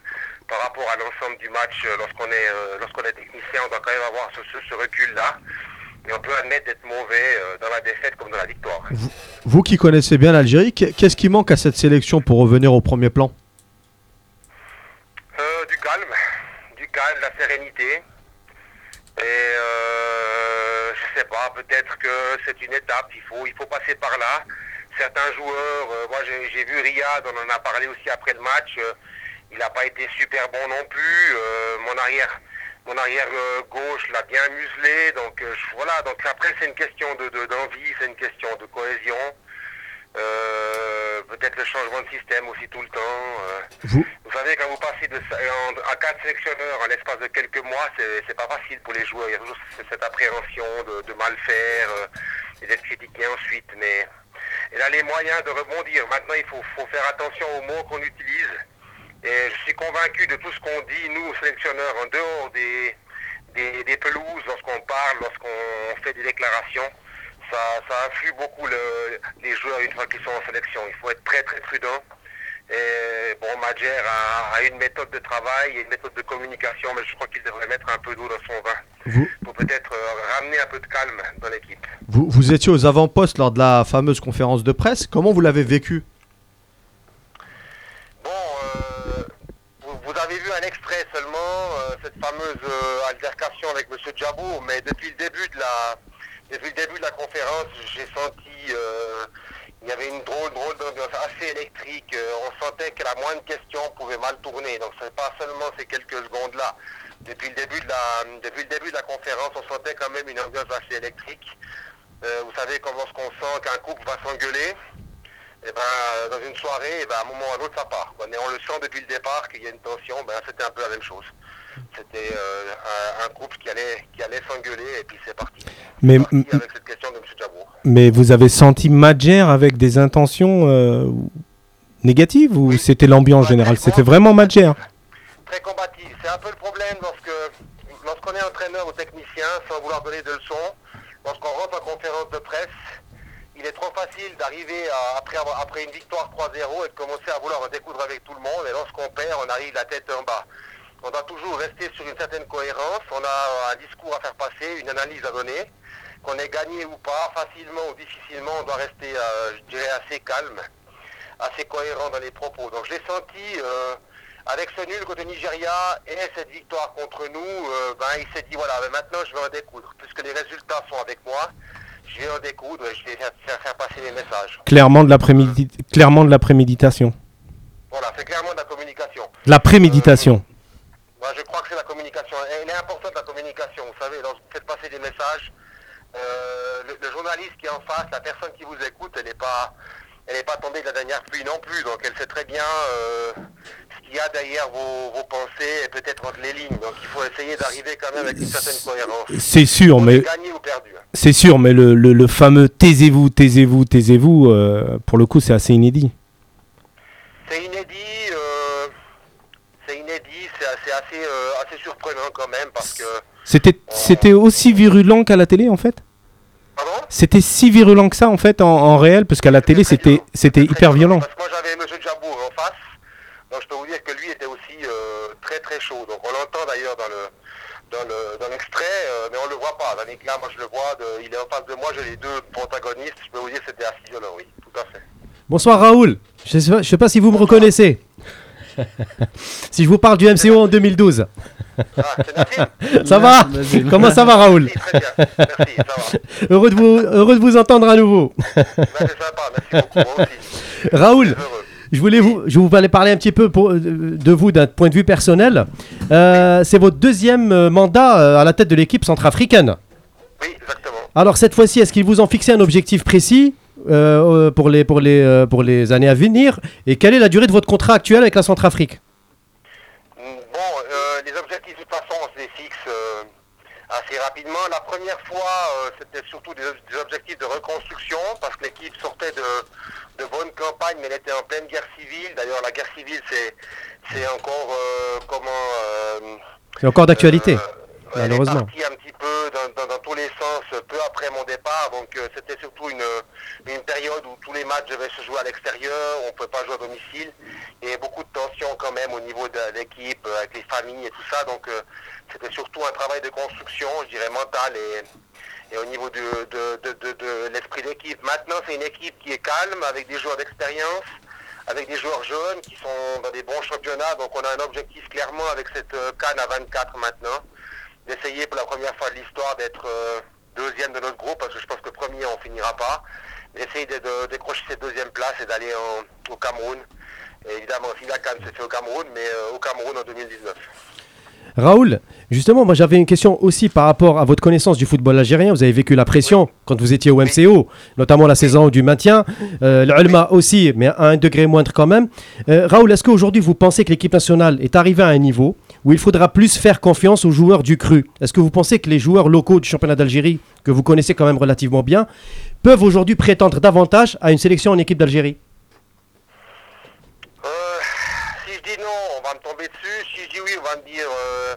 par rapport à l'ensemble du match. euh, Lorsqu'on est, euh, lorsqu'on est technicien, on doit quand même avoir ce, ce- ce recul-là. Et on peut admettre d'être mauvais euh, dans la défaite comme dans la victoire.
Vous, vous qui connaissez bien l'Algérie, qu'est- qu'est-ce qui manque à cette sélection pour revenir au premier plan
Euh, du calme, du calme, de la sérénité. Et euh, je sais pas, peut-être que c'est une étape, il faut, il faut passer par là. Certains joueurs, euh, moi j'ai j'ai vu Riyad, on en a parlé aussi après le match, euh, il n'a pas été super bon non plus. Euh, mon arrière, mon arrière euh, gauche l'a bien muselé, donc euh, je- voilà. Donc après c'est une question de de- d'envie, c'est une question de cohésion. Euh, peut-être le changement de système aussi tout le temps. euh.
Vous-
savez, quand vous passez de, ça- en- à quatre sélectionneurs en l'espace de quelques mois, c'est c'est pas facile pour les joueurs. Il y a toujours c- cette appréhension de, de mal faire euh, et d'être critiqué ensuite. Mais elle a les moyens de rebondir. Maintenant, il faut, faut faire attention aux mots qu'on utilise. Et je suis convaincu de tout ce qu'on dit, nous, sélectionneurs, en dehors des, des, des pelouses, lorsqu'on parle, lorsqu'on fait des déclarations. Ça, ça influe beaucoup le- les joueurs une fois qu'ils sont en sélection. Il faut être très très prudent. Et bon, Madjer a, a une méthode de travail et une méthode de communication, mais je crois qu'il devrait mettre un peu d'eau dans son vin
Vous-
pour peut-être euh, ramener un peu de calme dans l'équipe.
vous, vous étiez aux avant-postes lors de la fameuse conférence de presse. Comment vous l'avez vécu
euh, Vous, vous avez vu un extrait seulement, euh, cette fameuse euh, altercation avec M. Djabour, mais depuis le début de la, depuis le début de la conférence, j'ai senti euh, il y avait une drôle, drôle d'ambiance assez électrique. Euh, on sentait que la moindre question pouvait mal tourner. Donc c'est pas seulement ces quelques secondes là. Depuis le début de la, depuis le début de la conférence, on sentait quand même une ambiance assez électrique. Euh, vous savez comment ce qu'on sent qu'un couple va s'engueuler eh ben, euh, dans une soirée, eh ben, à un moment ou à un autre, ça part. quoi. Mais on le sent depuis le départ qu'il y a une tension, ben, c'était un peu la même chose. C'était euh, un, un couple qui allait, qui allait s'engueuler et puis c'est parti.
Mais-
C'est parti
m-
avec cette question de M. Jabour.
Mais vous avez senti Madjer avec des intentions euh, négatives ou c'était l'ambiance générale C'était vraiment hein. Madjer
Très combatif. C'est un peu le problème lorsque lorsqu'on est entraîneur ou technicien, sans vouloir donner de leçons, lorsqu'on rentre en conférence de presse, il est trop facile d'arriver à- après, avoir- après une victoire 3-0 et de commencer à vouloir en découdre avec tout le monde. Et lorsqu'on perd, on arrive la tête en bas. On doit toujours rester sur une certaine cohérence. On a un discours à faire passer, une analyse à donner. Qu'on ait gagné ou pas, facilement ou difficilement, on doit rester, euh, je dirais, assez calme, assez cohérent dans les propos. Donc je l'ai senti, euh, avec ce nul contre le Nigeria et cette victoire contre nous, euh, ben, il s'est dit, voilà, ben, maintenant je vais en découdre. Puisque les résultats sont avec moi, je vais en découdre et je vais faire, faire- faire passer les messages.
Clairement de la prémédi- clairement de la préméditation.
Voilà, c'est clairement de la communication.
De la préméditation.
Moi, je crois que c'est la communication. Et Elle est importante, la communication. Vous savez, lorsque vous faites passer des messages, euh, le, le journaliste qui est en face, la personne qui vous écoute, elle n'est pas, elle n'est pas tombée de la dernière pluie non plus. Donc, elle sait très bien euh, ce qu'il y a derrière vos, vos pensées et peut-être entre les lignes. Donc, il faut essayer d'arriver quand même Euh, avec une certaine cohérence.
C'est sûr,
Qu'on
mais
ait gagné ou perdu.
c'est sûr, mais le, le- le fameux taisez-vous, taisez-vous, taisez-vous, euh, pour le coup, c'est assez inédit.
C'est inédit, euh, c'est inédit, c'est c'est assez, euh, assez surprenant quand même parce que.
C'était c'était aussi virulent qu'à la télé en fait. C'était si virulent que ça en fait en, en réel, parce qu'à la télé c'était c'était hyper violent.
Parce que moi j'avais M. Jabour en face, donc je peux vous dire que lui était aussi euh, très très chaud. Donc on l'entend d'ailleurs dans le dans le- dans l'extrait, euh, mais on le voit pas. Dans l'éclat, moi je le vois, de- il est en face de moi, j'ai les deux protagonistes, je peux vous dire que c'était assez violent, oui, tout à fait.
Bonsoir Raoul. Je ne sais, pas- je sais pas si vous me reconnaissez. si je vous parle du MCO en 2012.
Ah,
ça va
Nazim.
Comment ça va Raoul
Merci, très bien. Merci, ça va.
heureux, de vous, heureux de vous entendre à nouveau.
Ben, c'est sympa, merci beaucoup, moi aussi.
Raoul,
je voulais vous, je voulais parler un petit peu pour- euh, de vous d'un point de vue personnel. Euh, c'est votre deuxième euh, mandat euh, à la tête de l'équipe centrafricaine. Alors cette fois-ci, est-ce qu'ils vous ont fixé un objectif précis euh, euh, pour, les, pour, les, euh, pour les années à venir Et quelle est la durée de votre contrat actuel avec la Centrafrique
euh,
assez rapidement. La première fois, euh, c'était surtout des, des objectifs de reconstruction, parce que l'équipe sortait de, de bonnes campagnes, mais elle était en pleine guerre civile. D'ailleurs, la guerre civile, c'est, c'est encore euh, comment euh,
C'est encore d'actualité,
elle est
malheureusement.
partie un petit peu dans, dans- dans tous les sens euh, peu après mon départ. Donc euh, c'était surtout une, une période où tous les matchs devaient se jouer à l'extérieur, on ne pouvait pas jouer à domicile. Et beaucoup de tensions quand même au niveau de l'équipe, euh, avec les familles et tout ça. Donc euh, c'était surtout un travail de construction, je dirais mental et, et au niveau de, de- de- de- de l'esprit d'équipe. Maintenant c'est une équipe qui est calme, avec des joueurs d'expérience avec des joueurs jeunes qui sont dans des bons championnats. Donc on a un objectif clairement avec cette euh, canne à 24 maintenant, d'essayer pour la première fois de l'histoire d'être euh, deuxième de notre groupe, parce que je pense que premier on finira pas. D'essayer de, de décrocher cette deuxième place et d'aller en- au Cameroun. Et évidemment, si la canne se fait au Cameroun, mais euh, au Cameroun en 2019.
Raoul, justement, moi j'avais une question aussi par rapport à votre connaissance du football algérien. Vous avez vécu la pression quand vous étiez au MCO, notamment la saison du maintien. Euh, L'Ulma aussi, mais à un degré moindre quand même. Euh, Raoul, est-ce qu'aujourd'hui vous pensez que l'équipe nationale est arrivée à un niveau où il faudra plus faire confiance aux joueurs du cru Est-ce que vous pensez que les joueurs locaux du championnat d'Algérie, que vous connaissez quand même relativement bien, peuvent aujourd'hui prétendre davantage à une sélection en équipe d'Algérie
Si je dis non, on va me tomber dessus. Si je dis oui, on va me dire euh,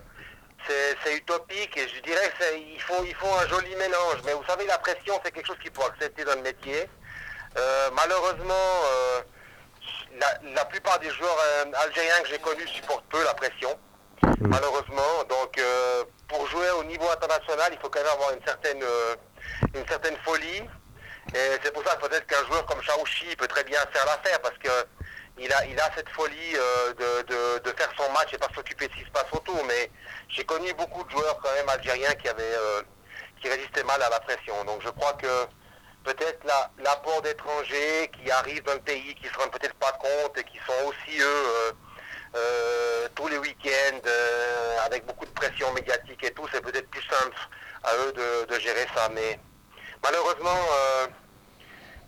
c'est c'est utopique. Et je dirais que c'est- il faut, il faut un joli mélange. Mais vous savez, la pression, c'est quelque chose qu'il faut accepter dans le métier. Euh, malheureusement, euh, la, la plupart des joueurs euh, algériens que j'ai connus supportent peu la pression. Malheureusement, donc euh, pour jouer au niveau international, il faut quand même avoir une certaine, euh, une certaine folie. Et c'est pour ça que peut-être qu'un joueur comme Chaouchi peut très bien faire l'affaire parce que il a, il a cette folie euh, de, de- de faire son match et pas s'occuper de ce qui se passe autour. Mais j'ai connu beaucoup de joueurs quand même algériens qui avaient euh, qui résistaient mal à la pression. Donc je crois que peut-être la- l'apport d'étrangers qui arrivent dans le pays, qui se rendent peut-être pas compte et qui sont aussi eux euh, euh, tous les week-ends euh, avec beaucoup de pression médiatique et tout, c'est peut-être plus simple à eux de, de gérer ça. Mais malheureusement, euh,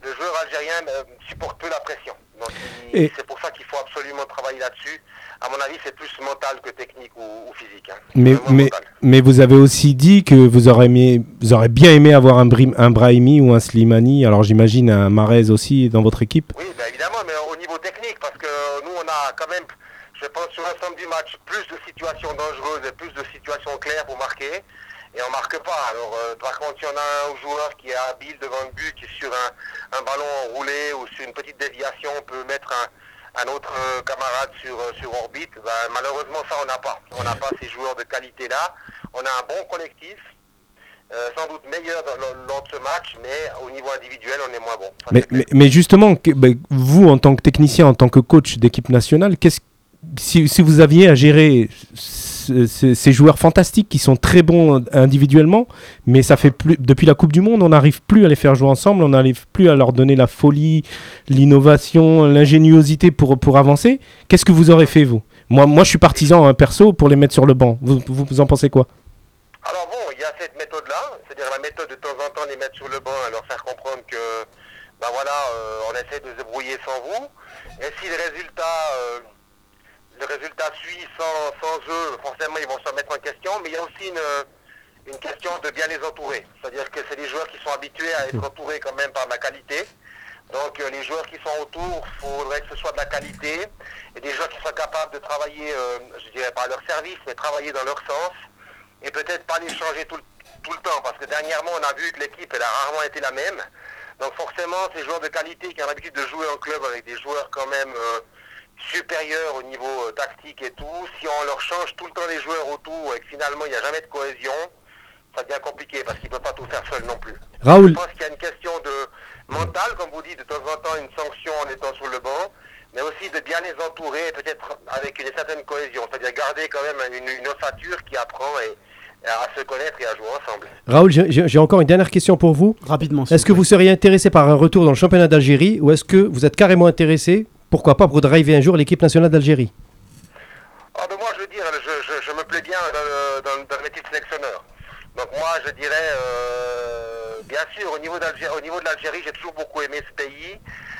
le joueur algérien euh, supporte peu la pression. Donc il-
Et-
c'est pour ça qu'il faut absolument travailler là-dessus. À mon avis, c'est plus mental que technique ou, ou physique. hein.
Mais,
Vraiment
mais,
mental.
mais vous avez aussi dit que vous aurez, aimé, vous aurez bien aimé avoir un, Brim- un Brahimi ou un Slimani. Alors j'imagine un Marez aussi dans votre équipe.
Oui, ben évidemment, mais au niveau technique, parce que nous, on a quand même, je pense, sur l'ensemble du match, plus de situations dangereuses et plus de situations claires pour marquer. Et on marque pas. Alors, euh, par contre, il y en a un joueur qui est habile devant le but, qui sur un, un ballon enroulé ou sur une petite déviation peut mettre un, un autre euh, camarade sur, euh, sur orbite. Ben, malheureusement, ça, on n'a pas. On n'a pas ces joueurs de qualité-là. On a un bon collectif, euh, sans doute meilleur dans- lors- lors de ce match, mais au niveau individuel, on est moins bon.
Mais, mais, mais justement, que- ben, vous, en tant que technicien, en tant que coach d'équipe nationale, qu'est-ce si, si vous aviez à gérer ce- ce- ces joueurs fantastiques qui sont très bons individuellement, mais ça fait plus depuis la Coupe du Monde, on n'arrive plus à les faire jouer ensemble, on n'arrive plus à leur donner la folie, l'innovation, l'ingéniosité pour, pour avancer. Qu'est-ce que vous aurez fait vous Moi, moi, je suis partisan hein, perso pour les mettre sur le banc. Vous, vous, vous en pensez quoi
Alors bon, il y a cette méthode-là, c'est-à-dire la méthode de temps en temps les mettre sur le banc et leur faire comprendre que, ben voilà, euh, on essaie de se débrouiller sans vous. Et si le résultat, euh, le résultat suit sans, sans eux, forcément ils vont se remettre en question. Mais il y a aussi une, une question de bien les entourer. C'est-à-dire que c'est des joueurs qui sont habitués à être entourés quand même par la qualité. Donc euh, les joueurs qui sont autour, il faudrait que ce soit de la qualité et des joueurs qui soient capables de travailler, euh, je dirais pas à leur service, mais travailler dans leur sens et peut-être pas les changer tout le, tout le temps, parce que dernièrement, on a vu que l'équipe, elle a rarement été la même. Donc forcément, ces joueurs de qualité qui ont l'habitude de jouer en club avec des joueurs quand même euh, supérieurs au niveau euh, tactique et tout, si on leur change tout le temps les joueurs autour et que finalement, il n'y a jamais de cohésion, ça devient compliqué, parce qu'ils ne peuvent pas tout faire seuls non plus.
Raoul.
Je pense qu'il y a une question de mentale, comme vous dites, de temps en temps, une sanction en étant sur le banc, mais aussi de bien les entourer, peut-être avec une certaine cohésion, c'est-à-dire garder quand même une, une ossature qui apprend et, à se connaître et à jouer ensemble.
Raoul, j'ai- j'ai j'ai encore une dernière question pour vous.
Rapidement.
Est-ce que vous seriez intéressé par un retour dans le championnat d'Algérie ou est-ce que vous êtes carrément intéressé
pourquoi pas pour driver un jour l'équipe nationale d'Algérie
Ah ben moi je veux dire, je, je- je me plais bien dans, dans- dans le métier de sélectionneur. Donc moi je dirais, euh, bien sûr, au niveau, d'Algé- au niveau de l'Algérie, j'ai toujours beaucoup aimé ce pays.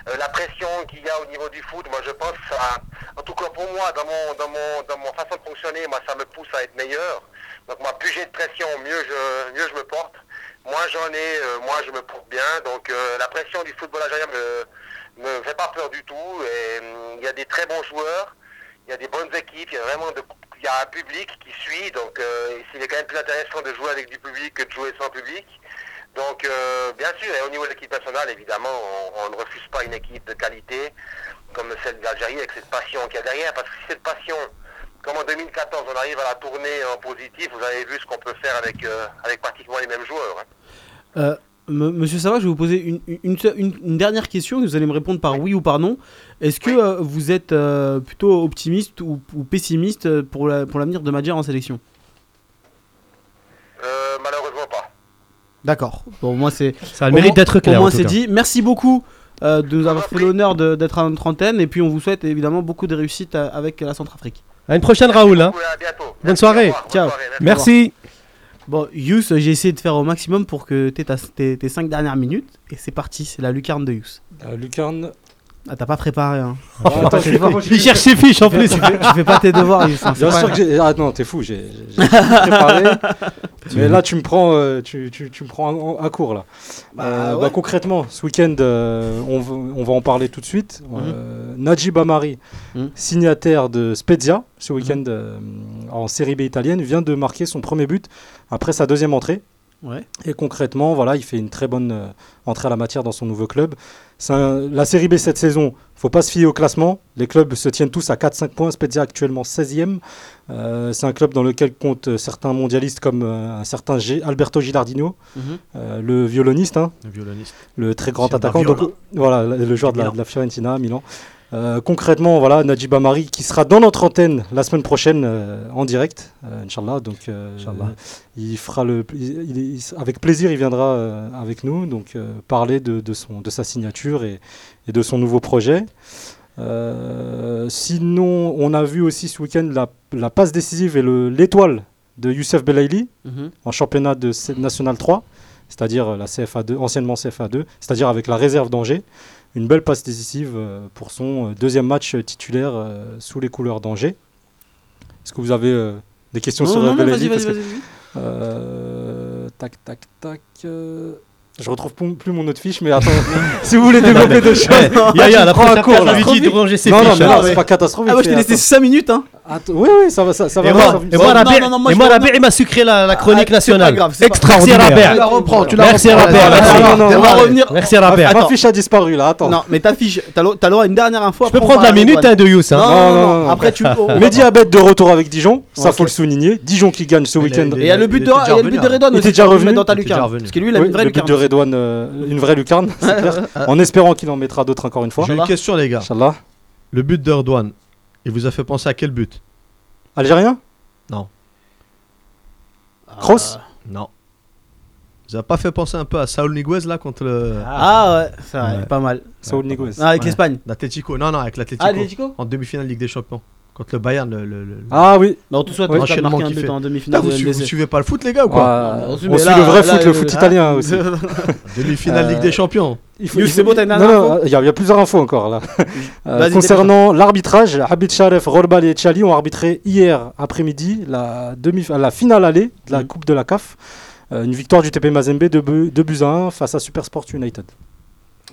Euh, la pression qu'il y a au niveau du foot, moi je pense, ça- en tout cas pour moi, dans mon, dans, mon, dans mon façon de fonctionner, moi ça me pousse à être meilleur. Donc moi plus j'ai de pression, mieux je, mieux je me porte. Moins j'en ai, euh, moins je me porte bien. Donc euh, la pression du football algérien me, me fait pas peur du tout. Et hum, il y a des très bons joueurs il y a des bonnes équipes, il y a vraiment de- il y a un public qui suit, donc euh, il est quand même plus intéressant de jouer avec du public que de jouer sans public. Donc euh, bien sûr, et au niveau de l'équipe nationale, évidemment, on, on ne refuse pas une équipe de qualité comme celle de l'Algérie avec cette passion qu'il y a derrière, parce que si cette passion, comme en 2014, on arrive à la tourner en positif, vous avez vu ce qu'on peut faire avec, euh, avec pratiquement les mêmes joueurs. hein.
Euh, me- Monsieur Savard, je vais vous poser une, une, une- une dernière question. Vous allez me répondre par oui ou par non. Est-ce que euh, vous êtes euh, plutôt optimiste ou, ou pessimiste euh, pour la- pour l'avenir de Madjer en sélection Malheureusement pas. D'accord. Bon, moi c'est.
Ça a le mérite
au moins-
d'être clair,
Au moins
en tout
c'est
cas.
dit. Merci beaucoup euh, de nous avoir fait l'honneur de- d'être à notre trentaine. Et puis on vous souhaite évidemment beaucoup de réussite euh, avec la Centrafrique.
À une prochaine, Raoul. hein. Bonne soirée.
Ciao.
Merci.
Bon, Yous, j'ai essayé de faire au maximum pour que t'aies ta- tes 5 dernières minutes. Et c'est parti, c'est la lucarne de Yous.
Euh,
La lucarne.
Ah, t'as pas préparé, hein. Tu
Ah,
fais pas
attends,
tes
je-
devoirs.
il cherche ses fiches, en
Tu
plus.
fais- Tu fais pas tes devoirs, Yous. hein, c'est
Bien
pas-
sûr que j'ai. Ah non, t'es fou, j'ai j'ai- j'ai tout préparé. Mais là, tu me prends, euh, tu, tu, tu me prends à, à court là. Euh, bah, concrètement, ce week-end, euh, on, va- on va en parler tout de suite.
Mhm.
Euh, Najib Amari, signataire de Spezia, ce
Mhm.
week-end euh, en Série B italienne, vient de marquer son premier but après sa deuxième entrée.
Ouais.
Et concrètement, voilà, il fait une très bonne euh, entrée à la matière dans son nouveau club. C'est un- la Série B cette saison, faut pas se fier au classement. Les clubs se tiennent tous à 4-5 points. Spezia actuellement 16e. Euh, c'est un club dans lequel comptent euh, certains mondialistes comme euh, un certain G- Alberto Gilardino,
Mhm.
euh, le violoniste, hein,
Le violoniste.
le très grand
Silva
attaquant.
Viola.
Donc, euh, voilà, le- le joueur de la, de la Fiorentina à Milan. Euh, concrètement, voilà, Najib Amari qui sera dans notre antenne la semaine prochaine euh, en direct, euh, Inch'Allah. Donc, euh, il fera le, il- il- il- avec plaisir, il viendra euh, avec nous donc euh, parler de, de son, de sa signature et, et de son nouveau projet. Euh, sinon, on a vu aussi ce week-end la, la passe décisive et le- l'étoile de Youssef Belaili
Mhm.
en championnat de C- National 3, c'est-à-dire euh, la CFA2, anciennement CFA2, c'est-à-dire avec la réserve d'Angers. Une belle passe décisive euh, pour son euh, deuxième match euh, titulaire euh, sous les couleurs d'Angers. Est-ce que vous avez euh, des questions
Non,
sur
non,
euh,
non,
Belaïli
vas-y,
Parce
vas-y,
que,
vas-y.
euh, Tac, tac, tac. euh, Je retrouve pou- plus mon autre fiche, mais attends. si vous voulez développer d'autres choses,
Ouais, Yaya, la
je prends un
prochaine fois,
cours,
je
là.
lui dis de ranger ses
Non, non,
fiches,
mais
hein.
non, c'est pas catastrophique.
Ah, moi, je t'ai
c'est-
laissé
attends.
cinq minutes, hein.
Attends, Oui, oui, ça va, ça, ça va.
Et moi,
ça-
et moi,
ça-
Rabert, et moi, Rabert, il m'a sucré la,
Ah,
la chronique nationale. Extraordinaire. Merci Rabert. Merci Rabert. Merci.
On va revenir.
Merci Rabert.
Attends.
a disparu là, attends.
Non, mais ta fiche, t'as le- t'as le droit à une dernière info.
Je
peux prendre la minute, hein, de Youss, hein.
Non, non, non, Après, tu.
Mehdi Abed de retour avec Dijon, ça
Ok.
faut le souligner. Dijon qui gagne ce week-end.
il est- Et il a le but il de- était déjà il y a le but revenu, de hein. Redouane
Il
aussi,
était déjà
faut le
revenu.
mettre dans ta Il était lucarne, déjà revenu. parce que lui, il a
Oui,
une vraie
le but de
lucarne. Ah.
Redouane, euh, une vraie lucarne, c'est clair. En espérant qu'il en mettra d'autres encore une fois.
J'ai une question, les gars. Le but d'Erdogan, il vous a fait penser à quel but
Algérien
Non.
Cross
Ah.
Non. Vous a pas fait penser un peu à Saul Niguez là contre le.
Ah ouais, c'est vrai, pas mal.
Saul Niguez.
Ah, avec l'Espagne.
L'Atletico, non, non, avec l'Atletico.
Ah, l'Atletico
En demi-finale Ligue des Champions. Contre le Bayern, le. le- le-
Ah oui.
Non, Bah, tout soit,
Oui.
t'as
Enchaînement
marqué un
qu'il
but
fait.
en demi-finale
Putain,
de
Vous,
LDC.
su- vous suivez pas le foot, les gars, ou quoi
Ouais. On suit le vrai foot, le foot italien aussi.
Demi-finale Ligue des Champions.
Il
Youss, c'est bon, t'as une
Non,
dernière
non,
info
il y, a- il y a plusieurs infos encore là. Euh,
Vas-y,
concernant l'arbitrage, Habib Sharef, Rorbal et Chali ont arbitré hier après-midi la, demi- la finale allée de la Coupe de la CAF. Euh, une victoire du TP Mazembe de, bu- de buts à 1 face à Supersport United.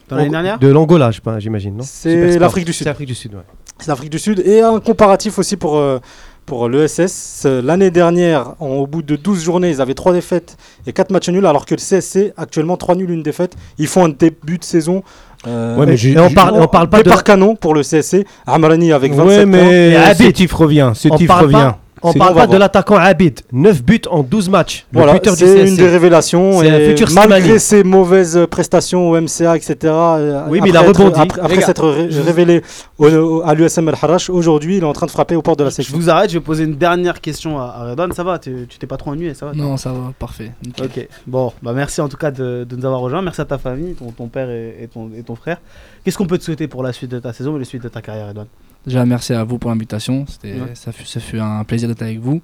Dans l'année dernière
De l'Angola, je sais pas, j'imagine, non
C'est
Supersport.
l'Afrique du Sud.
C'est l'Afrique du Sud, ouais.
C'est l'Afrique du Sud. Et un comparatif aussi pour, euh, pour l'ESS. Euh, L'année dernière, en- au bout de 12 journées, ils avaient 3 défaites et 4 matchs nuls, alors que le CSC, actuellement 3 nuls, une défaite. Ils font un début de saison. euh,
Ouais, mais j'ai- Et on parle- on parle pas
des
de-
par canon pour le CSC. Amarani avec 27
Ouais,
points.
mais ce titre revient. Ce
On
titre
parle
revient.
pas-
On
C'est-
parle
on va
pas de
voir.
l'attaquant Abid. 9 buts en 12 matchs. Le
Voilà,
buteur du
c'est
CSC.
une des révélations.
C'est un
Et
futur
malgré
Slimani.
ses mauvaises prestations au MCA, etc. euh,
Oui, mais il a
après être-
rebondi.
Après, après
Les gars,
s'être ré-
je-
révélé au- au- à l'USM El Harash, aujourd'hui, il est en train de frapper aux portes de la
Je
section.
vous arrête, je vais poser une dernière question à, à Redouane. Ça va, tu tu t'es pas trop ennuyé, ça va
Non, ça va, parfait. nickel.
Ok, bon, bah merci en tout cas de, de nous avoir rejoints. Merci à ta famille, ton, ton père et, et ton, et ton frère. Qu'est-ce qu'on peut te souhaiter pour la suite de ta saison et la suite de ta carrière, Edouard
Déjà, merci à vous pour l'invitation. C'était,
Ouais.
ça, fut, ça fut un plaisir d'être avec vous.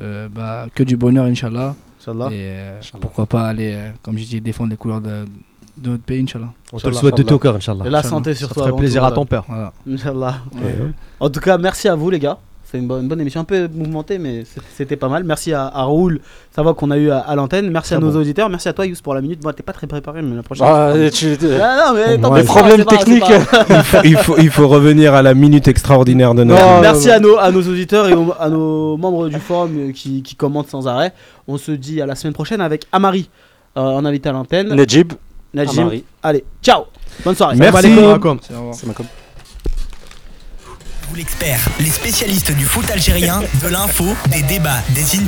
Euh, bah, que du bonheur, Inch'Allah.
Inch'Allah.
Et euh, pourquoi pas aller, euh, comme je dis, défendre les couleurs de, de notre pays, Inch'Allah.
On te le souhaite de tout cœur, Inch'Allah.
Et la santé surtout.
ferait
avant
plaisir
tout,
à
Redouane.
ton père.
Voilà.
Inch'Allah.
Ouais.
En tout cas, merci à vous, les gars. C'est une bonne, une bonne émission, un peu mouvementée, mais c'est- c'était pas mal. Merci à, à Raoul, ça va qu'on a eu à, à l'antenne. Merci à
Très
nos
bon.
auditeurs. Merci à toi, Yous, pour la minute. Bon, t'es pas très préparé, mais la prochaine.
Ah, et tu-
Ah, non, mais
Les
t'en fais pas,
problèmes
c'est pas- c'est
techniques.
pas-
il, faut, il, faut, il faut revenir à la minute extraordinaire de notre.
Merci à nos, à nos auditeurs et aux- à nos membres du forum euh, qui, qui commentent sans arrêt. On se dit à la semaine prochaine avec Amari euh, en invité à l'antenne.
Najib.
Najib.
Amari.
Allez, ciao. Bonne soirée.
Merci.
C'est ma com.
Vous l'expert, les spécialistes du foot algérien, de l'info, des débats, des interviews.